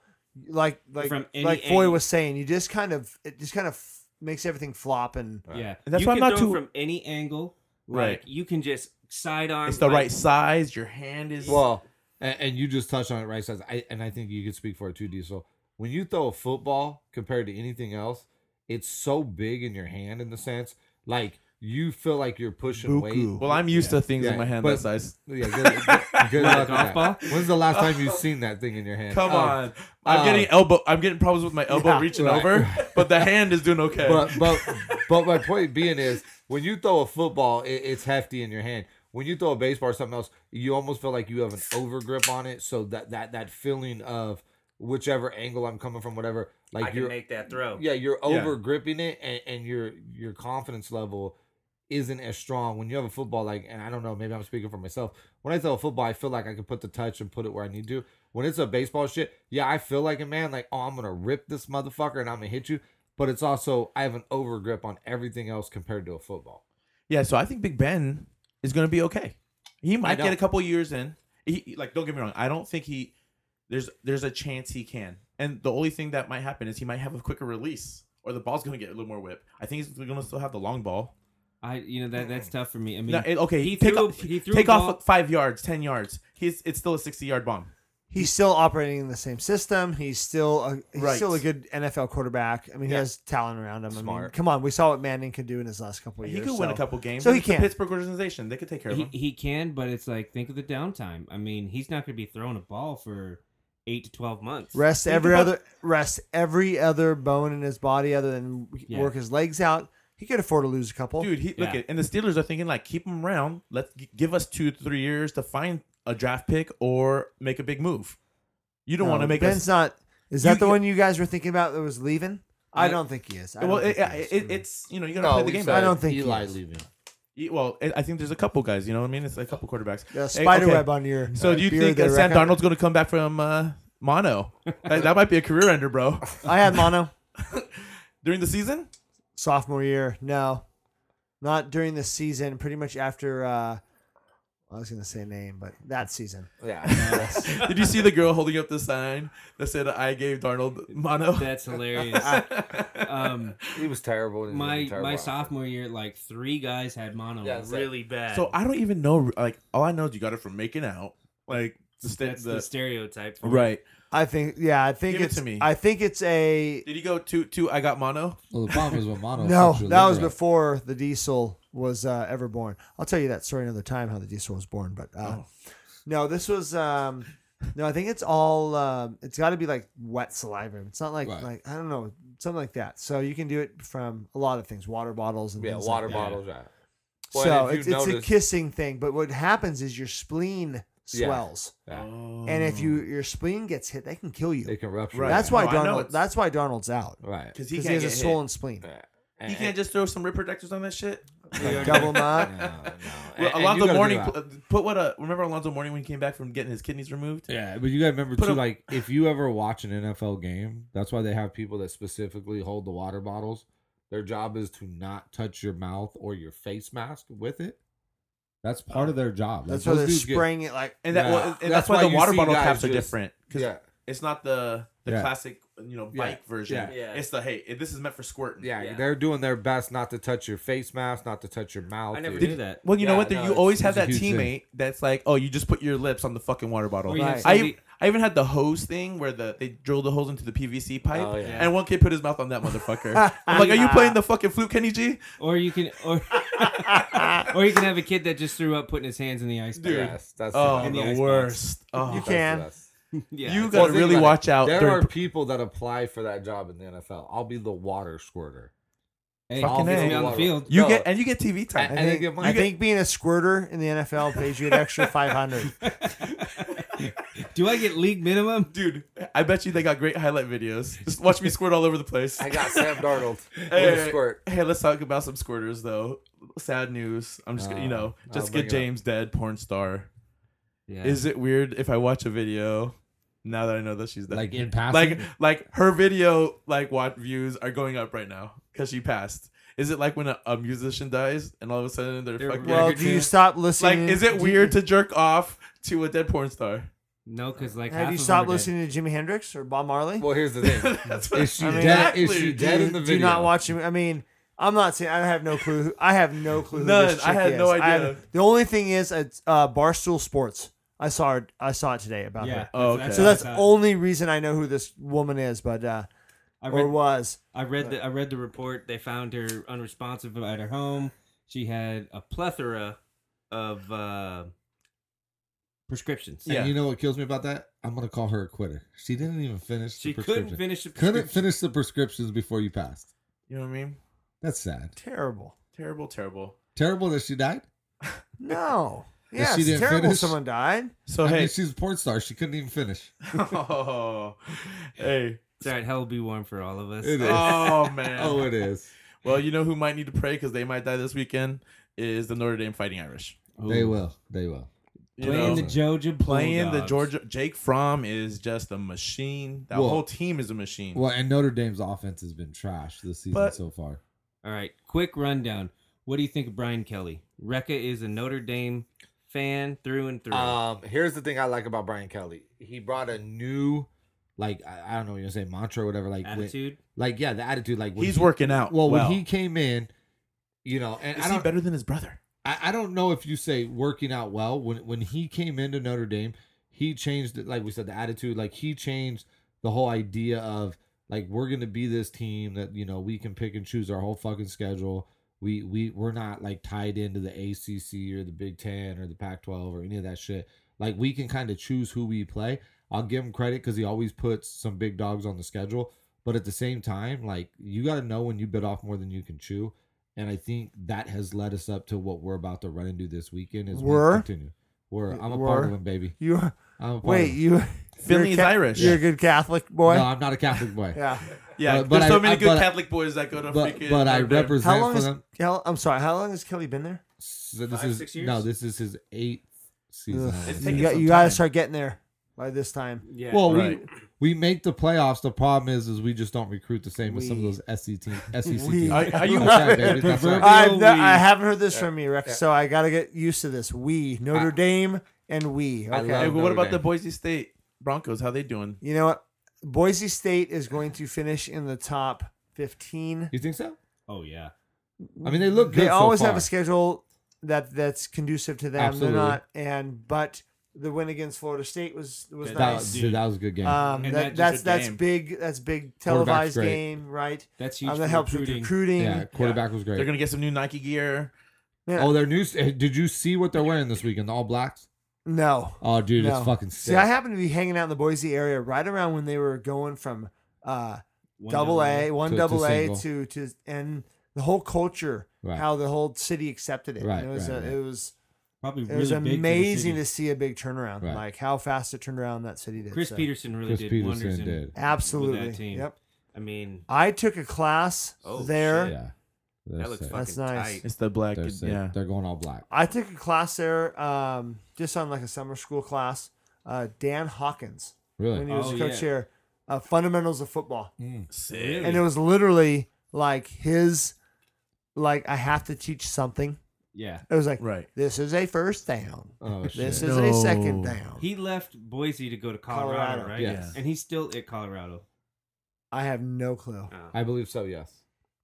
[SPEAKER 5] like like
[SPEAKER 3] From any
[SPEAKER 5] like Foy
[SPEAKER 3] angle.
[SPEAKER 5] was saying, you just kind of it just kind of makes everything flop and
[SPEAKER 3] Yeah.
[SPEAKER 2] And that's
[SPEAKER 3] you
[SPEAKER 2] why I'm
[SPEAKER 3] can
[SPEAKER 2] not
[SPEAKER 3] throw
[SPEAKER 2] too-
[SPEAKER 3] from any angle. Like,
[SPEAKER 2] Right.
[SPEAKER 3] You can just sidearm.
[SPEAKER 2] It's the
[SPEAKER 3] like-
[SPEAKER 2] right size. Your hand is.
[SPEAKER 4] Well, and, and you just touched on it right size. I and I think you could speak for it too, Diesel. When you throw a football compared to anything else, it's so big in your hand in the sense like you feel like you're pushing weight.
[SPEAKER 2] well, I'm used to things
[SPEAKER 4] Yeah,
[SPEAKER 2] in my hand
[SPEAKER 4] but-
[SPEAKER 2] that size.
[SPEAKER 4] Yeah, good, good, good luck
[SPEAKER 3] golf
[SPEAKER 4] with that.
[SPEAKER 3] ball?
[SPEAKER 4] When's the last time you've seen that thing in your hand?
[SPEAKER 2] Come
[SPEAKER 4] Oh,
[SPEAKER 2] on, I'm
[SPEAKER 4] uh,
[SPEAKER 2] getting elbow. I'm getting problems with my elbow
[SPEAKER 5] Yeah,
[SPEAKER 2] reaching
[SPEAKER 4] right.
[SPEAKER 2] over, but the hand is doing okay.
[SPEAKER 4] But but but my point being is when you throw a football, it, it's hefty in your hand. When you throw a baseball or something else, you almost feel like you have an overgrip on it. So that that that feeling of whichever angle I'm coming from, whatever,
[SPEAKER 3] I
[SPEAKER 4] like
[SPEAKER 3] can
[SPEAKER 4] you're
[SPEAKER 3] make that throw.
[SPEAKER 4] yeah you're
[SPEAKER 2] Yeah.
[SPEAKER 4] over gripping it and, and your your confidence level isn't as strong when you have a football like and i don't know maybe i'm speaking for myself when i throw a football i feel like i can put the touch and put it where i need to when it's a baseball shit yeah i feel like a man like oh i'm gonna rip this motherfucker and i'm gonna hit you but it's also i have an over grip on everything else compared to a football
[SPEAKER 2] yeah, so I think Big Ben is going to be okay. He might
[SPEAKER 4] don't-
[SPEAKER 2] get a couple years in. He, like, don't get me wrong. I don't think he. There's there's a chance he can, and the only thing that might happen is he might have a quicker release, or the ball's going to get a little more whip. I think he's going to still have the long ball.
[SPEAKER 3] I you know that that's tough for me. I mean,
[SPEAKER 2] No, it- okay,
[SPEAKER 3] he
[SPEAKER 2] he take
[SPEAKER 3] threw-
[SPEAKER 2] off,
[SPEAKER 3] he threw
[SPEAKER 2] take
[SPEAKER 3] a ball-
[SPEAKER 2] off five yards, ten yards. He's it's still a sixty yard bomb.
[SPEAKER 5] he's still operating in the same system. He's still a he's
[SPEAKER 2] Right.
[SPEAKER 5] still a good NFL quarterback. I mean, he
[SPEAKER 2] Yeah.
[SPEAKER 5] has talent around him. I mean,
[SPEAKER 4] Smart.
[SPEAKER 5] come on, we saw what Manning could do in his last couple of
[SPEAKER 2] He
[SPEAKER 5] years.
[SPEAKER 2] could win a
[SPEAKER 5] so-
[SPEAKER 2] couple games.
[SPEAKER 5] so he
[SPEAKER 2] It's the
[SPEAKER 5] can.
[SPEAKER 2] Pittsburgh organization, they could take care of
[SPEAKER 3] he,
[SPEAKER 2] him.
[SPEAKER 3] he can, but it's like think of the downtime. I mean, he's not going to be throwing a ball for eight to twelve months.
[SPEAKER 5] Rest
[SPEAKER 2] Think
[SPEAKER 5] every
[SPEAKER 2] about-
[SPEAKER 5] other rest every other bone in his body other than
[SPEAKER 3] Yeah.
[SPEAKER 5] work his legs out. He could afford to lose a couple.
[SPEAKER 2] Dude, he, look
[SPEAKER 3] Yeah.
[SPEAKER 2] at and the Steelers are thinking like keep him around. Let's g- give us two three years to find a draft pick or make a big move. You don't
[SPEAKER 5] No,
[SPEAKER 2] want to make
[SPEAKER 5] Ben's
[SPEAKER 2] us.
[SPEAKER 5] not. Is that
[SPEAKER 2] You-
[SPEAKER 5] the one you guys were thinking about that was leaving? I
[SPEAKER 3] Yeah.
[SPEAKER 5] don't think he is. I
[SPEAKER 2] well,
[SPEAKER 5] don't
[SPEAKER 2] it,
[SPEAKER 5] think he is.
[SPEAKER 2] it,
[SPEAKER 5] I mean,
[SPEAKER 2] it's you know you gotta play the
[SPEAKER 4] we
[SPEAKER 2] game.
[SPEAKER 4] said
[SPEAKER 5] I
[SPEAKER 2] out.
[SPEAKER 5] don't think he
[SPEAKER 4] eli
[SPEAKER 5] is.
[SPEAKER 4] leaving
[SPEAKER 2] E- Well, I I think there's a couple guys. You know what I mean? It's a couple quarterbacks.
[SPEAKER 5] the
[SPEAKER 2] Hey,
[SPEAKER 5] spider
[SPEAKER 2] okay.
[SPEAKER 5] web on your. uh,
[SPEAKER 2] So do you
[SPEAKER 5] beard
[SPEAKER 2] think
[SPEAKER 5] there,
[SPEAKER 2] that Sam
[SPEAKER 5] Racco.
[SPEAKER 2] Darnold's going to come back from uh, mono? that, that might be a career ender, bro.
[SPEAKER 5] I had mono
[SPEAKER 2] During the season,
[SPEAKER 5] sophomore year. No, not during the season. Pretty much after. Uh, I was gonna say a name, but that season.
[SPEAKER 4] yeah
[SPEAKER 2] did you see the girl holding up the sign that said "I gave Darnold mono"?
[SPEAKER 3] That's hilarious. um,
[SPEAKER 4] he was terrible
[SPEAKER 3] my my sophomore year, like three guys had mono
[SPEAKER 4] Yeah, that's
[SPEAKER 3] really bad.
[SPEAKER 2] So I don't even know. Like all I know is you got it from making out. Like The sta-
[SPEAKER 3] That's the,
[SPEAKER 2] the-
[SPEAKER 3] stereotype. for
[SPEAKER 2] right.
[SPEAKER 5] I think. Yeah, I think
[SPEAKER 2] Give it
[SPEAKER 5] it's.
[SPEAKER 2] to me.
[SPEAKER 5] I think it's a.
[SPEAKER 2] Did he go to to I got
[SPEAKER 5] Uh,
[SPEAKER 2] mono?
[SPEAKER 4] Well, the problem is with mono.
[SPEAKER 5] No, that was before the diesel was uh, ever born. I'll tell you that story another time how the diesel was born. But
[SPEAKER 2] Oh.
[SPEAKER 5] uh,
[SPEAKER 4] Oh.
[SPEAKER 5] no, this was. Um, no, I think it's all. Um, it's got to be like wet saliva. It's not like
[SPEAKER 4] Right.
[SPEAKER 5] like I don't know something like that. So you can do it from a lot of things, water bottles and
[SPEAKER 4] Yeah,
[SPEAKER 5] things
[SPEAKER 4] water
[SPEAKER 5] Like
[SPEAKER 4] bottles. Yeah.
[SPEAKER 5] that. So it's, it's a kissing thing, but what happens is your spleen
[SPEAKER 4] Yeah.
[SPEAKER 5] swells,
[SPEAKER 4] yeah,
[SPEAKER 2] Oh.
[SPEAKER 5] and if you your spleen gets hit, they can kill you.
[SPEAKER 4] it can rupture.
[SPEAKER 2] Right.
[SPEAKER 5] That's
[SPEAKER 4] That's
[SPEAKER 5] why
[SPEAKER 2] No, I know
[SPEAKER 5] Donald.
[SPEAKER 2] it's-
[SPEAKER 5] That's why Donald's out
[SPEAKER 4] right.
[SPEAKER 2] because he
[SPEAKER 5] because
[SPEAKER 2] can't
[SPEAKER 5] he, has a
[SPEAKER 2] get hit.
[SPEAKER 5] swollen spleen.
[SPEAKER 2] He can't just throw some rip protectors on that shit.
[SPEAKER 5] Like, double him up.
[SPEAKER 4] No, no.
[SPEAKER 2] Well,
[SPEAKER 4] And- and you
[SPEAKER 2] Alonzo
[SPEAKER 4] gotta
[SPEAKER 2] Mourning
[SPEAKER 4] do that.
[SPEAKER 2] put, put what a remember Alonzo Mourning when he came back from getting his kidneys removed.
[SPEAKER 4] Yeah, but you gotta remember
[SPEAKER 2] Put
[SPEAKER 4] too,
[SPEAKER 2] a-
[SPEAKER 4] like if you ever watch an NFL game, that's why they have people that specifically hold the water bottles. Their job is to not touch your mouth or your face mask with it. That's part of their job.
[SPEAKER 5] That's why
[SPEAKER 4] what
[SPEAKER 5] they're spraying it like
[SPEAKER 2] And that
[SPEAKER 4] Yeah.
[SPEAKER 2] well, and that's,
[SPEAKER 4] That's
[SPEAKER 2] why,
[SPEAKER 4] why
[SPEAKER 2] the
[SPEAKER 4] you
[SPEAKER 2] water
[SPEAKER 4] see
[SPEAKER 2] bottle
[SPEAKER 4] guys
[SPEAKER 2] caps are
[SPEAKER 4] just-
[SPEAKER 2] different because
[SPEAKER 4] Yeah,
[SPEAKER 2] it's not the the
[SPEAKER 4] Yeah.
[SPEAKER 2] classic you know
[SPEAKER 4] Yeah.
[SPEAKER 2] bike version.
[SPEAKER 4] Yeah.
[SPEAKER 2] Yeah. It's the hey, this is meant for squirting.
[SPEAKER 4] yeah,
[SPEAKER 3] Yeah.
[SPEAKER 4] they're doing their best not to touch your face mask, not to touch your mouth.
[SPEAKER 3] I never
[SPEAKER 4] or-
[SPEAKER 3] knew that.
[SPEAKER 2] Well, you know
[SPEAKER 4] Yeah,
[SPEAKER 2] what?
[SPEAKER 4] no,
[SPEAKER 2] There you
[SPEAKER 4] it's-
[SPEAKER 2] always have
[SPEAKER 4] it's a
[SPEAKER 2] that
[SPEAKER 4] huge thing.
[SPEAKER 2] teammate that's like, "Oh, you just put your lips on the fucking water bottle."
[SPEAKER 3] Or you have
[SPEAKER 5] Right.
[SPEAKER 2] I
[SPEAKER 3] somebody-
[SPEAKER 2] I even had the hose thing where the they drilled the holes into the PVC pipe,
[SPEAKER 4] Oh, yeah.
[SPEAKER 2] and one kid put his mouth on that motherfucker. I'm like, "Are you playing the fucking flute, Kenny G?" Oh,
[SPEAKER 3] or you can, or, or you can have a kid that just threw up putting his hands in the ice.
[SPEAKER 2] Dude.
[SPEAKER 4] Yes, that's
[SPEAKER 2] Oh,
[SPEAKER 3] the
[SPEAKER 4] that's-
[SPEAKER 2] the,
[SPEAKER 3] icebox.
[SPEAKER 2] worst. Oh,
[SPEAKER 5] You
[SPEAKER 4] that's-
[SPEAKER 5] can.
[SPEAKER 4] that's-
[SPEAKER 3] Yeah,
[SPEAKER 2] You
[SPEAKER 3] it's-
[SPEAKER 2] gotta
[SPEAKER 4] Well, think
[SPEAKER 2] really
[SPEAKER 4] about it.
[SPEAKER 2] watch out.
[SPEAKER 4] There
[SPEAKER 2] during-
[SPEAKER 4] are people that apply for that job in the NFL. I'll be the water squirter.
[SPEAKER 3] hey,
[SPEAKER 2] fucking
[SPEAKER 3] gets
[SPEAKER 2] A.
[SPEAKER 3] me on the field.
[SPEAKER 2] you
[SPEAKER 4] No.
[SPEAKER 2] get and you get TV time.
[SPEAKER 5] I
[SPEAKER 4] And they
[SPEAKER 5] think,
[SPEAKER 4] get money.
[SPEAKER 5] I think being a squirter in the NFL pays you an extra 500.
[SPEAKER 3] Do I get league minimum?
[SPEAKER 2] Dude, I bet you they got great highlight videos. Just watch me squirt all over the place.
[SPEAKER 4] I got Sam Darnold with
[SPEAKER 2] Hey,
[SPEAKER 4] a squirt.
[SPEAKER 2] Hey, let's talk about some squirters though. Sad news. I'm just you
[SPEAKER 4] Uh,
[SPEAKER 2] know,
[SPEAKER 4] I'll
[SPEAKER 2] Jessica
[SPEAKER 4] bring it up.
[SPEAKER 2] James dead, porn star.
[SPEAKER 3] Yeah.
[SPEAKER 2] Is it weird if I watch a video now that I know that she's dead?
[SPEAKER 4] Like in passing,
[SPEAKER 2] like like her video like watch views are going up right now because she passed. Is it like when a, a musician dies and all of a sudden they're,
[SPEAKER 3] They're
[SPEAKER 2] fucking
[SPEAKER 5] well,
[SPEAKER 3] record
[SPEAKER 5] do you
[SPEAKER 3] chance.
[SPEAKER 5] stop
[SPEAKER 2] like?
[SPEAKER 5] listening?
[SPEAKER 2] Is it
[SPEAKER 5] do
[SPEAKER 2] weird to jerk off to a dead porn star?
[SPEAKER 3] no, because like
[SPEAKER 5] You, have
[SPEAKER 3] half
[SPEAKER 5] you
[SPEAKER 3] of
[SPEAKER 5] stopped
[SPEAKER 3] them are dead.
[SPEAKER 5] listening to Jimi Hendrix or Bob Marley?
[SPEAKER 4] Well, here's the thing.
[SPEAKER 2] That's
[SPEAKER 4] Is she
[SPEAKER 5] I mean,
[SPEAKER 4] dead? Is
[SPEAKER 2] exactly,
[SPEAKER 4] she
[SPEAKER 5] do,
[SPEAKER 4] dead in the
[SPEAKER 5] do
[SPEAKER 4] video?
[SPEAKER 5] not watch him. I mean, I'm not saying I have no clue. Who, I have no clue. Who
[SPEAKER 2] None.
[SPEAKER 5] this chick
[SPEAKER 2] I had
[SPEAKER 5] is.
[SPEAKER 2] no
[SPEAKER 5] have-
[SPEAKER 2] idea.
[SPEAKER 5] the only thing is, it's, uh, Barstool Sports. I saw it. I saw it today about
[SPEAKER 3] Yeah.
[SPEAKER 5] her.
[SPEAKER 2] Oh, okay.
[SPEAKER 5] So that's
[SPEAKER 3] I,
[SPEAKER 5] only reason I know who this woman is, but uh,
[SPEAKER 3] I
[SPEAKER 5] or
[SPEAKER 3] read,
[SPEAKER 5] was.
[SPEAKER 3] I read the I read the report. They found her unresponsive at her home. She had a plethora of uh, prescriptions.
[SPEAKER 4] And
[SPEAKER 2] Yeah.
[SPEAKER 4] you know what kills me about that? I'm gonna call her a quitter. She didn't even finish
[SPEAKER 3] She
[SPEAKER 4] the prescription.
[SPEAKER 3] couldn't finish the
[SPEAKER 4] Couldn't
[SPEAKER 3] prescription.
[SPEAKER 4] finish the prescriptions before you passed.
[SPEAKER 2] You know what I mean?
[SPEAKER 4] That's sad.
[SPEAKER 5] Terrible.
[SPEAKER 2] Terrible, terrible.
[SPEAKER 4] Terrible that she died.
[SPEAKER 5] No.
[SPEAKER 4] If
[SPEAKER 5] Yeah,
[SPEAKER 4] she
[SPEAKER 5] it's
[SPEAKER 4] didn't
[SPEAKER 5] terrible.
[SPEAKER 4] finish-
[SPEAKER 5] Someone died.
[SPEAKER 2] So
[SPEAKER 3] Oh,
[SPEAKER 4] I
[SPEAKER 2] hey,
[SPEAKER 4] mean, she's a porn star. She couldn't even finish.
[SPEAKER 2] oh, hey,
[SPEAKER 3] It's all right. Hell will be warm for all of us.
[SPEAKER 4] It is.
[SPEAKER 2] oh man.
[SPEAKER 4] Oh, it is.
[SPEAKER 2] Well, you know who might need to pray because they might die this weekend is the Notre Dame Fighting Irish.
[SPEAKER 5] Oh.
[SPEAKER 4] They
[SPEAKER 3] Ooh.
[SPEAKER 4] will. They will.
[SPEAKER 2] You
[SPEAKER 3] Playing
[SPEAKER 2] know?
[SPEAKER 3] the Georgia
[SPEAKER 2] playing the
[SPEAKER 3] Bulldogs.
[SPEAKER 2] Georgia. Jake Fromm is just a machine. That
[SPEAKER 4] Well-
[SPEAKER 2] whole team is a machine.
[SPEAKER 4] Well, and Notre Dame's offense has been trash this season
[SPEAKER 2] But-
[SPEAKER 4] so far.
[SPEAKER 3] All right, quick rundown. What do you think of Brian Kelly? Recca is a Notre Dame fan through and through.
[SPEAKER 5] Uh,
[SPEAKER 4] Um, here's the thing I like about Brian Kelly. He brought a new, like I, I don't know, what you say mantra, or whatever. Like, when-
[SPEAKER 3] Attitude.
[SPEAKER 4] like yeah, the attitude. Like when
[SPEAKER 2] He's
[SPEAKER 4] he-
[SPEAKER 2] working out.
[SPEAKER 4] Well,
[SPEAKER 2] Well,
[SPEAKER 4] when he came in, you know, and
[SPEAKER 2] is
[SPEAKER 4] I
[SPEAKER 2] he
[SPEAKER 4] don't,
[SPEAKER 2] better than his brother?
[SPEAKER 4] I, I don't know if you say working out well when when he came into Notre Dame, he changed it, like we said the attitude, like he changed the whole idea of like we're gonna be this team that you know we can pick and choose our whole fucking schedule. We we we're not like tied into the ACC or the Big Ten or the Pac-12 or any of that shit. Like we can kind of choose who we play. I'll give him credit because he always puts some big dogs on the schedule. But at the same time, like you got to know when you bit off more than you can chew. And I think that has led us up to what we're about to run into this weekend. Is we
[SPEAKER 5] We're?
[SPEAKER 4] continue. We're I'm a part
[SPEAKER 5] We're?
[SPEAKER 4] of them, baby.
[SPEAKER 5] You
[SPEAKER 4] I'm a part
[SPEAKER 5] wait.
[SPEAKER 4] of them.
[SPEAKER 5] You
[SPEAKER 2] Finley
[SPEAKER 5] you're a
[SPEAKER 2] is
[SPEAKER 5] Ca-
[SPEAKER 2] Irish.
[SPEAKER 5] You're a good Catholic boy.
[SPEAKER 4] No, I'm not a Catholic boy.
[SPEAKER 5] Yeah.
[SPEAKER 2] Yeah,
[SPEAKER 4] But- but
[SPEAKER 2] there's so
[SPEAKER 4] I-
[SPEAKER 2] many
[SPEAKER 4] I-
[SPEAKER 2] good
[SPEAKER 4] but I-
[SPEAKER 2] Catholic boys that go to
[SPEAKER 4] But
[SPEAKER 2] freaking.
[SPEAKER 4] but I
[SPEAKER 2] Notre Dame.
[SPEAKER 4] represent
[SPEAKER 5] How long
[SPEAKER 4] for
[SPEAKER 5] is
[SPEAKER 4] them.
[SPEAKER 5] Kel- I'm sorry. How long has Kelly been there?
[SPEAKER 4] So this
[SPEAKER 3] Five,
[SPEAKER 4] is
[SPEAKER 3] six
[SPEAKER 4] no,
[SPEAKER 3] years?
[SPEAKER 4] this is his eighth season.
[SPEAKER 5] Ugh.
[SPEAKER 4] on
[SPEAKER 2] It's
[SPEAKER 4] the
[SPEAKER 2] taking
[SPEAKER 5] You
[SPEAKER 4] team.
[SPEAKER 5] got
[SPEAKER 2] some
[SPEAKER 5] you got
[SPEAKER 2] time.
[SPEAKER 5] to start getting there by this time.
[SPEAKER 3] yeah.
[SPEAKER 4] well,
[SPEAKER 2] Right.
[SPEAKER 4] we we make the playoffs. The problem is, is we just don't recruit the same as some of
[SPEAKER 5] We-
[SPEAKER 4] those E SEC teams. SEC
[SPEAKER 5] We-
[SPEAKER 4] teams.
[SPEAKER 2] Are- are you-
[SPEAKER 4] That's right, baby. That's right.
[SPEAKER 5] I've
[SPEAKER 3] Yo,
[SPEAKER 5] ne- I
[SPEAKER 3] we-
[SPEAKER 5] haven't heard this from you, Rex. So I got to get used to this. We Notre Dame and we.
[SPEAKER 4] I
[SPEAKER 5] Okay.
[SPEAKER 2] Hey, but
[SPEAKER 4] love-
[SPEAKER 2] what
[SPEAKER 4] Notre
[SPEAKER 2] about
[SPEAKER 4] Dame.
[SPEAKER 2] the Boise State Broncos? How they doing?
[SPEAKER 5] you know what? Boise State is going to finish in the top 15.
[SPEAKER 4] You think so?
[SPEAKER 3] oh yeah.
[SPEAKER 4] I mean, they look good.
[SPEAKER 5] They
[SPEAKER 4] so
[SPEAKER 5] always
[SPEAKER 4] far.
[SPEAKER 5] have a schedule that that's conducive to them.
[SPEAKER 4] Absolutely.
[SPEAKER 5] They're not and but The win against Florida State was was
[SPEAKER 3] That-
[SPEAKER 4] That,
[SPEAKER 5] nice.
[SPEAKER 4] was-
[SPEAKER 3] Dude.
[SPEAKER 4] that was a good game.
[SPEAKER 5] Um,
[SPEAKER 3] And
[SPEAKER 5] that,
[SPEAKER 2] that's
[SPEAKER 5] that's
[SPEAKER 2] a
[SPEAKER 5] that's
[SPEAKER 2] game.
[SPEAKER 5] big. That's big
[SPEAKER 4] Quarterback's
[SPEAKER 5] televised
[SPEAKER 4] great.
[SPEAKER 5] game, right?
[SPEAKER 3] That's huge.
[SPEAKER 5] Um,
[SPEAKER 3] for
[SPEAKER 5] that helps
[SPEAKER 3] recruiting.
[SPEAKER 5] with recruiting.
[SPEAKER 4] yeah, quarterback was great.
[SPEAKER 2] They're gonna get some new Nike gear.
[SPEAKER 5] Yeah.
[SPEAKER 4] Oh, their new. Did you see what they're wearing this weekend? All blacks.
[SPEAKER 5] No,
[SPEAKER 4] Oh, dude,
[SPEAKER 5] No.
[SPEAKER 4] it's fucking sick.
[SPEAKER 5] see, I happened to be hanging out in the Boise area right around when they were going from uh,
[SPEAKER 3] One
[SPEAKER 5] double A, one
[SPEAKER 4] to
[SPEAKER 5] double A
[SPEAKER 4] single.
[SPEAKER 5] to to and the whole culture,
[SPEAKER 4] Right.
[SPEAKER 5] how the whole city accepted it.
[SPEAKER 4] Right,
[SPEAKER 5] And it was
[SPEAKER 4] right,
[SPEAKER 5] a,
[SPEAKER 4] right.
[SPEAKER 5] it was
[SPEAKER 3] Probably
[SPEAKER 5] it
[SPEAKER 3] really
[SPEAKER 5] was
[SPEAKER 3] big for the
[SPEAKER 5] amazing
[SPEAKER 3] city.
[SPEAKER 5] to see a big turnaround,
[SPEAKER 4] Right.
[SPEAKER 5] like how fast it turned around that city did.
[SPEAKER 3] Chris
[SPEAKER 5] so.
[SPEAKER 3] Peterson really
[SPEAKER 4] Chris
[SPEAKER 3] did wonders.
[SPEAKER 4] Peterson
[SPEAKER 3] In,
[SPEAKER 4] did.
[SPEAKER 5] absolutely.
[SPEAKER 3] team.
[SPEAKER 5] Yep.
[SPEAKER 3] I mean,
[SPEAKER 5] I took a class
[SPEAKER 2] Oh,
[SPEAKER 5] there.
[SPEAKER 2] shit.
[SPEAKER 4] Yeah, They're
[SPEAKER 2] That looks
[SPEAKER 4] sick.
[SPEAKER 2] fucking
[SPEAKER 5] That's nice.
[SPEAKER 2] tight. It's the black.
[SPEAKER 4] They're sick.
[SPEAKER 2] yeah.
[SPEAKER 4] They're going all black.
[SPEAKER 5] I took a class there, um, just on like a summer school class. Uh, Dan Hawkins, when
[SPEAKER 4] Really? Hmm.
[SPEAKER 5] he was
[SPEAKER 3] Oh,
[SPEAKER 5] coach
[SPEAKER 3] yeah.
[SPEAKER 5] here, uh, fundamentals of football,
[SPEAKER 2] Sick.
[SPEAKER 5] and it was literally like his, like I have to teach something.
[SPEAKER 3] yeah,
[SPEAKER 5] It was like
[SPEAKER 2] Right.
[SPEAKER 5] this is a first down,
[SPEAKER 4] Oh shit.
[SPEAKER 5] this is a second
[SPEAKER 2] No.
[SPEAKER 5] down.
[SPEAKER 3] he left Boise to go to Colorado,
[SPEAKER 5] Colorado,
[SPEAKER 3] right?
[SPEAKER 4] yes.
[SPEAKER 3] and he's still at Colorado.
[SPEAKER 5] I have no clue,
[SPEAKER 3] Uh,
[SPEAKER 4] I believe so. Yes.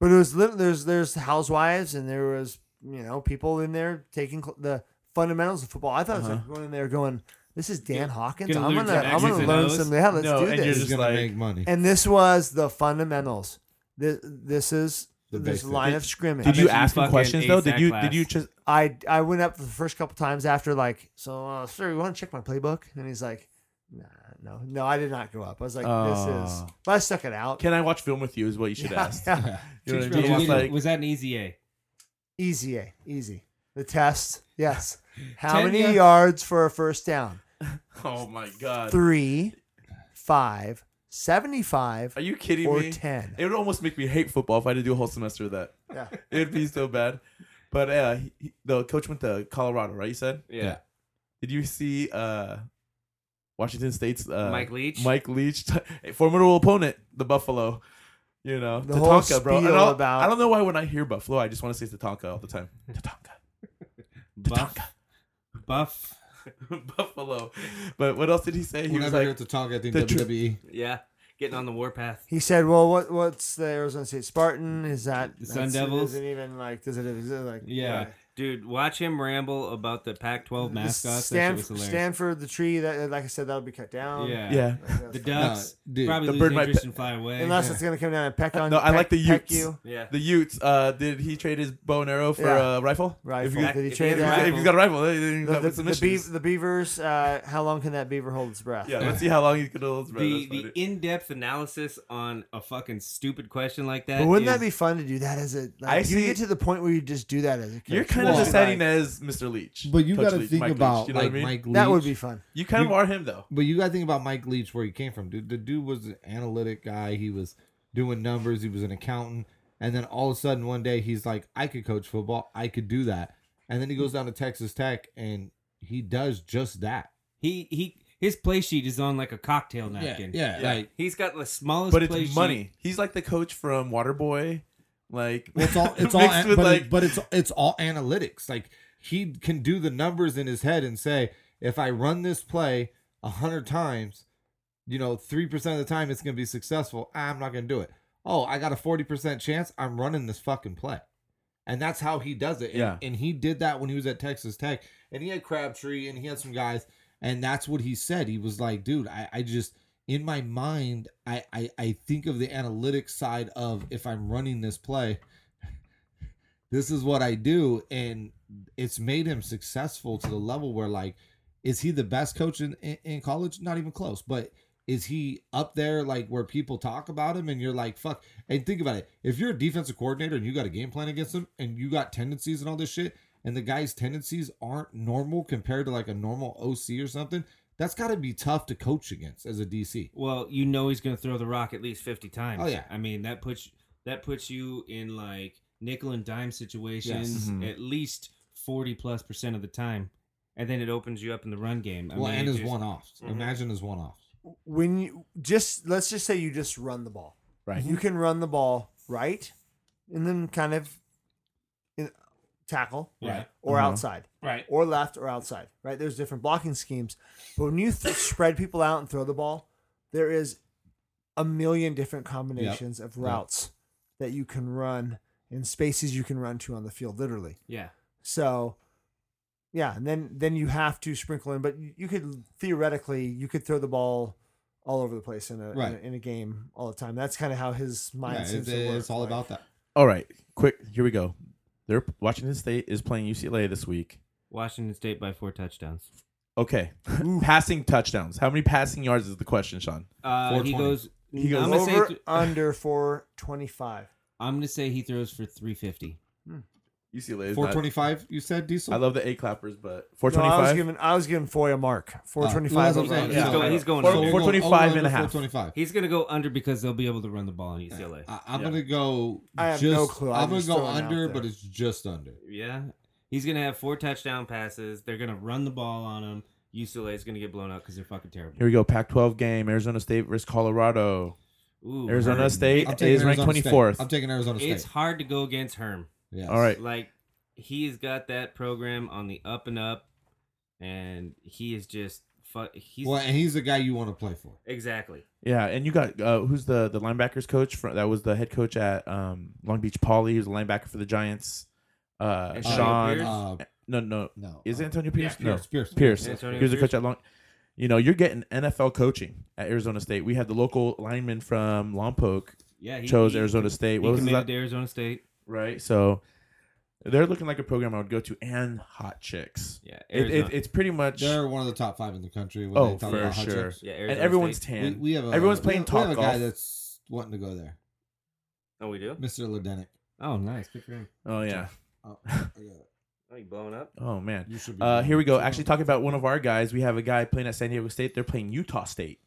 [SPEAKER 5] but it was lit- there's there's housewives and there was you know people in there taking cl- the fundamentals of football. I thought it was
[SPEAKER 2] Uh-huh.
[SPEAKER 5] like going in there going, this is Dan Hawkins.
[SPEAKER 3] gonna
[SPEAKER 5] I'm
[SPEAKER 3] learn
[SPEAKER 5] gonna
[SPEAKER 3] some
[SPEAKER 5] I'm
[SPEAKER 3] X's
[SPEAKER 5] gonna
[SPEAKER 3] and
[SPEAKER 5] learn
[SPEAKER 3] O's."
[SPEAKER 5] some. Yeah, let's
[SPEAKER 2] No,
[SPEAKER 5] do
[SPEAKER 2] and you're
[SPEAKER 5] this.
[SPEAKER 4] He's
[SPEAKER 2] just
[SPEAKER 4] gonna
[SPEAKER 2] like-
[SPEAKER 4] make money.
[SPEAKER 5] And this was the fundamentals. This, this is
[SPEAKER 4] The
[SPEAKER 5] this
[SPEAKER 4] basics.
[SPEAKER 5] line
[SPEAKER 4] Did-
[SPEAKER 5] of scrimmage.
[SPEAKER 2] Did you
[SPEAKER 3] bet you
[SPEAKER 2] ask him
[SPEAKER 3] fucking
[SPEAKER 2] questions though?
[SPEAKER 3] aced
[SPEAKER 2] Did
[SPEAKER 3] that
[SPEAKER 2] you
[SPEAKER 3] class.
[SPEAKER 2] did you just
[SPEAKER 5] I I went up for the first couple times after like, so uh, sir, you want to check my playbook? And he's like, Nah, no, no, I did not go up. I was like, this is.
[SPEAKER 2] Oh.
[SPEAKER 5] But I stuck it out.
[SPEAKER 2] can I watch film with you? Is what you should ask.
[SPEAKER 5] yeah.
[SPEAKER 2] You know what I
[SPEAKER 3] Teach
[SPEAKER 2] mean?
[SPEAKER 3] me
[SPEAKER 2] Just
[SPEAKER 3] what you
[SPEAKER 2] like-
[SPEAKER 3] did. was that an easy A?
[SPEAKER 5] Easy, A, easy. The test, yes. How
[SPEAKER 3] Ten
[SPEAKER 5] many
[SPEAKER 3] yards.
[SPEAKER 5] yards for a first down?
[SPEAKER 2] oh my god.
[SPEAKER 5] Three, five, seventy-five,
[SPEAKER 2] Are you kidding
[SPEAKER 5] or
[SPEAKER 2] me?
[SPEAKER 5] ten.
[SPEAKER 2] It would almost make me hate football if I had to do a whole semester of that.
[SPEAKER 5] Yeah.
[SPEAKER 2] It'd be so bad. But uh, he, he- the coach went to Colorado, right? You said.
[SPEAKER 4] Yeah.
[SPEAKER 2] Did you see uh, Washington State's uh,
[SPEAKER 3] Mike Leach?
[SPEAKER 2] Mike Leach, a formidable opponent, the Buffalo. You know,
[SPEAKER 5] The whole
[SPEAKER 2] Tatanka, bro. And
[SPEAKER 5] spiel
[SPEAKER 2] I'll-
[SPEAKER 5] about-
[SPEAKER 2] I don't know why when I hear Buffalo, I just want to say Tatanka all the time. Tatanka,
[SPEAKER 3] Buff, buff.
[SPEAKER 2] Buffalo. But what else did he say? He
[SPEAKER 4] Whenever
[SPEAKER 2] was
[SPEAKER 4] I
[SPEAKER 2] like,
[SPEAKER 4] get to talk, I think
[SPEAKER 2] the tr-
[SPEAKER 4] WWE.
[SPEAKER 3] Yeah, getting on the warpath.
[SPEAKER 5] He said, "Well, what what's the Arizona State Spartan? Is that
[SPEAKER 3] The Sun
[SPEAKER 5] that's-
[SPEAKER 3] Devils?
[SPEAKER 5] Isn't even like does it exist? Like
[SPEAKER 3] Yeah. Dude, watch him ramble about the Pac-12
[SPEAKER 5] The
[SPEAKER 3] mascots. that shit was
[SPEAKER 5] Stanford,
[SPEAKER 3] hilarious.
[SPEAKER 5] Stanford, the tree that, like I said, that'll be cut down.
[SPEAKER 3] yeah.
[SPEAKER 2] yeah.
[SPEAKER 5] Like,
[SPEAKER 3] um, The
[SPEAKER 5] that's-
[SPEAKER 3] ducks
[SPEAKER 4] No, dude,
[SPEAKER 3] probably
[SPEAKER 2] the
[SPEAKER 3] lose
[SPEAKER 2] bird might
[SPEAKER 3] interest
[SPEAKER 2] pe-
[SPEAKER 3] and fly away.
[SPEAKER 5] Unless it's gonna come down and peck on.
[SPEAKER 2] No, I
[SPEAKER 5] peck-
[SPEAKER 2] like the Utes.
[SPEAKER 5] peck you.
[SPEAKER 3] yeah.
[SPEAKER 2] The Utes, uh, did he trade his bow and arrow for
[SPEAKER 5] Yeah.
[SPEAKER 2] a rifle? If,
[SPEAKER 5] Rifle.
[SPEAKER 2] you,
[SPEAKER 5] Did he
[SPEAKER 3] If
[SPEAKER 5] trade
[SPEAKER 3] you-
[SPEAKER 5] that?
[SPEAKER 2] if he's got a rifle, then he's
[SPEAKER 5] the,
[SPEAKER 2] got
[SPEAKER 5] the,
[SPEAKER 2] some
[SPEAKER 5] the,
[SPEAKER 2] issues.
[SPEAKER 5] beav- the beavers. Uh, how long can that beaver hold its breath?
[SPEAKER 2] Yeah, let's see how long he could hold his breath.
[SPEAKER 3] the,
[SPEAKER 2] That's
[SPEAKER 3] the
[SPEAKER 2] funny.
[SPEAKER 3] in-depth analysis on a fucking stupid question like that.
[SPEAKER 5] But wouldn't
[SPEAKER 3] is-
[SPEAKER 5] that be fun to do that as a? Like,
[SPEAKER 2] I
[SPEAKER 5] you
[SPEAKER 2] see-
[SPEAKER 5] get to the point where you just do that as a. Coach.
[SPEAKER 2] You're kind of
[SPEAKER 4] Well,
[SPEAKER 5] Just
[SPEAKER 2] the
[SPEAKER 5] be
[SPEAKER 2] setting
[SPEAKER 5] like,
[SPEAKER 2] as Mr. Leech.
[SPEAKER 4] But you
[SPEAKER 2] Coach
[SPEAKER 4] got to
[SPEAKER 2] Leech,
[SPEAKER 4] think
[SPEAKER 2] Mike Leach,
[SPEAKER 4] about
[SPEAKER 2] you know
[SPEAKER 4] like
[SPEAKER 2] what I mean?
[SPEAKER 4] Mike Leach.
[SPEAKER 5] That would be fun.
[SPEAKER 2] You kind of
[SPEAKER 4] you-
[SPEAKER 2] are him though.
[SPEAKER 4] But you got to think about Mike Leach, where he came from, dude. The dude was an analytic guy. He was doing numbers. He was an accountant. And then all of a sudden, one day, he's like, "I could coach football. I could do that." And then he goes down to Texas Tech, and he does just that.
[SPEAKER 3] he he his play sheet is on like a cocktail napkin.
[SPEAKER 4] yeah,
[SPEAKER 2] Yeah.
[SPEAKER 4] Like,
[SPEAKER 3] He's got the smallest
[SPEAKER 2] But
[SPEAKER 3] play
[SPEAKER 2] it's
[SPEAKER 3] sheet.
[SPEAKER 2] money. He's like the coach from Waterboy. Like
[SPEAKER 4] well, it's all it's all,
[SPEAKER 2] mixed
[SPEAKER 4] an-
[SPEAKER 2] with
[SPEAKER 4] but,
[SPEAKER 2] like
[SPEAKER 4] it- but it's it's all analytics. Like he can do the numbers in his head and say, if I run this play a hundred times, you know, three percent of the time it's going to be successful. I'm not going to do it. Oh, I got a forty percent chance. I'm running this fucking play, and that's how he does it. And,
[SPEAKER 2] Yeah.
[SPEAKER 4] and he did that when he was at Texas Tech, and he had Crabtree, and he had some guys, and that's what he said. He was like, dude, I, I just in my mind, I, I I think of the analytics side of if I'm running this play, this is what I do, and it's made him successful to the level where like, is he the best coach in, in, in college? Not even close, but is he up there like where people talk about him and you're like fuck and think about it if you're a defensive coordinator and you got a game plan against him and you got tendencies and all this shit and the guy's tendencies aren't normal compared to like a normal OC or something that's got to be tough to coach against as a DC
[SPEAKER 3] Well, you know he's going to throw the rock at least 50 times.
[SPEAKER 4] Oh, yeah.
[SPEAKER 3] I mean, that puts that puts you in like nickel and dime situations
[SPEAKER 2] Yes.
[SPEAKER 4] Mm-hmm.
[SPEAKER 2] Mhm.
[SPEAKER 3] at least 40 plus percent of the time. And then it opens you up in the run game. I
[SPEAKER 4] well
[SPEAKER 3] mean,
[SPEAKER 4] and
[SPEAKER 3] it
[SPEAKER 4] his
[SPEAKER 3] just-
[SPEAKER 4] one offs imagine his one offs
[SPEAKER 5] when you just let's just say you just run the ball.
[SPEAKER 2] Right.
[SPEAKER 5] You can run the ball right, and then kind of in, tackle
[SPEAKER 3] Right.
[SPEAKER 5] or
[SPEAKER 2] Uh-huh.
[SPEAKER 5] outside
[SPEAKER 3] Right.
[SPEAKER 5] or left or outside. Right. There's different blocking schemes, but when you th- spread people out and throw the ball, there is a million different combinations of routes that you can run and spaces you can run to on the field, literally.
[SPEAKER 3] Yeah.
[SPEAKER 5] So Yeah, and then then you have to sprinkle in, but you you could theoretically you could throw the ball all over the place in a in,
[SPEAKER 4] Right.
[SPEAKER 5] a, in a game all the time. That's kind of how his mind
[SPEAKER 4] Yeah,
[SPEAKER 5] seems
[SPEAKER 4] it's,
[SPEAKER 5] to work.
[SPEAKER 4] it's all
[SPEAKER 5] like-
[SPEAKER 4] about that.
[SPEAKER 2] All right, quick. Here we go. They're Washington State is playing UCLA this week.
[SPEAKER 3] Washington State by four touchdowns.
[SPEAKER 2] Okay, passing touchdowns. How many passing yards is the question, Sean?
[SPEAKER 3] Uh, he
[SPEAKER 4] 420.
[SPEAKER 3] goes.
[SPEAKER 2] He
[SPEAKER 3] I'm
[SPEAKER 2] goes
[SPEAKER 3] gonna say
[SPEAKER 5] over
[SPEAKER 3] th-
[SPEAKER 5] under four twenty five.
[SPEAKER 3] I'm gonna say he throws for 350.
[SPEAKER 2] UCLA is
[SPEAKER 4] Four
[SPEAKER 2] not.
[SPEAKER 4] twenty-five. You said diesel.
[SPEAKER 2] I love the eight clappers, but
[SPEAKER 5] No, I was
[SPEAKER 2] 425.
[SPEAKER 5] giving I was giving Foy a mark. Four twenty
[SPEAKER 4] Oh,
[SPEAKER 5] five.
[SPEAKER 4] that's what I'm saying.
[SPEAKER 2] Yeah.
[SPEAKER 3] He's going. He's going.
[SPEAKER 2] Four-
[SPEAKER 3] under.
[SPEAKER 4] you're going
[SPEAKER 2] 425
[SPEAKER 4] over
[SPEAKER 2] and a half.
[SPEAKER 4] 425.
[SPEAKER 3] He's gonna go under because they'll be able to run the ball in UCLA.
[SPEAKER 4] I, I'm
[SPEAKER 2] Yeah.
[SPEAKER 4] gonna go.
[SPEAKER 5] I have
[SPEAKER 4] just,
[SPEAKER 5] no clue. I'm
[SPEAKER 4] I'm gonna
[SPEAKER 5] just
[SPEAKER 4] go
[SPEAKER 5] throwing it out
[SPEAKER 4] under,
[SPEAKER 5] there.
[SPEAKER 4] but it's just under.
[SPEAKER 3] Yeah, he's gonna have four touchdown passes. They're gonna run the ball on him. UCLA is gonna get blown out because they're fucking terrible.
[SPEAKER 2] Here we go. Pac-12 game. Arizona State versus Colorado.
[SPEAKER 3] Ooh,
[SPEAKER 2] Arizona
[SPEAKER 3] Herm.
[SPEAKER 2] State
[SPEAKER 4] I'm taking
[SPEAKER 2] is ranked
[SPEAKER 4] Arizona State.
[SPEAKER 2] 24th.
[SPEAKER 4] I'm taking Arizona State.
[SPEAKER 3] It's hard to go against Herm.
[SPEAKER 4] Yes.
[SPEAKER 2] All right.
[SPEAKER 3] Like he's got that program on the up and up, and he is just fu- he's
[SPEAKER 4] Well, and he's the guy you want to play for.
[SPEAKER 3] exactly.
[SPEAKER 2] Yeah, and you got uh, who's the the linebackers coach? For, that was the head coach at um, Long Beach Poly. Who's a linebacker for the Giants? Uh,
[SPEAKER 3] And
[SPEAKER 2] Sean.
[SPEAKER 3] Pierce?
[SPEAKER 4] Uh,
[SPEAKER 2] No, no,
[SPEAKER 4] no.
[SPEAKER 2] is it
[SPEAKER 4] uh,
[SPEAKER 2] Antonio Pierce?
[SPEAKER 3] Pierce.
[SPEAKER 2] No,
[SPEAKER 4] Pierce.
[SPEAKER 2] Pierce.
[SPEAKER 3] Antonio
[SPEAKER 2] he was a
[SPEAKER 3] Pierce.
[SPEAKER 2] coach at Long. You know, you're getting NFL coaching at Arizona State. We had the local lineman from Lompoc
[SPEAKER 3] Yeah, he
[SPEAKER 2] chose
[SPEAKER 3] he-
[SPEAKER 2] Arizona State.
[SPEAKER 3] He
[SPEAKER 2] What was his
[SPEAKER 3] committed
[SPEAKER 2] last-
[SPEAKER 3] to Arizona State.
[SPEAKER 2] right? So they're looking like a program I would go to, and hot chicks.
[SPEAKER 3] Yeah,
[SPEAKER 2] It,
[SPEAKER 3] Arizona.
[SPEAKER 2] it, it's pretty much
[SPEAKER 4] They're one of the top five in the country. When
[SPEAKER 2] Oh,
[SPEAKER 4] they talk
[SPEAKER 2] for
[SPEAKER 4] about hot
[SPEAKER 2] sure.
[SPEAKER 4] chicks.
[SPEAKER 3] yeah, Arizona
[SPEAKER 2] and everyone's
[SPEAKER 3] State.
[SPEAKER 2] tan.
[SPEAKER 4] We, we have a,
[SPEAKER 2] Everyone's
[SPEAKER 4] we
[SPEAKER 2] playing
[SPEAKER 4] have- We have a guy
[SPEAKER 2] Topgolf.
[SPEAKER 4] that's wanting to go there,
[SPEAKER 3] oh, we
[SPEAKER 2] Mm.
[SPEAKER 3] do.
[SPEAKER 4] Mister Ledenick.
[SPEAKER 3] Oh, nice. Good for him.
[SPEAKER 2] oh yeah.
[SPEAKER 4] Oh, I got it.
[SPEAKER 3] Oh, you blowing up?
[SPEAKER 2] Oh man.
[SPEAKER 4] You should be
[SPEAKER 2] Uh,
[SPEAKER 4] doing
[SPEAKER 2] here we
[SPEAKER 4] it.
[SPEAKER 2] go. Actually, talking about one of our guys, we have a guy playing at San Diego State. They're playing Utah State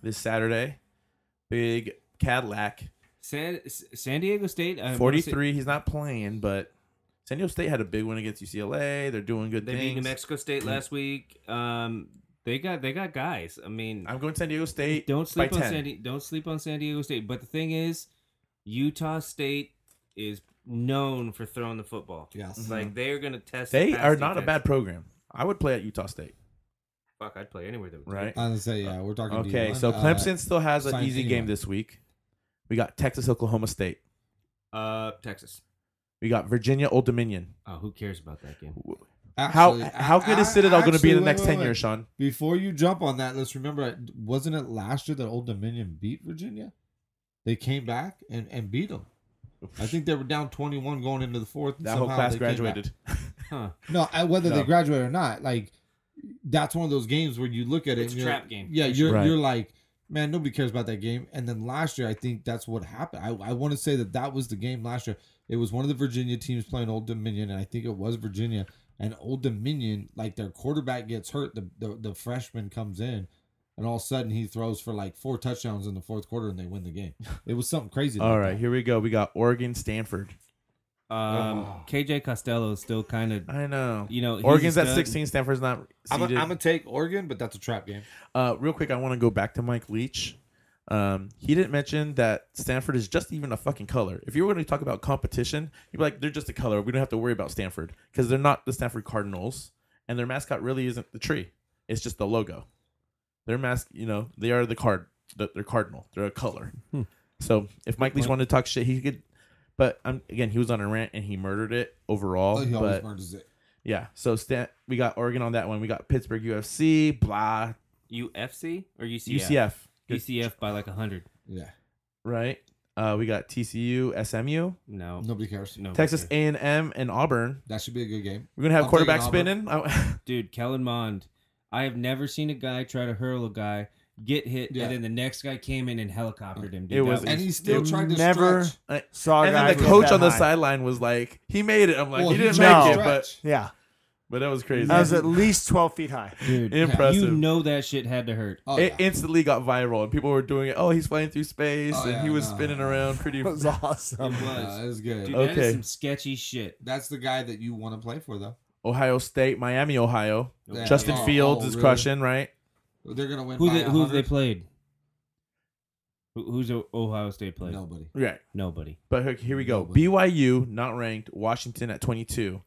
[SPEAKER 2] this Saturday. Big Cadillac,
[SPEAKER 3] San S- San Diego State. I wanna say-
[SPEAKER 2] forty-three. He's not playing, but San Diego State had a big win against UCLA. They're doing good
[SPEAKER 3] They beat New
[SPEAKER 2] things. Mm.
[SPEAKER 3] Mexico State last week. Um, they got they got guys. I mean,
[SPEAKER 2] I'm going San Diego State.
[SPEAKER 3] don't sleep
[SPEAKER 2] by
[SPEAKER 3] on
[SPEAKER 2] 10.
[SPEAKER 3] San Di- don't sleep on San Diego State. But the thing is, Utah State is known for throwing the football.
[SPEAKER 4] Yes.
[SPEAKER 3] Like they are going to test. the
[SPEAKER 2] Mm-hmm. They
[SPEAKER 3] pass
[SPEAKER 2] are not a
[SPEAKER 3] defense.
[SPEAKER 2] bad program. I would play at Utah State,
[SPEAKER 3] Fuck, I'd play anywhere. Though.
[SPEAKER 2] right?
[SPEAKER 4] I was gonna say yeah. We're talking.
[SPEAKER 2] Okay,
[SPEAKER 4] D1.
[SPEAKER 2] so
[SPEAKER 4] Uh,
[SPEAKER 2] Clemson still has an
[SPEAKER 4] sign
[SPEAKER 2] easy
[SPEAKER 4] anyone.
[SPEAKER 2] game this week. We got Texas, Oklahoma State.
[SPEAKER 3] Uh, Texas.
[SPEAKER 2] We got Virginia, Old Dominion.
[SPEAKER 3] Oh, who cares about that game?
[SPEAKER 2] How
[SPEAKER 4] actually,
[SPEAKER 2] how good is
[SPEAKER 4] I-
[SPEAKER 2] Citadel going to be in the
[SPEAKER 4] actually,
[SPEAKER 2] next
[SPEAKER 4] wait,
[SPEAKER 2] ten
[SPEAKER 4] wait,
[SPEAKER 2] years,
[SPEAKER 4] wait.
[SPEAKER 2] Sean?
[SPEAKER 4] Before you jump on that, let's remember. Wasn't it last year that Old Dominion beat Virginia? They came back and, and beat them. I think they were down twenty one going into the fourth. and
[SPEAKER 2] That whole
[SPEAKER 4] somehow
[SPEAKER 2] class
[SPEAKER 4] they came back.
[SPEAKER 2] graduated.
[SPEAKER 3] Huh?
[SPEAKER 4] No, I, whether
[SPEAKER 2] No.
[SPEAKER 4] they graduate or not, like that's one of those games where you look at it.
[SPEAKER 3] It's
[SPEAKER 4] and
[SPEAKER 3] a
[SPEAKER 4] you're-
[SPEAKER 3] trap game.
[SPEAKER 4] Yeah, you're
[SPEAKER 2] Right.
[SPEAKER 4] you're like, man, nobody cares about that game. And then last year, I think that's what happened. I, I want to say that that was the game last year. It was one of the Virginia teams playing Old Dominion, and I think it was Virginia. And Old Dominion, like their quarterback gets hurt, the the, the freshman comes in. And all of a sudden, he throws for like four touchdowns in the fourth quarter, and they win the game. It was something crazy.
[SPEAKER 2] All
[SPEAKER 4] like
[SPEAKER 2] right,
[SPEAKER 4] that.
[SPEAKER 2] here we go. We got Oregon, Stanford.
[SPEAKER 3] Um,
[SPEAKER 4] Oh.
[SPEAKER 3] KJ Costello is still kind of
[SPEAKER 2] I know.
[SPEAKER 3] you know he's
[SPEAKER 2] Oregon's
[SPEAKER 3] a
[SPEAKER 2] at
[SPEAKER 3] stud.
[SPEAKER 2] 16. Stanford's not
[SPEAKER 4] I'm
[SPEAKER 2] seeded.
[SPEAKER 4] gonna take Oregon, but that's a trap game.
[SPEAKER 2] uh, real quick, I want to go back to Mike Leach. Um, he didn't mention that Stanford is just even a fucking color. If you were going to talk about competition, you'd be like, they're just a color. We don't have to worry about Stanford because they're not the Stanford Cardinals, and their mascot really isn't the tree. It's just the logo. Their mask, you know, they are the card. The, they're cardinal. They're a color. So if Mike Leach wanted to talk shit, he could. But um, again, he was on a rant and he murdered it overall.
[SPEAKER 4] Oh, he always
[SPEAKER 2] Oh, but
[SPEAKER 4] murders it.
[SPEAKER 2] yeah, so Stan, we got Oregon on that one. We got Pittsburgh UFC, blah,
[SPEAKER 3] UFC or UCF?
[SPEAKER 2] UCF,
[SPEAKER 3] UCF by like hundred.
[SPEAKER 4] Yeah,
[SPEAKER 2] right? Uh, we got TCU, SMU,
[SPEAKER 3] No, no,
[SPEAKER 4] nobody cares.
[SPEAKER 2] Texas A&M, and Auburn.
[SPEAKER 4] That should be a good game.
[SPEAKER 2] We're gonna have
[SPEAKER 4] I'm taking
[SPEAKER 2] quarterback
[SPEAKER 4] Auburn.
[SPEAKER 2] spinning. I-
[SPEAKER 3] dude, Kellen Mond. I have never seen a guy try to hurl a guy, get hit,
[SPEAKER 4] Yeah.
[SPEAKER 3] and then the next guy came in and helicoptered him. Dude,
[SPEAKER 2] It
[SPEAKER 3] That
[SPEAKER 2] was-
[SPEAKER 4] And he still
[SPEAKER 5] Dude,
[SPEAKER 4] tried to
[SPEAKER 5] never-
[SPEAKER 4] stretch.
[SPEAKER 5] Saw a
[SPEAKER 2] and
[SPEAKER 5] guy
[SPEAKER 2] then
[SPEAKER 5] who
[SPEAKER 2] the
[SPEAKER 5] was
[SPEAKER 2] coach
[SPEAKER 5] that
[SPEAKER 2] on the
[SPEAKER 5] high.
[SPEAKER 2] sideline was like, "He made it." I'm like,
[SPEAKER 4] Well,
[SPEAKER 2] "He didn't
[SPEAKER 4] tried
[SPEAKER 2] make
[SPEAKER 4] to
[SPEAKER 2] it," but
[SPEAKER 4] stretch.
[SPEAKER 5] Yeah,
[SPEAKER 2] but that was crazy.
[SPEAKER 5] I was at least twelve feet high.
[SPEAKER 3] dude,
[SPEAKER 2] Impressive.
[SPEAKER 3] You know that shit had to hurt.
[SPEAKER 4] oh,
[SPEAKER 2] it
[SPEAKER 4] yeah.
[SPEAKER 2] instantly got viral, and people were doing it. Oh, he's flying through space,
[SPEAKER 4] Oh,
[SPEAKER 2] and
[SPEAKER 4] yeah,
[SPEAKER 2] he was
[SPEAKER 4] no.
[SPEAKER 2] spinning around pretty.
[SPEAKER 5] It was
[SPEAKER 4] Oh.
[SPEAKER 5] awesome.
[SPEAKER 3] It
[SPEAKER 4] Yeah,
[SPEAKER 3] was.
[SPEAKER 4] that was good.
[SPEAKER 3] Dude, that
[SPEAKER 2] Uh, Okay.
[SPEAKER 3] is some sketchy shit.
[SPEAKER 4] That's the guy that you want to play for, though.
[SPEAKER 2] Ohio State, Miami, Ohio.
[SPEAKER 4] Yeah.
[SPEAKER 2] Justin
[SPEAKER 4] Oh,
[SPEAKER 2] Fields
[SPEAKER 4] oh,
[SPEAKER 2] is
[SPEAKER 4] really?
[SPEAKER 2] crushing, right?
[SPEAKER 4] They're gonna win.
[SPEAKER 3] Who
[SPEAKER 4] by
[SPEAKER 3] they, who have they
[SPEAKER 4] 100.
[SPEAKER 3] played? Who, who's O- Ohio State played?
[SPEAKER 4] Nobody.
[SPEAKER 2] Right.
[SPEAKER 3] Nobody.
[SPEAKER 2] But here- here we go.
[SPEAKER 4] Nobody.
[SPEAKER 2] BYU not ranked. Washington at 22.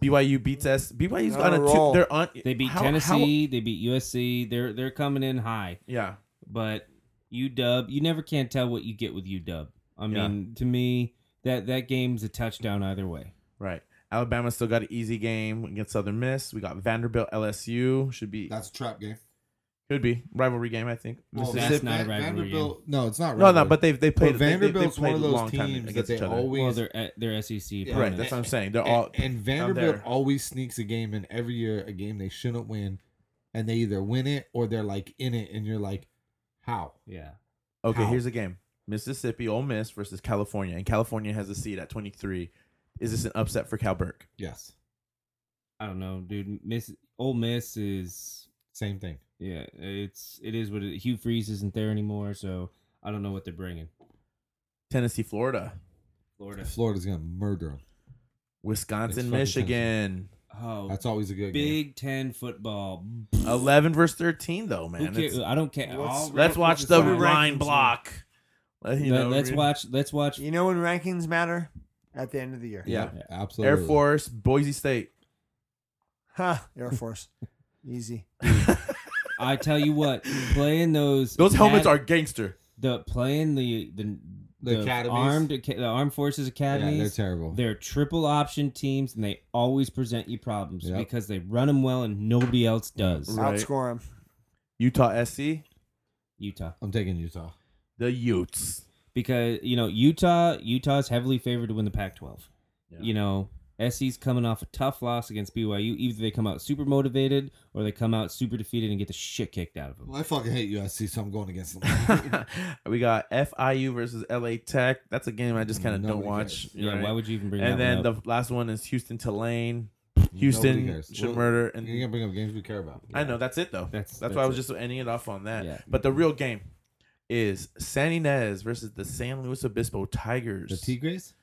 [SPEAKER 2] BYU beats us. BYU's
[SPEAKER 5] On
[SPEAKER 2] on
[SPEAKER 5] a
[SPEAKER 2] a two.
[SPEAKER 5] roll.
[SPEAKER 2] They're on.
[SPEAKER 3] They beat
[SPEAKER 2] how- how-
[SPEAKER 3] Tennessee. They beat USC. They're they're coming in high,
[SPEAKER 2] yeah.
[SPEAKER 3] but UW. You never can tell what you get with UW. I
[SPEAKER 2] Yeah.
[SPEAKER 3] mean, to me, that that game's a touchdown either way.
[SPEAKER 2] Right. Alabama still got an easy game against Southern Miss. We got Vanderbilt, LSU should be
[SPEAKER 6] That's a trap game.
[SPEAKER 2] could be rivalry game. I think
[SPEAKER 6] Well,
[SPEAKER 2] Mississippi.
[SPEAKER 3] not a
[SPEAKER 6] Van-
[SPEAKER 3] rivalry
[SPEAKER 6] Vanderbilt. No, it's not.
[SPEAKER 2] no, no,
[SPEAKER 6] rivalry.
[SPEAKER 2] but they've they played.
[SPEAKER 6] But
[SPEAKER 2] they- they- they
[SPEAKER 6] Vanderbilt's
[SPEAKER 2] played
[SPEAKER 6] one of
[SPEAKER 2] a long
[SPEAKER 6] those
[SPEAKER 2] time
[SPEAKER 6] teams that
[SPEAKER 2] against
[SPEAKER 6] they
[SPEAKER 2] each other.
[SPEAKER 6] always
[SPEAKER 3] Well, they're at their E SEC.
[SPEAKER 6] Yeah.
[SPEAKER 2] right.
[SPEAKER 3] opponent.
[SPEAKER 2] That's what I'm saying. They're
[SPEAKER 6] and,
[SPEAKER 2] all
[SPEAKER 6] and Vanderbilt
[SPEAKER 2] there.
[SPEAKER 6] always sneaks a game in every year, a game they shouldn't win, and they either win it or they're like in it, and you're like, how?
[SPEAKER 3] yeah.
[SPEAKER 2] okay.
[SPEAKER 6] how?
[SPEAKER 2] Here's a game: Mississippi Ole Miss versus California, and California has a seed at 23. Is this an upset for Cal Burke?
[SPEAKER 6] Yes,
[SPEAKER 3] I don't know, dude. Miss Ole Miss is
[SPEAKER 6] same thing.
[SPEAKER 3] yeah. It's it is what it, Hugh Freeze isn't there anymore, so I don't know what they're bringing.
[SPEAKER 2] Tennessee, Florida,
[SPEAKER 3] Florida.
[SPEAKER 6] Florida's gonna murder them.
[SPEAKER 2] Wisconsin,
[SPEAKER 6] fucking
[SPEAKER 2] Michigan.
[SPEAKER 3] Oh,
[SPEAKER 6] That's always a good game.
[SPEAKER 3] Big Ten football.
[SPEAKER 2] 11 versus 13, though,
[SPEAKER 3] Who
[SPEAKER 2] man.
[SPEAKER 3] cares?
[SPEAKER 2] It's-
[SPEAKER 3] I don't care.
[SPEAKER 5] What's-
[SPEAKER 3] All-
[SPEAKER 2] let's watch
[SPEAKER 6] Let's
[SPEAKER 2] the
[SPEAKER 6] watch the
[SPEAKER 2] line
[SPEAKER 6] rankings,
[SPEAKER 2] block. Let- you know,
[SPEAKER 3] let, us
[SPEAKER 2] re-
[SPEAKER 3] watch. Let's watch.
[SPEAKER 5] You know when rankings matter? At the end of the year.
[SPEAKER 2] Yeah.
[SPEAKER 6] Yep,
[SPEAKER 2] Air
[SPEAKER 6] absolutely.
[SPEAKER 2] Force, Boise State.
[SPEAKER 5] Ha! Air Force. Easy.
[SPEAKER 3] I tell you what, playing those
[SPEAKER 2] Those helmets
[SPEAKER 3] are.
[SPEAKER 2] are gangster.
[SPEAKER 3] the playing the the,
[SPEAKER 6] The academies.
[SPEAKER 3] armed aca- the armed forces
[SPEAKER 6] Yeah, they're
[SPEAKER 3] academies
[SPEAKER 6] terrible.
[SPEAKER 3] they're, triple option teams and they always present you problems
[SPEAKER 6] Yep.
[SPEAKER 3] because they run them well and nobody else does
[SPEAKER 2] Right.
[SPEAKER 5] Outscore them.
[SPEAKER 2] Utah SC,
[SPEAKER 3] utah
[SPEAKER 6] I'm taking Utah.
[SPEAKER 2] the Utes.
[SPEAKER 3] because you know utah utah's heavily favored to win the pac 12
[SPEAKER 2] Yeah.
[SPEAKER 3] you know SC's coming off a tough loss against BYU. Either they come out super motivated or they come out super defeated and get the shit kicked out of them.
[SPEAKER 6] Well, I fucking hate USC, so I'm going against them.
[SPEAKER 2] we got FIU versus LA Tech. That's a game I just kind of
[SPEAKER 6] Nobody
[SPEAKER 2] don't watch.
[SPEAKER 6] cares.
[SPEAKER 2] you know
[SPEAKER 3] Yeah,
[SPEAKER 2] what I
[SPEAKER 3] why
[SPEAKER 2] mean?
[SPEAKER 3] would you even bring
[SPEAKER 2] and
[SPEAKER 3] that
[SPEAKER 2] then
[SPEAKER 3] one
[SPEAKER 2] the
[SPEAKER 3] up?
[SPEAKER 2] last one is Houston Tulane.
[SPEAKER 6] Nobody
[SPEAKER 2] Houston
[SPEAKER 6] cares.
[SPEAKER 2] should
[SPEAKER 6] Well,
[SPEAKER 2] murder.
[SPEAKER 6] You're
[SPEAKER 2] And
[SPEAKER 6] gonna bring up games we care about.
[SPEAKER 2] I know that's it though. That's,
[SPEAKER 3] that's
[SPEAKER 2] why I was
[SPEAKER 3] it.
[SPEAKER 2] just ending it off on that.
[SPEAKER 3] Yeah.
[SPEAKER 2] But the real game is San Ynez versus the San Luis Obispo Tigers.
[SPEAKER 6] The Tigres.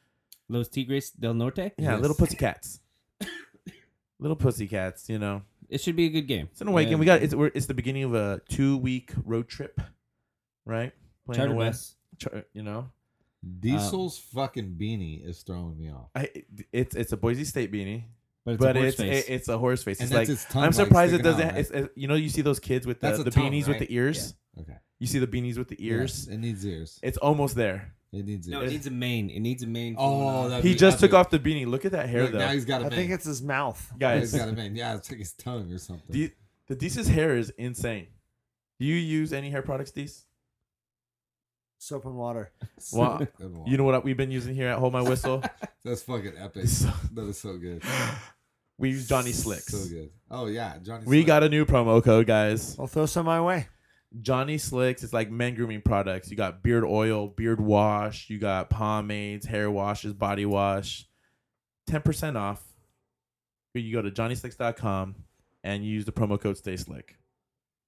[SPEAKER 3] Los Tigres del Norte.
[SPEAKER 2] yeah,
[SPEAKER 6] Yes.
[SPEAKER 2] little pussycats. little pussycats. You know,
[SPEAKER 3] It should be a good game.
[SPEAKER 2] it's an away
[SPEAKER 3] Yeah.
[SPEAKER 2] game. We got it's we're, it's the beginning of a two week road trip, right? Playing
[SPEAKER 3] Charter
[SPEAKER 2] away.
[SPEAKER 3] bus.
[SPEAKER 2] Char- you know, Um,
[SPEAKER 6] Diesel's fucking beanie is throwing me off.
[SPEAKER 2] I it's it's a Boise State beanie.
[SPEAKER 3] But it's
[SPEAKER 2] but
[SPEAKER 3] a horse
[SPEAKER 2] it's
[SPEAKER 3] face.
[SPEAKER 2] It, it's a horse face.
[SPEAKER 6] And
[SPEAKER 2] It's
[SPEAKER 6] that's
[SPEAKER 2] like
[SPEAKER 6] its tongue,
[SPEAKER 2] I'm
[SPEAKER 6] like,
[SPEAKER 2] surprised it
[SPEAKER 6] sticking out,
[SPEAKER 2] doesn't.
[SPEAKER 6] right?
[SPEAKER 2] it's, it's- you know, you see those kids with the,
[SPEAKER 6] That's a
[SPEAKER 2] the
[SPEAKER 6] tongue,
[SPEAKER 2] beanies with
[SPEAKER 6] right?
[SPEAKER 2] the ears.
[SPEAKER 6] Okay.
[SPEAKER 2] You see the beanies with the ears.
[SPEAKER 6] Yes, it needs ears.
[SPEAKER 2] It's almost there.
[SPEAKER 6] It needs
[SPEAKER 3] No,
[SPEAKER 6] ears.
[SPEAKER 3] it needs a mane. It needs a mane.
[SPEAKER 6] Oh,
[SPEAKER 3] that's
[SPEAKER 6] that'd
[SPEAKER 2] He
[SPEAKER 6] be
[SPEAKER 2] just took
[SPEAKER 6] epic.
[SPEAKER 2] off the beanie. Look at that hair
[SPEAKER 6] Look,
[SPEAKER 2] though,
[SPEAKER 6] Now he's got a
[SPEAKER 5] I
[SPEAKER 6] man.
[SPEAKER 5] think it's his mouth.
[SPEAKER 2] guys.
[SPEAKER 6] he's got a man. Yeah, it's like his tongue or something.
[SPEAKER 2] the, the Deese's hair is insane. Do you use any hair products, Deese?
[SPEAKER 5] Soap and water.
[SPEAKER 2] Well,
[SPEAKER 6] Good
[SPEAKER 2] You know what we've been using here at Hold My Whistle?
[SPEAKER 6] That's fucking epic.
[SPEAKER 2] So-
[SPEAKER 6] that is so good.
[SPEAKER 2] we use Johnny Slicks.
[SPEAKER 6] So good. Oh yeah, Johnny.
[SPEAKER 2] We
[SPEAKER 6] Slick.
[SPEAKER 2] got a new promo code, guys.
[SPEAKER 5] Well, throw some my way.
[SPEAKER 2] Johnny Slicks, it's like men grooming products. You got beard oil, beard wash, you got pomades, hair washes, body wash. 10% off. Here You go to johnnyslicks.com and use the promo code Stay Slick.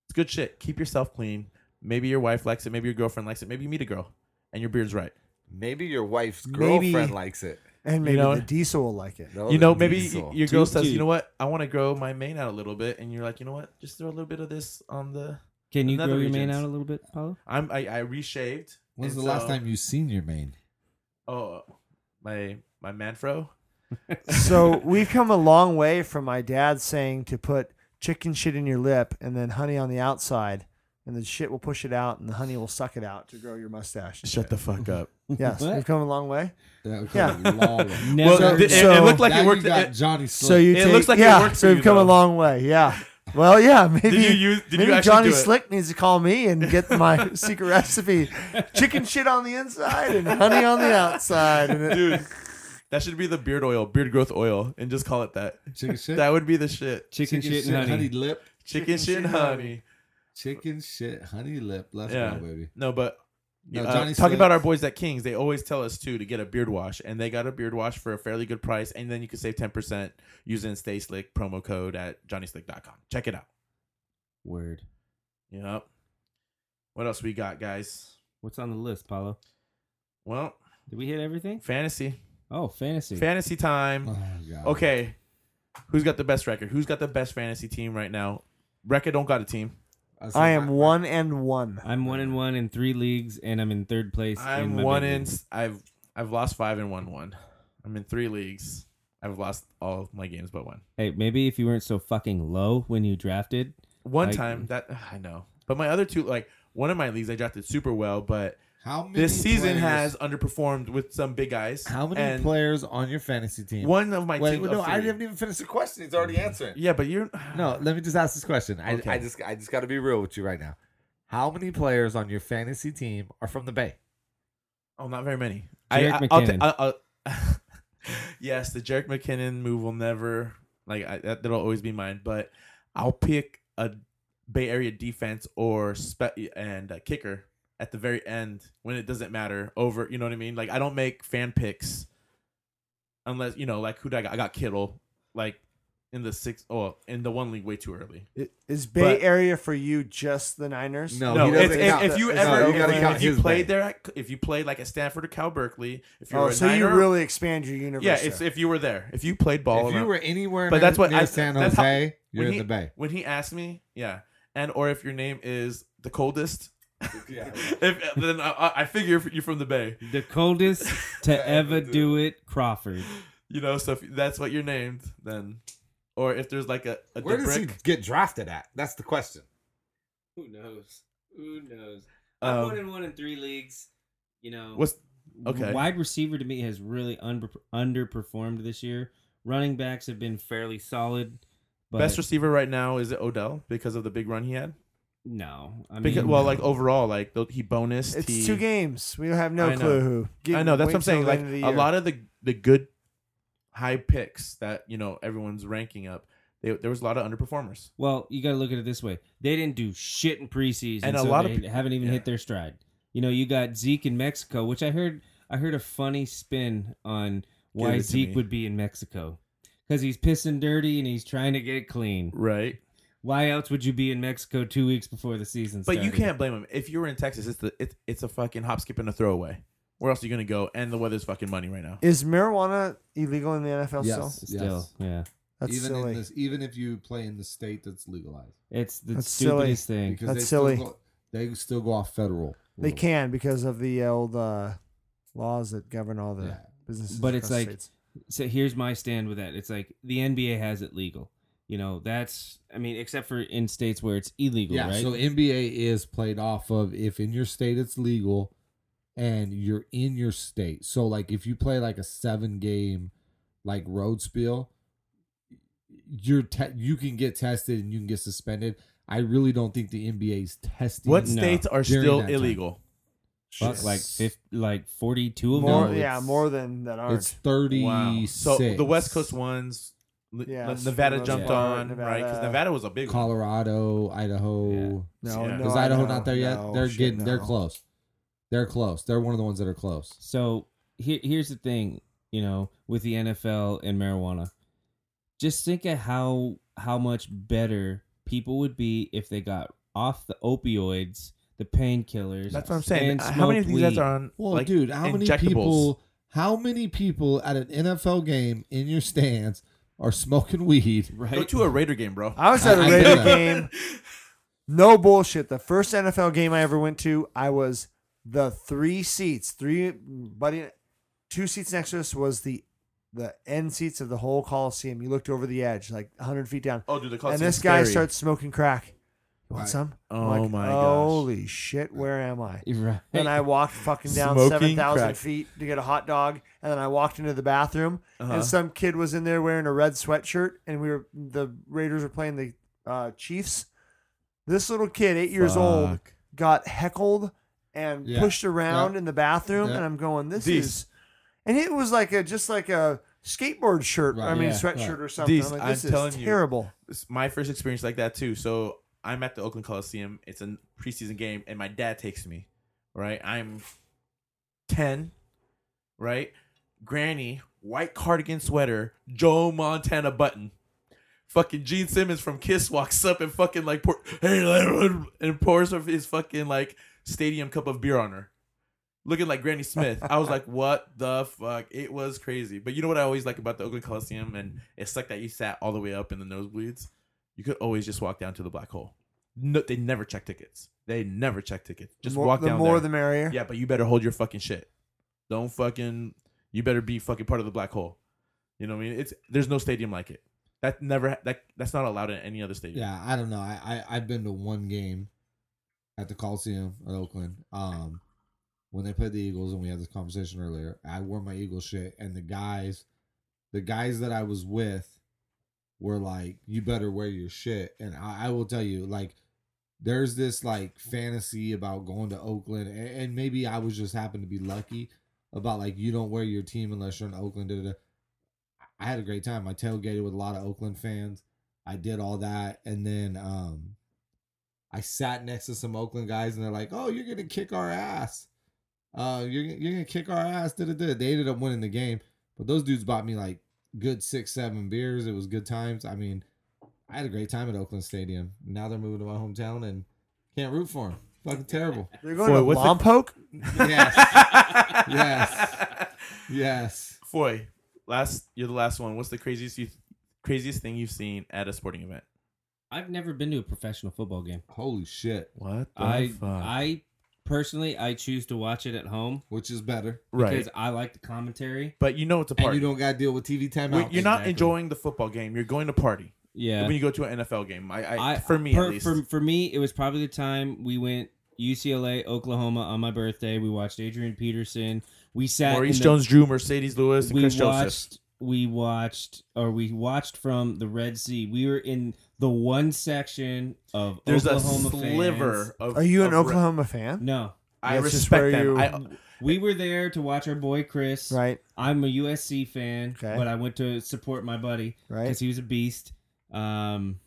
[SPEAKER 2] It's good shit. Keep yourself clean. Maybe your wife likes it. Maybe your girlfriend likes it. Maybe you meet a girl and your beard's right.
[SPEAKER 4] Maybe your wife's
[SPEAKER 5] Maybe-
[SPEAKER 4] girlfriend likes it.
[SPEAKER 5] And maybe
[SPEAKER 2] know-
[SPEAKER 5] the diesel will like it.
[SPEAKER 4] That
[SPEAKER 2] you know,
[SPEAKER 4] was
[SPEAKER 2] maybe
[SPEAKER 4] diesel.
[SPEAKER 2] your girl
[SPEAKER 3] Dude,
[SPEAKER 2] says,
[SPEAKER 3] dude.
[SPEAKER 2] you know what? I want to grow my mane out a little bit. And you're like, you know what? Just throw a little bit of this on the.
[SPEAKER 3] Can you
[SPEAKER 2] Another
[SPEAKER 3] grow your mane
[SPEAKER 2] regions.
[SPEAKER 3] out a little bit, Paulo?
[SPEAKER 2] I'm, I, I reshaved.
[SPEAKER 6] When's the
[SPEAKER 2] and
[SPEAKER 6] last
[SPEAKER 2] so-
[SPEAKER 6] time you seen your mane?
[SPEAKER 2] Oh, my, my Manfro?
[SPEAKER 5] so we've come a long way from my dad saying to put chicken shit in your lip and then honey on the outside, and the shit will push it out, and the honey will suck it out to grow your mustache.
[SPEAKER 2] Shut the fuck up.
[SPEAKER 5] Yes,
[SPEAKER 3] What?
[SPEAKER 5] we've come a long way.
[SPEAKER 6] That was
[SPEAKER 5] Yeah.
[SPEAKER 6] long.
[SPEAKER 3] Never.
[SPEAKER 2] Well, th- it-
[SPEAKER 5] So-
[SPEAKER 2] it, looked like
[SPEAKER 6] now
[SPEAKER 2] it worked.
[SPEAKER 6] You got
[SPEAKER 2] it-
[SPEAKER 6] Johnny.
[SPEAKER 5] So
[SPEAKER 6] Slick.
[SPEAKER 5] you
[SPEAKER 2] It
[SPEAKER 5] take,
[SPEAKER 2] looks like it
[SPEAKER 5] yeah.
[SPEAKER 2] worked
[SPEAKER 5] so
[SPEAKER 2] for
[SPEAKER 5] we've
[SPEAKER 2] you,
[SPEAKER 5] come a
[SPEAKER 2] though.
[SPEAKER 5] long way. Yeah. Well, yeah. Maybe
[SPEAKER 2] did you use? Did
[SPEAKER 5] maybe
[SPEAKER 2] you actually
[SPEAKER 5] Johnny
[SPEAKER 2] do it?
[SPEAKER 5] Slick needs to call me and get my secret recipe: chicken shit on the inside and honey on the outside. And it,
[SPEAKER 2] dude? That should be the beard oil, beard growth oil, and just call it that.
[SPEAKER 6] chicken shit.
[SPEAKER 2] That would be the shit.
[SPEAKER 3] chicken, shit and honey.
[SPEAKER 6] lip.
[SPEAKER 2] Chicken, shit and honey.
[SPEAKER 6] Chicken shit honey lip. Let's
[SPEAKER 2] Yeah.
[SPEAKER 6] go, baby.
[SPEAKER 2] No, but
[SPEAKER 6] No,
[SPEAKER 2] uh,
[SPEAKER 6] Johnny
[SPEAKER 2] talking about
[SPEAKER 6] Slicks.
[SPEAKER 2] our boys at Kings, they always tell us too to get a beard wash, and they got a beard wash for a fairly good price, and then you can save ten percent using Stay Slick promo code at johnnyslick.com. Check it out.
[SPEAKER 3] Word.
[SPEAKER 2] Yep. What else we got, guys?
[SPEAKER 3] What's on the list, Paulo?
[SPEAKER 2] Well,
[SPEAKER 3] Did we hit everything?
[SPEAKER 2] fantasy,
[SPEAKER 3] Oh, fantasy.
[SPEAKER 2] fantasy time.
[SPEAKER 6] Oh, God.
[SPEAKER 4] Uh-huh.
[SPEAKER 2] Okay. Who's got the best record? Who's got the best fantasy team right now? Record don't got a team.
[SPEAKER 6] said
[SPEAKER 5] I am
[SPEAKER 6] my-
[SPEAKER 5] one and one.
[SPEAKER 3] I'm one and one in three leagues, and I'm in third place. in
[SPEAKER 2] I'm
[SPEAKER 3] my
[SPEAKER 2] one
[SPEAKER 3] big
[SPEAKER 2] in
[SPEAKER 3] league.
[SPEAKER 2] I've I've lost five and won one. I'm in three leagues. I've lost all my games but one.
[SPEAKER 3] Hey, maybe if you weren't so fucking low when you drafted,
[SPEAKER 2] One
[SPEAKER 3] I-
[SPEAKER 2] time that I know. But my other two like one of my leagues I drafted super well, but
[SPEAKER 6] How many
[SPEAKER 2] This season
[SPEAKER 6] players-
[SPEAKER 2] has underperformed with some big guys.
[SPEAKER 6] how many
[SPEAKER 2] and
[SPEAKER 6] players on your fantasy team?
[SPEAKER 2] One of my
[SPEAKER 6] Wait,
[SPEAKER 2] team.
[SPEAKER 6] no,
[SPEAKER 2] of
[SPEAKER 6] I
[SPEAKER 2] three. Mm-hmm.
[SPEAKER 6] haven't
[SPEAKER 4] even finished the question. He's already answering.
[SPEAKER 2] Yeah, but you're
[SPEAKER 6] No, let me just ask this question. I,
[SPEAKER 2] Okay.
[SPEAKER 6] I
[SPEAKER 4] I just I just got to be real with you right now. How many players on your fantasy team are from the Bay?
[SPEAKER 2] Oh, not very many.
[SPEAKER 3] Jerick
[SPEAKER 2] I, I, will
[SPEAKER 3] McKinnon.
[SPEAKER 2] yes, the Jarek McKinnon move will never like I, that, that'll always be mine. But I'll pick a Bay Area defense or spe- and a kicker at the very end when it doesn't matter. Over, you know what I mean? Like I don't make fan picks unless you know, like who did I got? I got Kittle, like in the six, oh, in the one league way too early.
[SPEAKER 5] I- Is Bay
[SPEAKER 2] But-
[SPEAKER 5] Area for you just the Niners?
[SPEAKER 2] No,
[SPEAKER 4] he
[SPEAKER 2] it's-
[SPEAKER 4] doesn't
[SPEAKER 2] if,
[SPEAKER 4] count.
[SPEAKER 2] if you
[SPEAKER 5] No,
[SPEAKER 2] ever
[SPEAKER 5] you gotta
[SPEAKER 2] if,
[SPEAKER 5] count
[SPEAKER 2] if you
[SPEAKER 4] his
[SPEAKER 2] played
[SPEAKER 4] bag.
[SPEAKER 2] there, at, if you played like at Stanford or Cal Berkeley, if you were
[SPEAKER 5] Oh,
[SPEAKER 2] a
[SPEAKER 5] so you
[SPEAKER 2] Niner-
[SPEAKER 5] really expand your universe.
[SPEAKER 2] yeah,
[SPEAKER 5] there.
[SPEAKER 2] it's if you were there, if you played ball,
[SPEAKER 6] if
[SPEAKER 2] around-
[SPEAKER 6] you were anywhere,
[SPEAKER 2] But
[SPEAKER 6] near,
[SPEAKER 2] that's what
[SPEAKER 6] near
[SPEAKER 2] I-
[SPEAKER 6] San
[SPEAKER 2] that's
[SPEAKER 6] Jose.
[SPEAKER 2] how-
[SPEAKER 6] you're
[SPEAKER 2] when
[SPEAKER 6] in
[SPEAKER 2] he-
[SPEAKER 6] the Bay.
[SPEAKER 2] When he asked me, yeah, and or if your name is the coldest, if then I- I, I figure if you're from the Bay,
[SPEAKER 3] The coldest to ever do it, Crawford.
[SPEAKER 2] you know. So if that's what you're named, then, or if there's like a, a
[SPEAKER 4] Where does he
[SPEAKER 2] Debrick,
[SPEAKER 4] get drafted at? That's the question.
[SPEAKER 3] Who knows? Who knows? I'm one
[SPEAKER 2] um,
[SPEAKER 3] in one in three leagues. You know,
[SPEAKER 2] what's okay?
[SPEAKER 3] wide receiver to me has really under, underperformed this year. Running backs have been fairly solid. But
[SPEAKER 2] Best receiver right now is it Odell because of the big run he had.
[SPEAKER 3] No, I mean,
[SPEAKER 2] Because well, like oh overall, like the- he bonus.
[SPEAKER 5] It's
[SPEAKER 2] he,
[SPEAKER 5] two games. We have no
[SPEAKER 2] I know.
[SPEAKER 5] clue who. Give-
[SPEAKER 2] I know that's
[SPEAKER 5] wait
[SPEAKER 2] what I'm saying.
[SPEAKER 5] till the
[SPEAKER 2] Like
[SPEAKER 5] end
[SPEAKER 2] a
[SPEAKER 5] year.
[SPEAKER 2] lot of the the good high picks that you know everyone's ranking up. They, there was a lot of underperformers.
[SPEAKER 3] Well, you got to look at it this way: they didn't do shit in preseason,
[SPEAKER 2] And a
[SPEAKER 3] so
[SPEAKER 2] lot of
[SPEAKER 3] they
[SPEAKER 2] pe-
[SPEAKER 3] haven't even
[SPEAKER 2] yeah.
[SPEAKER 3] hit their stride. You know, you got Zeke in Mexico, which I heard. I heard a funny spin on
[SPEAKER 2] Give
[SPEAKER 3] why
[SPEAKER 2] it to me.
[SPEAKER 3] Zeke would be in Mexico because he's pissing dirty and he's trying to get clean.
[SPEAKER 2] Right.
[SPEAKER 3] Why else would you be in Mexico two weeks before the season?
[SPEAKER 2] But you
[SPEAKER 3] started?
[SPEAKER 2] can't blame him. If you were in Texas, it's the it's it's a fucking hop, skip, and a throwaway. Where else are you gonna go? And the weather's fucking money right now.
[SPEAKER 5] Is marijuana illegal in the NFL still?
[SPEAKER 6] Yes,
[SPEAKER 3] Still,
[SPEAKER 6] yes.
[SPEAKER 3] yeah,
[SPEAKER 5] That's
[SPEAKER 6] even
[SPEAKER 5] silly.
[SPEAKER 6] in this, even if you play in the state that's legalized,
[SPEAKER 3] it's the
[SPEAKER 5] That's silly.
[SPEAKER 3] stupidest thing.
[SPEAKER 6] because
[SPEAKER 5] That's
[SPEAKER 6] they still
[SPEAKER 5] silly.
[SPEAKER 6] go- they still go off federal.
[SPEAKER 5] They
[SPEAKER 6] rules.
[SPEAKER 5] can because of the old uh, laws that govern all the
[SPEAKER 6] Yeah.
[SPEAKER 5] businesses.
[SPEAKER 3] But it's
[SPEAKER 5] across the
[SPEAKER 3] like-
[SPEAKER 5] states.
[SPEAKER 3] so here's my stand with that. It's like the NBA has it legal. You know, that's I mean, except for in states where it's illegal,
[SPEAKER 6] Yeah,
[SPEAKER 3] right?
[SPEAKER 6] so NBA is played off of if in your state it's legal and you're in your state. So like if you play like a seven game like road spiel, you're te- you can get tested and you can get suspended. I really don't think the NBA's testing.
[SPEAKER 2] What
[SPEAKER 3] No.
[SPEAKER 2] states are
[SPEAKER 6] During
[SPEAKER 2] still
[SPEAKER 6] that time.
[SPEAKER 2] illegal?
[SPEAKER 3] Fuck, like fif- like forty two of
[SPEAKER 5] more,
[SPEAKER 3] them.
[SPEAKER 5] yeah,
[SPEAKER 6] it's-
[SPEAKER 5] more than that aren't.
[SPEAKER 6] It's thirty.
[SPEAKER 2] So the West Coast ones, L-
[SPEAKER 5] Yeah,
[SPEAKER 2] N- Nevada
[SPEAKER 5] Nevada,
[SPEAKER 2] jumped
[SPEAKER 5] yeah.
[SPEAKER 2] on right because
[SPEAKER 5] Nevada.
[SPEAKER 2] Nevada was a big one.
[SPEAKER 6] Colorado, Idaho.
[SPEAKER 5] no,
[SPEAKER 2] Yeah.
[SPEAKER 5] no,
[SPEAKER 6] Is
[SPEAKER 5] I
[SPEAKER 6] Idaho
[SPEAKER 5] know.
[SPEAKER 6] not there yet?
[SPEAKER 5] No,
[SPEAKER 6] they're
[SPEAKER 5] shit,
[SPEAKER 6] getting. They're
[SPEAKER 5] no.
[SPEAKER 6] close. They're close. They're one of the ones that are close.
[SPEAKER 3] So here, here's the thing, you know, with the NFL and marijuana, just think of how how much better people would be if they got off the opioids, the painkillers.
[SPEAKER 2] That's what I'm saying.
[SPEAKER 3] and
[SPEAKER 2] Uh, How many of
[SPEAKER 3] smoked
[SPEAKER 2] these guys
[SPEAKER 3] weed.
[SPEAKER 2] are on?
[SPEAKER 6] Well,
[SPEAKER 2] like,
[SPEAKER 6] dude, how many
[SPEAKER 2] injectables?
[SPEAKER 6] people? How many people at an NFL game in your stands are smoking weed?
[SPEAKER 3] right?
[SPEAKER 2] Go to a Raider game, bro.
[SPEAKER 5] I was at a
[SPEAKER 6] I- I
[SPEAKER 5] Raider
[SPEAKER 6] bet.
[SPEAKER 5] game. No bullshit. The first NFL game I ever went to, I was the three seats, three buddy, two seats next to us was the the end seats of the whole Coliseum. You looked over the edge, like 100 feet down,
[SPEAKER 2] Oh, dude, the
[SPEAKER 5] and
[SPEAKER 2] Coliseum's
[SPEAKER 5] this guy
[SPEAKER 2] scary.
[SPEAKER 5] starts smoking crack. You want
[SPEAKER 6] Right.
[SPEAKER 5] some? I'm
[SPEAKER 2] Oh my gosh.
[SPEAKER 5] Holy shit! Where am I?
[SPEAKER 3] Right.
[SPEAKER 5] Then I walked fucking down
[SPEAKER 2] Smoking
[SPEAKER 5] seven thousand
[SPEAKER 2] crack.
[SPEAKER 5] feet to get a hot dog, and then I walked into the bathroom,
[SPEAKER 2] Uh-huh.
[SPEAKER 5] and some kid was in there wearing a red sweatshirt, and we were the Raiders were playing the uh, Chiefs. This little kid, eight years old,
[SPEAKER 2] Fuck.
[SPEAKER 5] got heckled and
[SPEAKER 6] Yeah.
[SPEAKER 5] pushed around
[SPEAKER 6] Yeah.
[SPEAKER 5] in the bathroom,
[SPEAKER 6] Yeah.
[SPEAKER 5] and I'm going, this
[SPEAKER 2] These.
[SPEAKER 5] is, and it was like a just like a skateboard shirt,
[SPEAKER 6] Right.
[SPEAKER 5] I mean
[SPEAKER 6] Yeah.
[SPEAKER 5] sweatshirt
[SPEAKER 6] Right.
[SPEAKER 5] or something.
[SPEAKER 2] These,
[SPEAKER 5] I'm like,
[SPEAKER 2] I'm
[SPEAKER 5] this
[SPEAKER 2] telling
[SPEAKER 5] is
[SPEAKER 2] you.
[SPEAKER 5] terrible.
[SPEAKER 2] It's my first experience like that too. So I'm at the Oakland Coliseum. It's a preseason game, and my dad takes me. Right, I'm ten. Right, granny, white cardigan sweater, Joe Montana button. Fucking Gene Simmons from Kiss walks up and fucking like pour, hey like, and pours of his fucking like stadium cup of beer on her, looking like Granny Smith. I was like, what the fuck? It was crazy. But you know what I always like about the Oakland Coliseum, and it sucked that you sat all the way up in the nosebleeds. You could always just walk down to the black hole. No, they never check tickets. They never check tickets. Just
[SPEAKER 5] More-
[SPEAKER 2] walk
[SPEAKER 5] the
[SPEAKER 2] down
[SPEAKER 5] more
[SPEAKER 2] there.
[SPEAKER 5] the merrier.
[SPEAKER 2] Yeah, but you better hold your fucking shit. Don't fucking. You better be fucking part of the black hole. You know what I mean? It's there's no stadium like it. That never that that's not allowed in any other stadium.
[SPEAKER 6] Yeah, I don't know. I, I I've been to one game at the Coliseum at Oakland. Um,
[SPEAKER 4] when they played the Eagles, and we had this conversation earlier. I wore my Eagle shit, and the guys, the guys that I was with, were like, "You better wear your shit." And I, I will tell you, like, there's this like fantasy about going to Oakland, and, and maybe I was just happened to be lucky about like you don't wear your team unless you're in Oakland. Da, da, da. I had a great time. I tailgated with a lot of Oakland fans. I did all that, and then um, I sat next to some Oakland guys, and they're like, "Oh, you're gonna kick our ass. Uh, you're you're gonna kick our ass." Da, da, da. They ended up winning the game, but those dudes bought me like good six, seven beers. It was good times. I mean, I had a great time at Oakland Stadium. Now they're moving to my hometown, and can't root for them. Fucking terrible.
[SPEAKER 5] They're going
[SPEAKER 2] Foy,
[SPEAKER 5] to
[SPEAKER 2] what's the-
[SPEAKER 5] Lompoc.
[SPEAKER 4] yes, yes, yes.
[SPEAKER 2] Foy, last you're the last one. What's the craziest you craziest thing you've seen at a sporting event?
[SPEAKER 3] I've never been to a professional football game.
[SPEAKER 4] Holy shit!
[SPEAKER 2] What the
[SPEAKER 3] I
[SPEAKER 2] fuck?
[SPEAKER 3] I personally I choose to watch it at home
[SPEAKER 4] Which is better?
[SPEAKER 2] right.
[SPEAKER 3] because I like the commentary.
[SPEAKER 2] But you know it's a
[SPEAKER 4] And
[SPEAKER 2] party.
[SPEAKER 4] you don't got to deal with TV timeouts.
[SPEAKER 2] Well, you're not
[SPEAKER 3] Exactly.
[SPEAKER 2] enjoying the football game. You're going to party
[SPEAKER 3] Yeah.
[SPEAKER 2] when you go to an NFL game. I, I,
[SPEAKER 3] I-
[SPEAKER 2] for me
[SPEAKER 3] per-
[SPEAKER 2] at least.
[SPEAKER 3] For, for me, it was probably the time we went UCLA, Oklahoma on my birthday. We watched Adrian Peterson. We sat.
[SPEAKER 2] Maurice
[SPEAKER 3] in the-
[SPEAKER 2] Jones, Drew, Mercedes Lewis, and
[SPEAKER 3] we
[SPEAKER 2] Chris Joseph.
[SPEAKER 3] watched. We watched, or we watched from the Red Sea. We were in the one section of
[SPEAKER 2] There's
[SPEAKER 3] Oklahoma
[SPEAKER 2] a sliver
[SPEAKER 3] fans.
[SPEAKER 2] of.
[SPEAKER 5] Are you an
[SPEAKER 2] of re-
[SPEAKER 5] Oklahoma fan?
[SPEAKER 3] No,
[SPEAKER 2] I
[SPEAKER 5] That's just
[SPEAKER 2] respect
[SPEAKER 5] where
[SPEAKER 2] them.
[SPEAKER 5] you-
[SPEAKER 2] I,
[SPEAKER 3] we were there to watch our boy Chris.
[SPEAKER 5] Right,
[SPEAKER 3] I'm a USC fan,
[SPEAKER 5] Okay.
[SPEAKER 3] but I went to support my buddy
[SPEAKER 5] right.
[SPEAKER 3] because he was a beast. Um,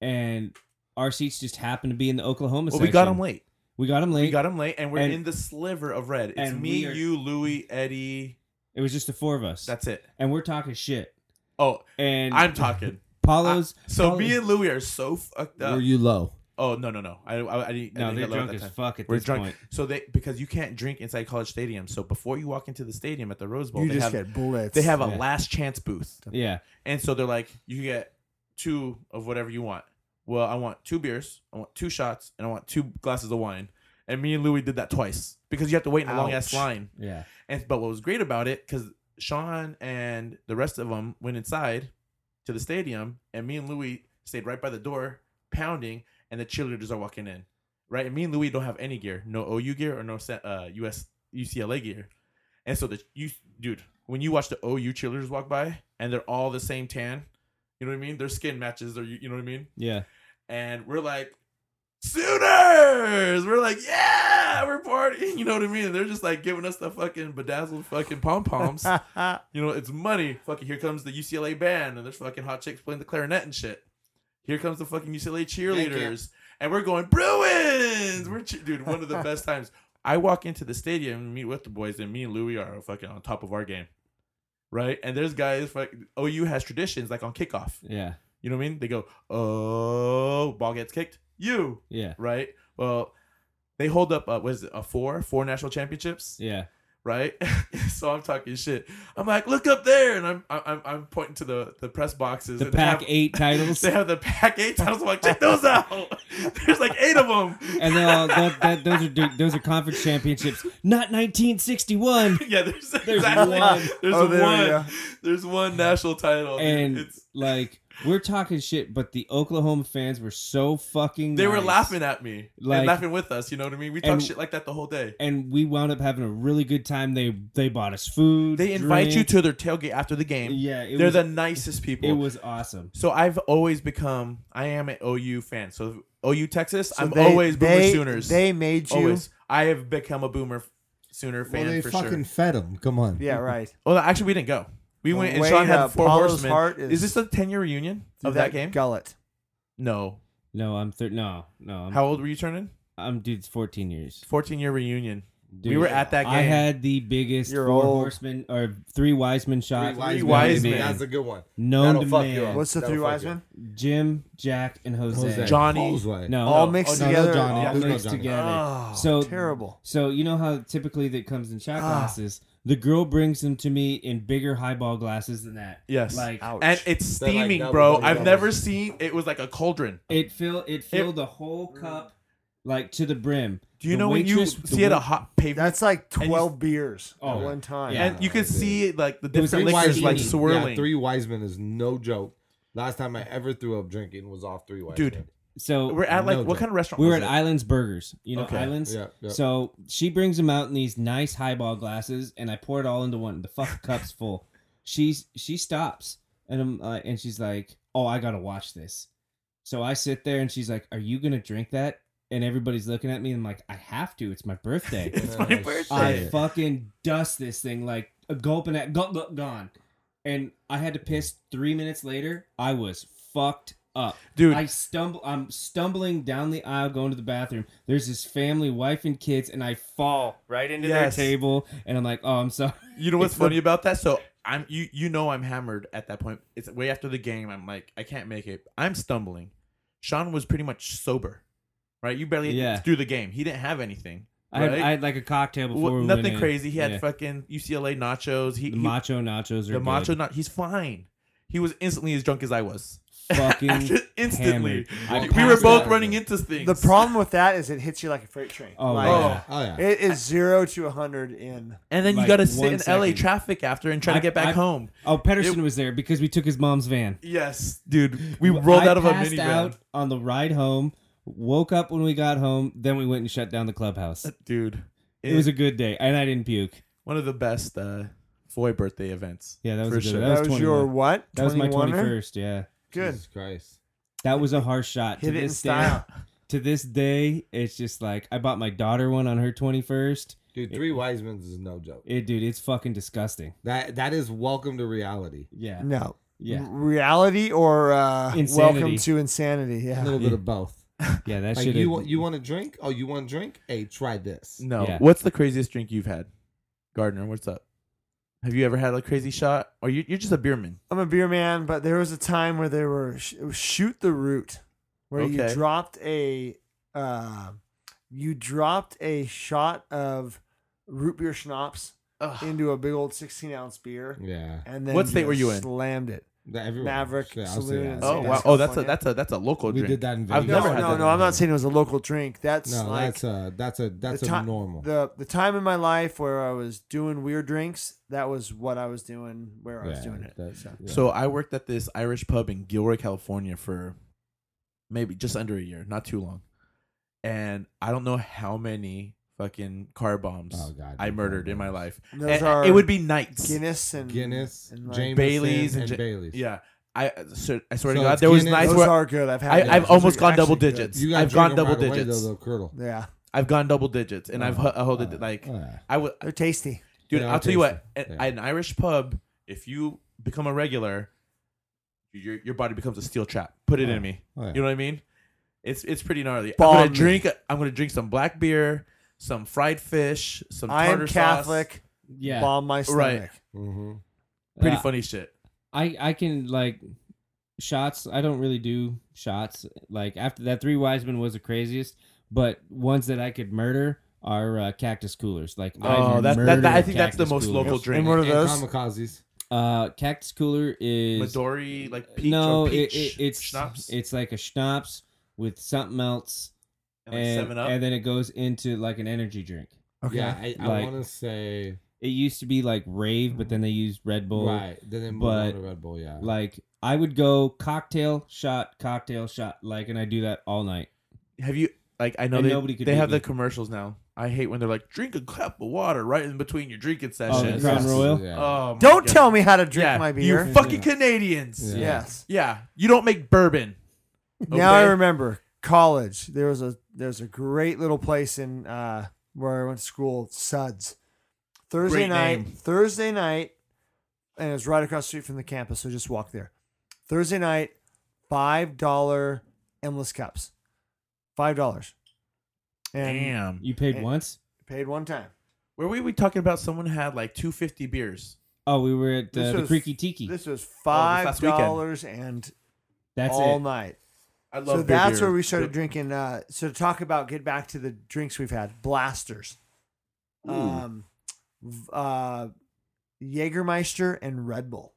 [SPEAKER 3] and our seats just happened to be in the Oklahoma
[SPEAKER 2] well,
[SPEAKER 3] section.
[SPEAKER 2] we got him late.
[SPEAKER 3] We got him late.
[SPEAKER 2] We got him late, and we're
[SPEAKER 3] And-
[SPEAKER 2] in the sliver of red. It's
[SPEAKER 3] and
[SPEAKER 2] me,
[SPEAKER 3] we are-
[SPEAKER 2] you, Louie, Eddie.
[SPEAKER 3] It was just the four of us.
[SPEAKER 2] That's it.
[SPEAKER 3] and we're talking shit.
[SPEAKER 2] Oh,
[SPEAKER 3] And
[SPEAKER 2] I'm talking.
[SPEAKER 3] Paulo's.
[SPEAKER 2] So
[SPEAKER 3] Paulo's-
[SPEAKER 2] me and Louie are so fucked up.
[SPEAKER 4] Were you low?
[SPEAKER 2] Oh no no no! I I,
[SPEAKER 3] no,
[SPEAKER 2] I didn't. I didn't
[SPEAKER 3] they're
[SPEAKER 2] get low at
[SPEAKER 3] drunk
[SPEAKER 2] that
[SPEAKER 3] as
[SPEAKER 2] time.
[SPEAKER 3] fuck at
[SPEAKER 2] We're
[SPEAKER 3] this
[SPEAKER 2] drunk.
[SPEAKER 3] point.
[SPEAKER 2] So they because you can't drink inside college stadiums. So before you walk into the stadium at the Rose Bowl,
[SPEAKER 5] you
[SPEAKER 2] they
[SPEAKER 5] just
[SPEAKER 2] have
[SPEAKER 5] get bullets.
[SPEAKER 2] they have a
[SPEAKER 3] Yeah.
[SPEAKER 2] last chance booth,
[SPEAKER 3] Yeah,
[SPEAKER 2] and so they're like, you get two of whatever you want. Well, I want two beers, I want two shots, and I want two glasses of wine. And me and Louie did that twice because you have to wait in a long ass
[SPEAKER 5] Ouch.
[SPEAKER 2] line.
[SPEAKER 3] yeah.
[SPEAKER 2] And but what was great about it because Sean and the rest of them went inside to the stadium, and me and Louis stayed right by the door, pounding, and the cheerleaders are walking in, right? And me and Louis don't have any gear, no OU gear or no sa- uh, US UCLA gear, and so the you dude, when you watch the OU cheerleaders walk by, and they're all the same tan, you know what I mean? Their skin matches, their you know what I mean?
[SPEAKER 3] Yeah,
[SPEAKER 2] and we're like Sooners! We're like, yeah, we're partying. You know what I mean? They're just like giving us the fucking bedazzled fucking pom poms. you know, it's money. Fucking here comes the UCLA band, and there's fucking hot chicks playing the clarinet and shit. Here comes the fucking UCLA cheerleaders, and we're going Bruins. We're che- dude, one of the best times. I walk into the stadium and meet with the boys, and me and Louie are fucking on top of our game, right? And there's guys like OU has traditions like on kickoff.
[SPEAKER 3] yeah,
[SPEAKER 2] You know what I mean? They go, oh, ball gets kicked. You
[SPEAKER 3] yeah,
[SPEAKER 2] right? Well, they hold up. Uh, was it a four, four national championships,
[SPEAKER 3] yeah.
[SPEAKER 2] right? so I'm talking shit. I'm like, look up there, and I'm I'm I'm pointing to the the press boxes.
[SPEAKER 3] The
[SPEAKER 2] and they
[SPEAKER 3] Pac
[SPEAKER 2] have-
[SPEAKER 3] Eight titles,
[SPEAKER 2] They have the pack eight titles. I'm like, check those out. There's like eight of them.
[SPEAKER 3] and then all that, that, those are du- those are conference championships. Not 1961.
[SPEAKER 2] yeah, there's,
[SPEAKER 3] There's
[SPEAKER 2] exactly.
[SPEAKER 3] one.
[SPEAKER 2] There's
[SPEAKER 5] Oh, there we
[SPEAKER 2] one.
[SPEAKER 5] go.
[SPEAKER 2] There's one national title,
[SPEAKER 3] And
[SPEAKER 2] It's,
[SPEAKER 3] like we're talking shit, but the Oklahoma fans were so fucking.
[SPEAKER 2] they were
[SPEAKER 3] nice.
[SPEAKER 2] laughing at me
[SPEAKER 3] Like-
[SPEAKER 2] and laughing with us. You know what I mean? We talked
[SPEAKER 3] And-
[SPEAKER 2] shit like that the whole day.
[SPEAKER 3] and we wound up having a really good time. They they bought us food.
[SPEAKER 2] They invite you
[SPEAKER 3] drink.
[SPEAKER 2] to their tailgate after the game.
[SPEAKER 3] Yeah, it
[SPEAKER 2] They're
[SPEAKER 3] was,
[SPEAKER 2] the nicest people.
[SPEAKER 3] It was awesome.
[SPEAKER 2] so I've always become I am an OU fan. So OU Texas,
[SPEAKER 5] So
[SPEAKER 2] I'm
[SPEAKER 5] they-
[SPEAKER 2] always Boomer
[SPEAKER 5] they-
[SPEAKER 2] Sooners.
[SPEAKER 5] They made you.
[SPEAKER 2] always. I have become a Boomer Sooner fan
[SPEAKER 4] well, they
[SPEAKER 2] for
[SPEAKER 4] fucking
[SPEAKER 2] sure.
[SPEAKER 4] fed him. Come on.
[SPEAKER 5] Yeah, right.
[SPEAKER 2] Oh, no, actually, we didn't go. We went and
[SPEAKER 5] Way
[SPEAKER 2] Sean had
[SPEAKER 5] to
[SPEAKER 2] the four
[SPEAKER 5] Paulo's
[SPEAKER 2] horsemen.
[SPEAKER 5] heart
[SPEAKER 2] is,
[SPEAKER 5] is-
[SPEAKER 2] this the 10 year reunion
[SPEAKER 5] Through
[SPEAKER 2] of that, game?
[SPEAKER 5] Gullet.
[SPEAKER 2] No.
[SPEAKER 3] No, I'm thir- no no. I'm,
[SPEAKER 2] How old were you turning?
[SPEAKER 3] I'm dude's 14 years.
[SPEAKER 2] 14 year reunion.
[SPEAKER 3] Dude,
[SPEAKER 2] we were at that game.
[SPEAKER 3] I had the biggest
[SPEAKER 5] You're
[SPEAKER 3] four
[SPEAKER 5] old.
[SPEAKER 3] horsemen or three wise men shot
[SPEAKER 2] wise
[SPEAKER 4] wise
[SPEAKER 2] men.
[SPEAKER 4] men. That's a good one.
[SPEAKER 3] known to
[SPEAKER 4] That'll fuck you
[SPEAKER 3] man.
[SPEAKER 4] up.
[SPEAKER 5] What's the
[SPEAKER 4] That'll
[SPEAKER 5] three
[SPEAKER 4] fuck
[SPEAKER 5] wise
[SPEAKER 4] you.
[SPEAKER 5] men?
[SPEAKER 3] Jim, Jack, and Jose.
[SPEAKER 2] Johnny.
[SPEAKER 4] Hoseway.
[SPEAKER 3] No,
[SPEAKER 5] All
[SPEAKER 2] no.
[SPEAKER 5] mixed
[SPEAKER 4] Oh, no, no,
[SPEAKER 5] together.
[SPEAKER 4] Johnny.
[SPEAKER 5] all
[SPEAKER 2] Yeah,
[SPEAKER 3] all
[SPEAKER 4] there's no
[SPEAKER 3] mixed
[SPEAKER 4] Johnny.
[SPEAKER 3] together.
[SPEAKER 2] Oh,
[SPEAKER 3] so
[SPEAKER 5] terrible.
[SPEAKER 3] So you know how typically that comes in shot
[SPEAKER 5] Ah.
[SPEAKER 3] glasses. The girl brings them to me in bigger highball glasses than that.
[SPEAKER 2] Yes.
[SPEAKER 3] Like
[SPEAKER 5] Oh, Ouch.
[SPEAKER 2] and it's
[SPEAKER 4] They're like
[SPEAKER 2] steaming,
[SPEAKER 4] double,
[SPEAKER 2] bro.
[SPEAKER 4] double,
[SPEAKER 2] I've
[SPEAKER 4] double.
[SPEAKER 2] never seen it was like a cauldron.
[SPEAKER 3] it filled it filled the whole cup like to the brim.
[SPEAKER 2] Do you
[SPEAKER 3] The
[SPEAKER 2] know when you
[SPEAKER 3] waitress- the
[SPEAKER 2] see it a
[SPEAKER 3] wait-
[SPEAKER 2] hot pavement
[SPEAKER 5] That's like
[SPEAKER 2] And you-
[SPEAKER 5] 12 beers
[SPEAKER 3] Oh,
[SPEAKER 5] at one time.
[SPEAKER 3] yeah.
[SPEAKER 2] and you can
[SPEAKER 4] dude.
[SPEAKER 2] see like the
[SPEAKER 3] It was
[SPEAKER 2] different
[SPEAKER 3] like
[SPEAKER 2] liquors
[SPEAKER 3] Wiseman.
[SPEAKER 2] like
[SPEAKER 3] Yeah,
[SPEAKER 2] swirling.
[SPEAKER 4] Yeah, three wise men is no joke. Last time I ever threw up drinking was off three wise
[SPEAKER 2] Dude,
[SPEAKER 4] men.
[SPEAKER 3] so
[SPEAKER 2] We're at like
[SPEAKER 6] No
[SPEAKER 2] what
[SPEAKER 6] joke.
[SPEAKER 2] kind of restaurant?
[SPEAKER 3] we were
[SPEAKER 2] was
[SPEAKER 3] at
[SPEAKER 2] it?
[SPEAKER 3] Islands Burgers. You know,
[SPEAKER 2] Okay.
[SPEAKER 3] Islands.
[SPEAKER 6] Yeah, yeah.
[SPEAKER 3] So she brings them out in these nice highball glasses, and I pour it all into one. The fuck cup's full. She's she stops, and I'm uh, and she's like, "Oh, I gotta watch this." So I sit there, and she's like, "Are you gonna drink that?" And everybody's looking at me, and I'm like, "I have to. It's my birthday."
[SPEAKER 2] It's my
[SPEAKER 6] Oh,
[SPEAKER 2] birthday.
[SPEAKER 3] I fucking dust this thing like a gulp and that gulp, gulp, gone. And I had to piss three minutes later. I was fucked up.
[SPEAKER 2] Dude,
[SPEAKER 3] I stumble. I'm stumbling down the aisle going to the bathroom. There's this family, wife and kids, and I fall right into
[SPEAKER 2] Yes.
[SPEAKER 3] their table. And I'm like, oh, I'm sorry.
[SPEAKER 2] You know what's funny about that? So I'm you you know I'm hammered at that point. It's way after the game. I'm like I can't make it. I'm stumbling. Sean was pretty much sober, right? You barely
[SPEAKER 3] Yeah.
[SPEAKER 2] through the game. He didn't have anything.
[SPEAKER 3] I, had,
[SPEAKER 2] Right?
[SPEAKER 3] I had like a cocktail before.
[SPEAKER 2] Well,
[SPEAKER 3] we went
[SPEAKER 2] nothing
[SPEAKER 3] in.
[SPEAKER 2] crazy. He had
[SPEAKER 3] Yeah.
[SPEAKER 2] fucking UCLA nachos. He
[SPEAKER 3] the
[SPEAKER 2] he-
[SPEAKER 3] macho nachos. Are
[SPEAKER 2] the macho not. He's fine. He was instantly as drunk as I was.
[SPEAKER 3] fucking
[SPEAKER 2] After- instantly,
[SPEAKER 3] hammered. I
[SPEAKER 2] we were
[SPEAKER 3] passed
[SPEAKER 2] both
[SPEAKER 3] out.
[SPEAKER 2] running into things.
[SPEAKER 5] The problem with that is it hits you like a freight train.
[SPEAKER 3] Oh,
[SPEAKER 5] like,
[SPEAKER 3] yeah.
[SPEAKER 6] Oh yeah.
[SPEAKER 5] It is zero to a hundred in.
[SPEAKER 2] and then you
[SPEAKER 3] like,
[SPEAKER 2] got to sit
[SPEAKER 3] one
[SPEAKER 2] in LA
[SPEAKER 3] second.
[SPEAKER 2] traffic after and try
[SPEAKER 3] I-
[SPEAKER 2] to get back
[SPEAKER 3] I-
[SPEAKER 2] home.
[SPEAKER 3] Oh, Pedersen was there because we took his mom's van.
[SPEAKER 2] Yes, dude, we rolled
[SPEAKER 3] I
[SPEAKER 2] out of a
[SPEAKER 3] passed
[SPEAKER 2] minivan.
[SPEAKER 3] out on the ride home. Woke up when we got home. Then we went and shut down the clubhouse.
[SPEAKER 2] dude.
[SPEAKER 3] It was a good day, and I didn't puke.
[SPEAKER 2] one of the best uh, Foy birthday events.
[SPEAKER 3] Yeah, that was
[SPEAKER 2] For
[SPEAKER 3] a good.
[SPEAKER 2] sure.
[SPEAKER 3] That,
[SPEAKER 5] That
[SPEAKER 3] was,
[SPEAKER 5] was, your
[SPEAKER 3] 21.
[SPEAKER 5] what?
[SPEAKER 3] That was my
[SPEAKER 2] er?
[SPEAKER 5] 21er?
[SPEAKER 3] twenty-first. Yeah,
[SPEAKER 5] Good.
[SPEAKER 6] Jesus Christ.
[SPEAKER 3] that was a harsh shot.
[SPEAKER 5] Hit
[SPEAKER 3] to
[SPEAKER 5] it in
[SPEAKER 3] this day,
[SPEAKER 5] style.
[SPEAKER 3] to this day, it's just like I bought my daughter one on her twenty-first.
[SPEAKER 6] Dude, three Wisemans is no joke.
[SPEAKER 3] It, dude, it's fucking disgusting.
[SPEAKER 6] That that is welcome to reality.
[SPEAKER 3] Yeah,
[SPEAKER 2] Mm-hmm.
[SPEAKER 5] No.
[SPEAKER 3] yeah,
[SPEAKER 5] Reality or uh, welcome
[SPEAKER 3] Insanity.
[SPEAKER 5] to insanity.
[SPEAKER 6] A
[SPEAKER 5] Yeah.
[SPEAKER 6] little bit of both.
[SPEAKER 3] yeah. That
[SPEAKER 6] Like
[SPEAKER 3] should
[SPEAKER 6] you want you want to drink? Oh, you want to drink? Hey, try this.
[SPEAKER 2] No,
[SPEAKER 3] Yeah.
[SPEAKER 2] what's the craziest drink you've had, Gardner? What's up? Have you ever had a crazy shot, or you, you're just a beerman?
[SPEAKER 5] I'm a beer man, but there was a time where there were sh- it was shoot the root, where you
[SPEAKER 2] Okay.
[SPEAKER 5] dropped a uh, you dropped a shot of root beer schnapps
[SPEAKER 2] Ugh.
[SPEAKER 5] into a big old 16 ounce beer,
[SPEAKER 6] Yeah.
[SPEAKER 5] and then
[SPEAKER 2] What state were
[SPEAKER 5] just
[SPEAKER 2] you in?
[SPEAKER 5] Slammed it.
[SPEAKER 6] That- everyone-
[SPEAKER 5] Maverick
[SPEAKER 6] Yeah, I'll say
[SPEAKER 5] Saloon
[SPEAKER 6] that.
[SPEAKER 5] and
[SPEAKER 2] Oh
[SPEAKER 5] That's
[SPEAKER 2] wow! Oh, that's a
[SPEAKER 5] California.
[SPEAKER 2] that's a that's a local
[SPEAKER 6] We
[SPEAKER 2] drink.
[SPEAKER 6] did that in
[SPEAKER 2] I've
[SPEAKER 6] Vegas.
[SPEAKER 5] No,
[SPEAKER 2] never had
[SPEAKER 5] no,
[SPEAKER 2] that
[SPEAKER 5] no. I'm not saying it was a local drink. That's
[SPEAKER 6] No,
[SPEAKER 5] like
[SPEAKER 2] uh,
[SPEAKER 6] that's a that's a that's
[SPEAKER 5] the
[SPEAKER 6] a
[SPEAKER 5] ti-
[SPEAKER 6] normal.
[SPEAKER 5] The the time in my life where I was doing weird drinks, that was what I was doing. Where I was
[SPEAKER 6] Yeah,
[SPEAKER 5] doing it.
[SPEAKER 6] that-
[SPEAKER 5] so.
[SPEAKER 6] yeah.
[SPEAKER 2] So I worked at this Irish pub in Gilroy, California for maybe just under a year, not too long. And I don't know how many fucking car bombs
[SPEAKER 6] Oh, God,
[SPEAKER 2] I
[SPEAKER 6] dude,
[SPEAKER 2] murdered in my
[SPEAKER 6] bombs.
[SPEAKER 2] life.
[SPEAKER 5] And
[SPEAKER 2] And it would be nights.
[SPEAKER 5] Guinness and
[SPEAKER 6] Guinness,
[SPEAKER 5] and like-
[SPEAKER 6] Jameson,
[SPEAKER 2] Bailey's and
[SPEAKER 6] and,
[SPEAKER 2] Ja-
[SPEAKER 6] Bailey's.
[SPEAKER 2] Yeah. I I swear I swear to
[SPEAKER 6] So
[SPEAKER 2] God,
[SPEAKER 6] it's
[SPEAKER 2] there was
[SPEAKER 6] Guinness-
[SPEAKER 2] nights
[SPEAKER 5] Those
[SPEAKER 2] where
[SPEAKER 5] are good. I've had.
[SPEAKER 2] I-
[SPEAKER 5] those.
[SPEAKER 2] I've
[SPEAKER 5] Those
[SPEAKER 2] almost
[SPEAKER 5] are
[SPEAKER 2] gone double
[SPEAKER 5] actually good.
[SPEAKER 2] digits.
[SPEAKER 6] You gotta
[SPEAKER 2] I've
[SPEAKER 6] drink
[SPEAKER 2] gone
[SPEAKER 6] 'em
[SPEAKER 2] double
[SPEAKER 6] right away,
[SPEAKER 2] digits.
[SPEAKER 6] though, though, curdle.
[SPEAKER 5] Yeah,
[SPEAKER 2] I've gone double digits, and I've
[SPEAKER 6] Uh,
[SPEAKER 2] I hold it like
[SPEAKER 6] uh,
[SPEAKER 2] I would,
[SPEAKER 5] they're tasty.
[SPEAKER 2] dude.
[SPEAKER 6] They are
[SPEAKER 2] I'll tell you what, at,
[SPEAKER 6] tasty. Yeah.
[SPEAKER 2] at an Irish pub, if you become a regular, your your body becomes a steel trap. Put it
[SPEAKER 6] Oh,
[SPEAKER 2] in me.
[SPEAKER 6] oh, yeah.
[SPEAKER 2] You know what I mean? It's it's pretty gnarly. I'm
[SPEAKER 5] Bomb
[SPEAKER 2] gonna
[SPEAKER 5] me.
[SPEAKER 2] drink. I'm gonna drink some black beer, some fried fish, some
[SPEAKER 5] I
[SPEAKER 2] tartar
[SPEAKER 5] am
[SPEAKER 2] sauce.
[SPEAKER 5] Catholic.
[SPEAKER 3] yeah.
[SPEAKER 5] Bomb my stomach.
[SPEAKER 2] Right.
[SPEAKER 5] Mm-hmm.
[SPEAKER 6] hmm
[SPEAKER 2] Pretty
[SPEAKER 3] Uh,
[SPEAKER 2] funny shit.
[SPEAKER 3] I I can like shots. I don't really do shots. Like after that, three Wiseman was the craziest, but ones that I could murder are uh, cactus coolers. Like
[SPEAKER 2] Oh,
[SPEAKER 3] I
[SPEAKER 2] that, that,
[SPEAKER 3] murdered
[SPEAKER 2] that I think that's the
[SPEAKER 3] cactus
[SPEAKER 2] most
[SPEAKER 3] coolers.
[SPEAKER 2] local
[SPEAKER 5] And
[SPEAKER 2] drink.
[SPEAKER 5] what are
[SPEAKER 6] And
[SPEAKER 5] those?
[SPEAKER 6] kamikazes.
[SPEAKER 3] Uh, cactus cooler is
[SPEAKER 2] Midori, like peach
[SPEAKER 3] Uh, no,
[SPEAKER 2] or
[SPEAKER 3] it,
[SPEAKER 2] peach
[SPEAKER 3] it, it's
[SPEAKER 2] schnapps
[SPEAKER 3] It's like a schnapps with something else,
[SPEAKER 2] and, like
[SPEAKER 3] and,
[SPEAKER 2] Seven Up.
[SPEAKER 3] and then it goes into like an energy drink.
[SPEAKER 5] Okay.
[SPEAKER 6] Yeah, I, I
[SPEAKER 3] Like-
[SPEAKER 6] want to say
[SPEAKER 3] It used to be like rave, but then they used Red Bull.
[SPEAKER 6] right. Then they moved
[SPEAKER 3] but,
[SPEAKER 6] on to Red Bull. Yeah.
[SPEAKER 3] Like I would go cocktail shot, cocktail shot, like, and I do that all night.
[SPEAKER 2] Have you like I know
[SPEAKER 3] And
[SPEAKER 2] they
[SPEAKER 3] nobody could
[SPEAKER 2] they
[SPEAKER 3] beat
[SPEAKER 2] have
[SPEAKER 3] me.
[SPEAKER 2] the commercials now. I hate when they're like drink a cup of water right in between your drinking
[SPEAKER 3] Oh,
[SPEAKER 2] sessions.
[SPEAKER 3] Crown
[SPEAKER 6] Yes.
[SPEAKER 3] Royal?
[SPEAKER 6] Yeah.
[SPEAKER 2] Oh, my
[SPEAKER 5] Don't
[SPEAKER 2] God.
[SPEAKER 5] tell me how to drink
[SPEAKER 2] yeah,
[SPEAKER 5] my beer.
[SPEAKER 2] You fucking Canadians.
[SPEAKER 6] Yeah.
[SPEAKER 2] Yeah.
[SPEAKER 5] yes.
[SPEAKER 2] you don't make bourbon.
[SPEAKER 5] Now I
[SPEAKER 2] Okay.
[SPEAKER 5] remember college. There was a there's a great little place in uh, where I went to school, Suds. Thursday
[SPEAKER 2] Great
[SPEAKER 5] night,
[SPEAKER 2] name.
[SPEAKER 5] Thursday night, and it was right across the street from the campus, so just walk there. Thursday night, five dollar endless cups, five dollars, and
[SPEAKER 2] Damn.
[SPEAKER 3] You paid
[SPEAKER 5] And-
[SPEAKER 3] once?
[SPEAKER 5] paid one time.
[SPEAKER 2] Where were we talking about? Someone had like two fifty beers.
[SPEAKER 3] Oh, we were at
[SPEAKER 5] This
[SPEAKER 3] uh, the
[SPEAKER 5] was-
[SPEAKER 3] Creaky Tiki.
[SPEAKER 5] This was
[SPEAKER 2] Oh, last
[SPEAKER 5] five
[SPEAKER 2] weekend.
[SPEAKER 5] dollars and
[SPEAKER 3] That's
[SPEAKER 5] all
[SPEAKER 3] it.
[SPEAKER 5] night.
[SPEAKER 2] I love.
[SPEAKER 5] So
[SPEAKER 2] big
[SPEAKER 5] that's
[SPEAKER 2] beer.
[SPEAKER 5] where we started drinking. Uh, so to talk about, get back to the drinks we've had. Blasters, um, v- uh, Jägermeister and Red Bull,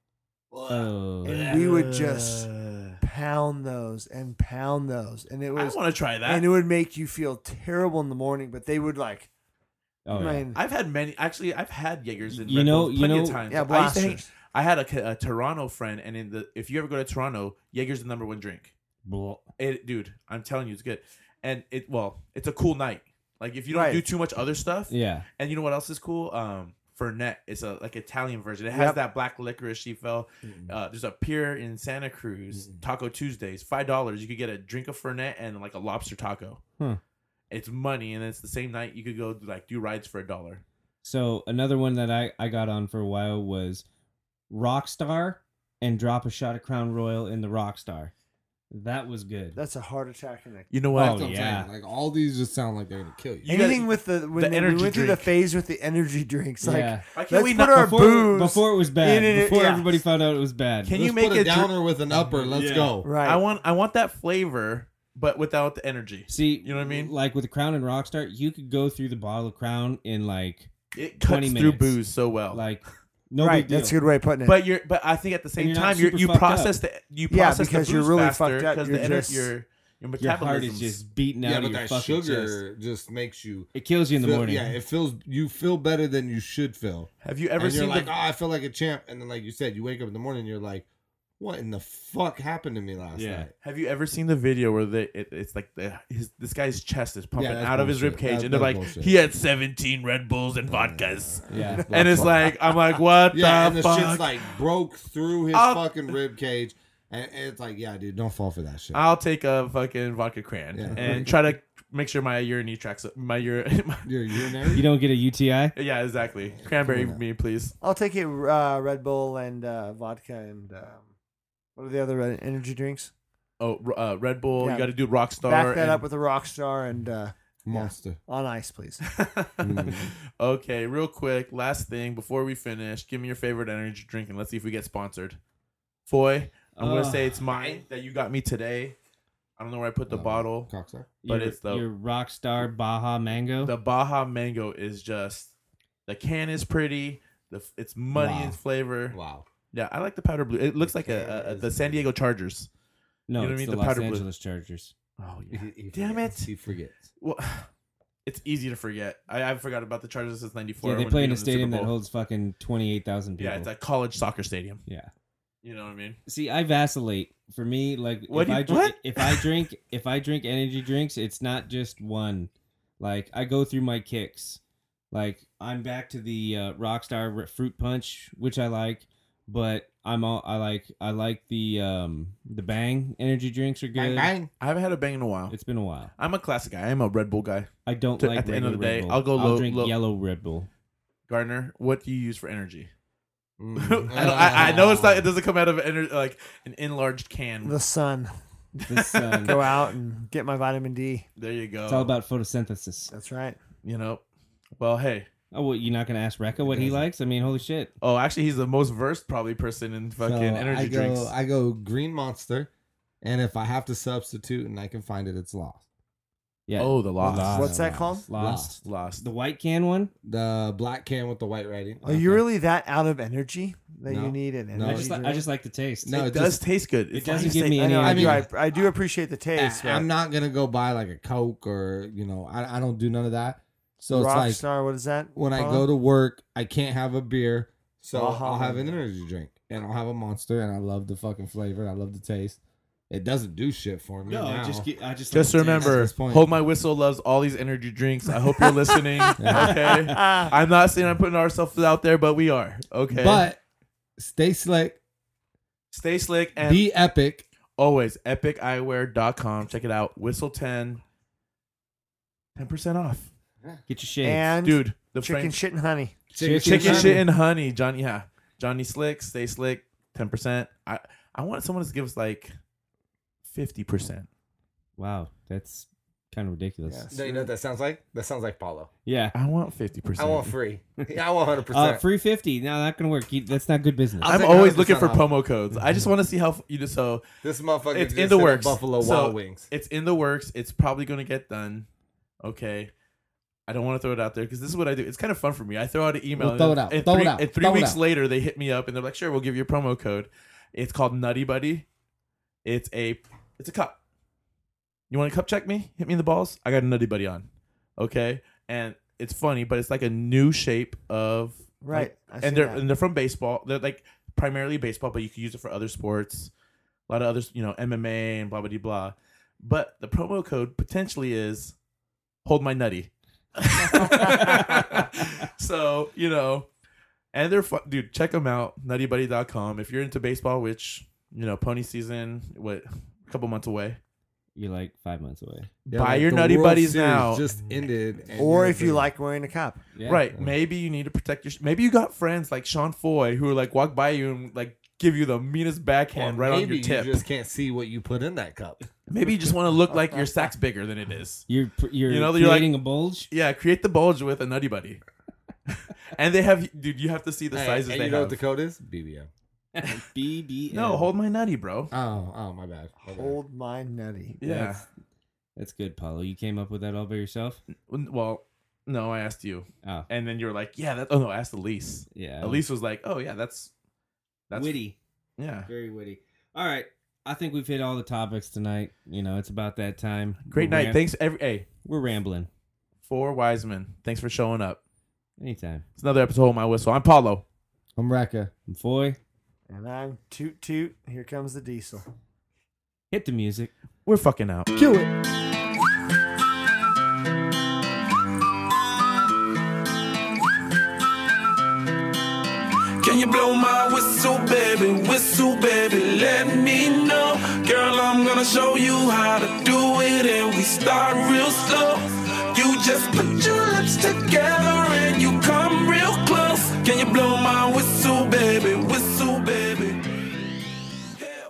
[SPEAKER 3] Oh,
[SPEAKER 5] and we would just pound those and pound those, and it
[SPEAKER 2] I
[SPEAKER 5] was,
[SPEAKER 2] want to try that.
[SPEAKER 5] and it would make you feel terrible in the morning. But they would like,
[SPEAKER 3] oh,
[SPEAKER 5] I
[SPEAKER 3] yeah.
[SPEAKER 5] mean,
[SPEAKER 2] I've had many. Actually, I've had Jaegers in
[SPEAKER 3] You
[SPEAKER 2] Red
[SPEAKER 3] know-
[SPEAKER 2] Bulls
[SPEAKER 3] you
[SPEAKER 2] plenty of
[SPEAKER 3] know-
[SPEAKER 2] times.
[SPEAKER 5] yeah,
[SPEAKER 2] I used to hang-
[SPEAKER 5] blasters.
[SPEAKER 2] I had a, a Toronto friend, and in the if you ever go to Toronto, Jaeger's the number one drink.
[SPEAKER 3] Blah.
[SPEAKER 2] It, dude, I'm telling you, it's good. And it, well, it's a cool night. Like if you don't
[SPEAKER 5] Right.
[SPEAKER 2] do too much other stuff,
[SPEAKER 3] Yeah.
[SPEAKER 2] and you know what else is cool? Um, Fernet. It's a like Italian version. It has
[SPEAKER 5] Yep.
[SPEAKER 2] that black licorice she fell. Uh, there's a pier in Santa Cruz,
[SPEAKER 5] Mm.
[SPEAKER 2] Taco Tuesdays, five dollars. You could get a drink of Fernet and like a lobster taco.
[SPEAKER 3] Hmm.
[SPEAKER 2] It's money, and it's the same night you could go like do rides for a dollar.
[SPEAKER 3] So another one that I, I got on for a while was Rockstar and drop a shot of Crown Royal in the Rockstar. That was good.
[SPEAKER 5] That's a heart attack in the
[SPEAKER 2] You know
[SPEAKER 3] what?
[SPEAKER 5] Oh,
[SPEAKER 6] That's what I'm
[SPEAKER 3] yeah.
[SPEAKER 6] saying. Like all these just sound like they're gonna kill you.
[SPEAKER 2] You
[SPEAKER 5] Anything
[SPEAKER 2] guys-
[SPEAKER 5] with the when
[SPEAKER 2] the
[SPEAKER 5] they-
[SPEAKER 2] energy
[SPEAKER 5] we went through the
[SPEAKER 2] drink.
[SPEAKER 5] phase with the energy drinks, like
[SPEAKER 3] yeah.
[SPEAKER 2] Why can't
[SPEAKER 5] let's
[SPEAKER 2] we
[SPEAKER 5] put
[SPEAKER 2] not?
[SPEAKER 5] our
[SPEAKER 3] Before,
[SPEAKER 5] booze
[SPEAKER 3] before it was bad.
[SPEAKER 5] in it,
[SPEAKER 3] before
[SPEAKER 5] yeah.
[SPEAKER 3] everybody found out it was bad.
[SPEAKER 2] Can
[SPEAKER 6] Let's
[SPEAKER 2] you make
[SPEAKER 6] put a
[SPEAKER 2] it dr-
[SPEAKER 6] downer with an upper? Let's
[SPEAKER 3] Yeah.
[SPEAKER 6] go.
[SPEAKER 5] right?
[SPEAKER 2] I want I want that flavor, but without the energy.
[SPEAKER 3] See,
[SPEAKER 2] You know what I mean?
[SPEAKER 3] Like with the Crown and Rockstar, you could go through the bottle of Crown in like,
[SPEAKER 2] It
[SPEAKER 3] 20
[SPEAKER 2] cuts through
[SPEAKER 3] minutes.
[SPEAKER 2] booze so well.
[SPEAKER 3] like no
[SPEAKER 5] right,
[SPEAKER 3] big deal.
[SPEAKER 5] that's a good way of putting it.
[SPEAKER 2] but you're but I think at the same
[SPEAKER 3] you're not
[SPEAKER 2] time you're,
[SPEAKER 3] super
[SPEAKER 2] you
[SPEAKER 3] fucked
[SPEAKER 2] process the you
[SPEAKER 5] Yeah,
[SPEAKER 2] process
[SPEAKER 5] because
[SPEAKER 2] the
[SPEAKER 5] you're
[SPEAKER 2] booze
[SPEAKER 5] really
[SPEAKER 2] faster
[SPEAKER 5] fucked up.
[SPEAKER 2] because
[SPEAKER 5] You're
[SPEAKER 2] the ener-
[SPEAKER 5] just-
[SPEAKER 2] your your
[SPEAKER 3] Your heart
[SPEAKER 2] metabolism
[SPEAKER 3] is just beating
[SPEAKER 6] Yeah,
[SPEAKER 3] out
[SPEAKER 6] but
[SPEAKER 3] of your
[SPEAKER 6] that
[SPEAKER 3] fucking chest.
[SPEAKER 6] sugar just makes you.
[SPEAKER 3] It kills you in the
[SPEAKER 6] feel-
[SPEAKER 3] morning.
[SPEAKER 6] Yeah, it feels you feel better than you should feel.
[SPEAKER 2] Have you ever
[SPEAKER 6] and you're
[SPEAKER 2] seen
[SPEAKER 6] like,
[SPEAKER 2] the
[SPEAKER 6] oh, I feel like a champ. And then, like you said, you wake up in the morning, and you're like, what in the fuck happened to me last
[SPEAKER 3] Yeah.
[SPEAKER 6] night?
[SPEAKER 2] Have you ever seen the video where the it, it's like the his this guy's chest is pumping
[SPEAKER 6] that's
[SPEAKER 2] out of his rib
[SPEAKER 6] bullshit.
[SPEAKER 2] cage
[SPEAKER 6] That-
[SPEAKER 2] and they're
[SPEAKER 6] that's
[SPEAKER 2] like
[SPEAKER 6] bullshit.
[SPEAKER 2] he had 17 Red Bulls and vodkas.
[SPEAKER 3] yeah.
[SPEAKER 2] and it's like I'm like what
[SPEAKER 6] yeah, and
[SPEAKER 2] the
[SPEAKER 6] the
[SPEAKER 2] fuck?
[SPEAKER 6] shit's like broke through his
[SPEAKER 2] Up.
[SPEAKER 6] fucking rib cage, and it's like, yeah, dude, don't fall for that shit.
[SPEAKER 2] I'll take a fucking vodka cran
[SPEAKER 6] Yeah.
[SPEAKER 2] and try to make sure my urinary tracks my urine my,
[SPEAKER 6] You're urinary.
[SPEAKER 3] You don't get a UTI.
[SPEAKER 2] yeah, exactly. Cranberry me please.
[SPEAKER 5] I'll take it uh, Red Bull and uh, vodka and um, what are the other uh, energy drinks?
[SPEAKER 2] Oh, r- uh, Red Bull,
[SPEAKER 5] Yeah.
[SPEAKER 2] you got to do Rockstar
[SPEAKER 5] Back that
[SPEAKER 2] and-
[SPEAKER 5] up with a rock star and uh,
[SPEAKER 6] Monster.
[SPEAKER 5] on ice, please.
[SPEAKER 2] okay, real quick, last thing before we finish, give me your favorite energy drink and let's see if we get sponsored. Foy, I'm
[SPEAKER 3] Ugh.
[SPEAKER 2] gonna say it's mine that you got me today. I don't know where I put the
[SPEAKER 4] Oh.
[SPEAKER 6] Uh,
[SPEAKER 2] bottle.
[SPEAKER 6] Cocksucker.
[SPEAKER 2] But
[SPEAKER 3] your,
[SPEAKER 2] it's the-
[SPEAKER 3] your Rockstar Baja Mango.
[SPEAKER 2] The Baja Mango is just the can is pretty. The f- it's money
[SPEAKER 6] Wow.
[SPEAKER 2] in flavor.
[SPEAKER 6] Wow.
[SPEAKER 2] Yeah, I like the powder blue. It looks like a, a, a- the San Diego Chargers.
[SPEAKER 3] no,
[SPEAKER 2] you know what I
[SPEAKER 3] it's
[SPEAKER 2] mean?
[SPEAKER 3] the,
[SPEAKER 2] The
[SPEAKER 3] Los
[SPEAKER 2] powder blue.
[SPEAKER 3] Angeles Chargers.
[SPEAKER 2] Oh
[SPEAKER 6] He- he
[SPEAKER 2] Damn
[SPEAKER 6] forgets.
[SPEAKER 2] it.
[SPEAKER 6] He forgets.
[SPEAKER 2] Well, it's easy to forget. I, I forgot about the Chargers since '94.
[SPEAKER 3] Yeah, they play in a stadium that holds fucking twenty eight thousand people.
[SPEAKER 2] Yeah, it's a college soccer stadium.
[SPEAKER 3] Yeah.
[SPEAKER 2] You know what I mean?
[SPEAKER 3] See, I vacillate. For me, like if
[SPEAKER 2] What do you-
[SPEAKER 3] I drink,
[SPEAKER 2] what?
[SPEAKER 3] if I drink if I drink energy drinks, it's not just one. Like I go through my kicks. Like I'm back to the uh, Rockstar Re- fruit punch, which I like, but I'm all I like I like the um the Bang energy drinks are
[SPEAKER 6] Bang
[SPEAKER 3] good.
[SPEAKER 6] bang.
[SPEAKER 2] I haven't had a bang in a while.
[SPEAKER 3] It's been a while.
[SPEAKER 2] I'm a classic guy. I'm a Red Bull guy.
[SPEAKER 3] I don't
[SPEAKER 2] To-
[SPEAKER 3] like
[SPEAKER 2] at the end of
[SPEAKER 3] regular
[SPEAKER 2] the
[SPEAKER 3] Red
[SPEAKER 2] day,
[SPEAKER 3] Bull.
[SPEAKER 2] I'll go
[SPEAKER 3] I'll
[SPEAKER 2] low-
[SPEAKER 3] drink
[SPEAKER 2] low-
[SPEAKER 3] yellow Red Bull.
[SPEAKER 2] Gardner, what do you use for energy?
[SPEAKER 6] Mm.
[SPEAKER 2] I, know- I, I know it's not. It doesn't come out of ener- like an enlarged can.
[SPEAKER 5] The sun.
[SPEAKER 3] This, um,
[SPEAKER 5] Go out and get my vitamin D.
[SPEAKER 2] there you go.
[SPEAKER 3] It's all about photosynthesis.
[SPEAKER 5] That's right.
[SPEAKER 2] you know. Well, hey.
[SPEAKER 3] Oh, well, you're not gonna ask Rekka what he likes? I mean, holy shit!
[SPEAKER 2] Oh, actually, he's the most versed probably person in fucking
[SPEAKER 6] So
[SPEAKER 2] energy
[SPEAKER 6] I go,
[SPEAKER 2] drinks.
[SPEAKER 6] I go green monster, and if I have to substitute and I can find it, it's lost.
[SPEAKER 3] Yeah,
[SPEAKER 2] Oh, the lost.
[SPEAKER 3] Lost.
[SPEAKER 5] What's that called?
[SPEAKER 3] Lost.
[SPEAKER 2] Lost.
[SPEAKER 3] the white can one.
[SPEAKER 6] The black can with the white writing.
[SPEAKER 5] Are Oh, you really that out of energy that
[SPEAKER 6] No.
[SPEAKER 5] you need an
[SPEAKER 6] No.
[SPEAKER 5] energy
[SPEAKER 3] I just,
[SPEAKER 5] drink?
[SPEAKER 3] li- I just like the taste.
[SPEAKER 6] No,
[SPEAKER 2] it,
[SPEAKER 6] it
[SPEAKER 2] does
[SPEAKER 6] just-
[SPEAKER 2] taste good.
[SPEAKER 3] it
[SPEAKER 2] It's why
[SPEAKER 3] doesn't
[SPEAKER 2] you
[SPEAKER 3] give
[SPEAKER 2] say-
[SPEAKER 3] me
[SPEAKER 5] I
[SPEAKER 3] any.
[SPEAKER 5] know. I,
[SPEAKER 6] mean-
[SPEAKER 5] do, I, I do appreciate the taste.
[SPEAKER 6] I, am
[SPEAKER 5] but
[SPEAKER 6] not gonna go buy like a Coke or you know, I, I don't do none of that. So
[SPEAKER 5] rock
[SPEAKER 6] it's like
[SPEAKER 5] star. What is that?
[SPEAKER 6] when I
[SPEAKER 5] called?
[SPEAKER 6] go to work, I can't have a beer, so
[SPEAKER 5] Baja
[SPEAKER 6] I'll have an
[SPEAKER 5] Monster.
[SPEAKER 6] energy drink and I'll have a monster, and I love the fucking flavor, I love the taste. It doesn't do shit for me.
[SPEAKER 3] no, I
[SPEAKER 6] now.
[SPEAKER 3] just, get, I just.
[SPEAKER 2] Just
[SPEAKER 3] like the
[SPEAKER 2] remember,
[SPEAKER 6] this point.
[SPEAKER 2] hold my whistle loves all these energy drinks. I hope you're listening. Okay, I'm not saying I'm putting ourselves out there, but we are. Okay,
[SPEAKER 6] but stay slick,
[SPEAKER 2] stay slick and
[SPEAKER 6] be epic.
[SPEAKER 2] always epiceyewear.com check it out whistle 10 10% off
[SPEAKER 3] taste. Get your shades.
[SPEAKER 5] and
[SPEAKER 2] dude the
[SPEAKER 5] chicken
[SPEAKER 2] French-
[SPEAKER 5] shit and honey.
[SPEAKER 2] chicken, shit and honey johnny yeah johnny slick stay slick 10% i i want someone to give us like 50%
[SPEAKER 3] wow, that's kind of ridiculous.
[SPEAKER 5] Yes.
[SPEAKER 4] No, you know what that sounds like? That sounds like Paulo.
[SPEAKER 3] Yeah.
[SPEAKER 2] i want 50%
[SPEAKER 4] I want free. Yeah, I want hundred
[SPEAKER 3] Uh,
[SPEAKER 4] percent.
[SPEAKER 3] free fifty. No, not gonna work. You- That's not good business.
[SPEAKER 4] I'll
[SPEAKER 2] i'm
[SPEAKER 4] take
[SPEAKER 2] always looking for
[SPEAKER 4] 100% off.
[SPEAKER 2] promo codes i just want to see how f- you just so
[SPEAKER 4] This motherfucker
[SPEAKER 2] it's
[SPEAKER 4] just
[SPEAKER 2] in the
[SPEAKER 4] said
[SPEAKER 2] works
[SPEAKER 4] Buffalo
[SPEAKER 2] So,
[SPEAKER 4] Wild Wings.
[SPEAKER 2] it's in the works it's probably going to get done okay I don't want to throw it out there because this is what I do. It's kind of fun for me. I throw out an email.
[SPEAKER 6] Well, throw
[SPEAKER 2] and-
[SPEAKER 6] it out.
[SPEAKER 2] And
[SPEAKER 6] Throw it
[SPEAKER 2] three,
[SPEAKER 6] out.
[SPEAKER 2] And three
[SPEAKER 6] Throw it
[SPEAKER 2] weeks
[SPEAKER 6] out.
[SPEAKER 2] later, they hit me up and they're like, "Sure, we'll give you a promo code." It's called Nutty Buddy. It's a it's a cup. You want to cup check me? Hit me in the balls. I got a Nutty Buddy on. Okay, and it's funny, but it's like a new shape of
[SPEAKER 5] Right. I see
[SPEAKER 2] and they're
[SPEAKER 5] that.
[SPEAKER 2] and they're from baseball. They're like primarily baseball, but you can use it for other sports. a lot of others, you know, MMA and blah blah de blah. But the promo code potentially is hold my nutty. so, you know, and they're fun. dude, check them out nuttybuddy.com if you're into baseball, which, you know, pony season what a couple months away.
[SPEAKER 3] You're like five months away.
[SPEAKER 2] Buy your Nutty Buddies
[SPEAKER 4] Series
[SPEAKER 2] now.
[SPEAKER 4] Just ended. and
[SPEAKER 5] Or
[SPEAKER 4] you're
[SPEAKER 5] if you
[SPEAKER 4] free.
[SPEAKER 5] like wearing a cap.
[SPEAKER 3] Yeah.
[SPEAKER 2] Right. Maybe you need to protect your. Maybe you got friends like Sean Foy who like walk by you and like give you the meanest backhand
[SPEAKER 4] Or
[SPEAKER 2] right on
[SPEAKER 4] maybe
[SPEAKER 2] your tip.
[SPEAKER 4] you just can't see what you put in that cup.
[SPEAKER 2] maybe you just want to look like your sack's bigger than it is.
[SPEAKER 3] You're pr- you're
[SPEAKER 2] You know, you're like-
[SPEAKER 3] creating a bulge.
[SPEAKER 2] Yeah, create the bulge with a Nutty Buddy. and they have, dude. You have to see the
[SPEAKER 4] Hey,
[SPEAKER 2] sizes
[SPEAKER 4] and
[SPEAKER 2] they
[SPEAKER 4] you know
[SPEAKER 2] have.
[SPEAKER 4] what the code is? BBM.
[SPEAKER 3] BBM.
[SPEAKER 2] no, hold my nutty, bro.
[SPEAKER 4] Oh, oh, my bad. My bad.
[SPEAKER 5] Hold my nutty.
[SPEAKER 2] Yeah.
[SPEAKER 3] That's, that's good, Paulo. You came up with that all by yourself.
[SPEAKER 2] Well, no, I asked you,
[SPEAKER 3] Oh,
[SPEAKER 2] and then you were like, "Yeah, that." Oh no, I asked Elise.
[SPEAKER 3] yeah.
[SPEAKER 2] Elise was like, "Oh yeah, that's that's
[SPEAKER 3] witty.
[SPEAKER 2] Yeah,
[SPEAKER 3] Very witty. All right. I think we've hit all the topics tonight. You know, it's about that time.
[SPEAKER 2] great
[SPEAKER 3] We're
[SPEAKER 2] night.
[SPEAKER 3] ram-
[SPEAKER 2] Thanks every hey
[SPEAKER 3] We're rambling.
[SPEAKER 2] for Wiseman. Thanks for showing up.
[SPEAKER 3] Anytime.
[SPEAKER 2] It's another episode of my whistle. I'm Paulo.
[SPEAKER 6] I'm Raka.
[SPEAKER 3] Foy,
[SPEAKER 5] And I'm toot toot. Here comes the diesel.
[SPEAKER 3] hit the music.
[SPEAKER 2] We're fucking out.
[SPEAKER 5] Cue it.
[SPEAKER 7] Can you blow my whistle, baby? Whistle, baby, let me know. Girl, I'm gonna show you how to do it, and we start real slow. You just put your lips together and you come real close. Can you blow my whistle, baby? Whistle, baby.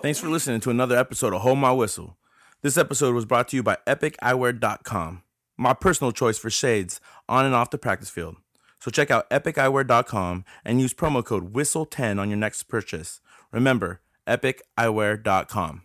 [SPEAKER 2] Thanks for listening to another episode of Hold My Whistle. This episode was brought to you by EpicEyewear.com, my personal choice for shades on and off the practice field. So check out EpicEyewear.com and use promo code WHISTLE10 on your next purchase. Remember, EpicEyewear.com.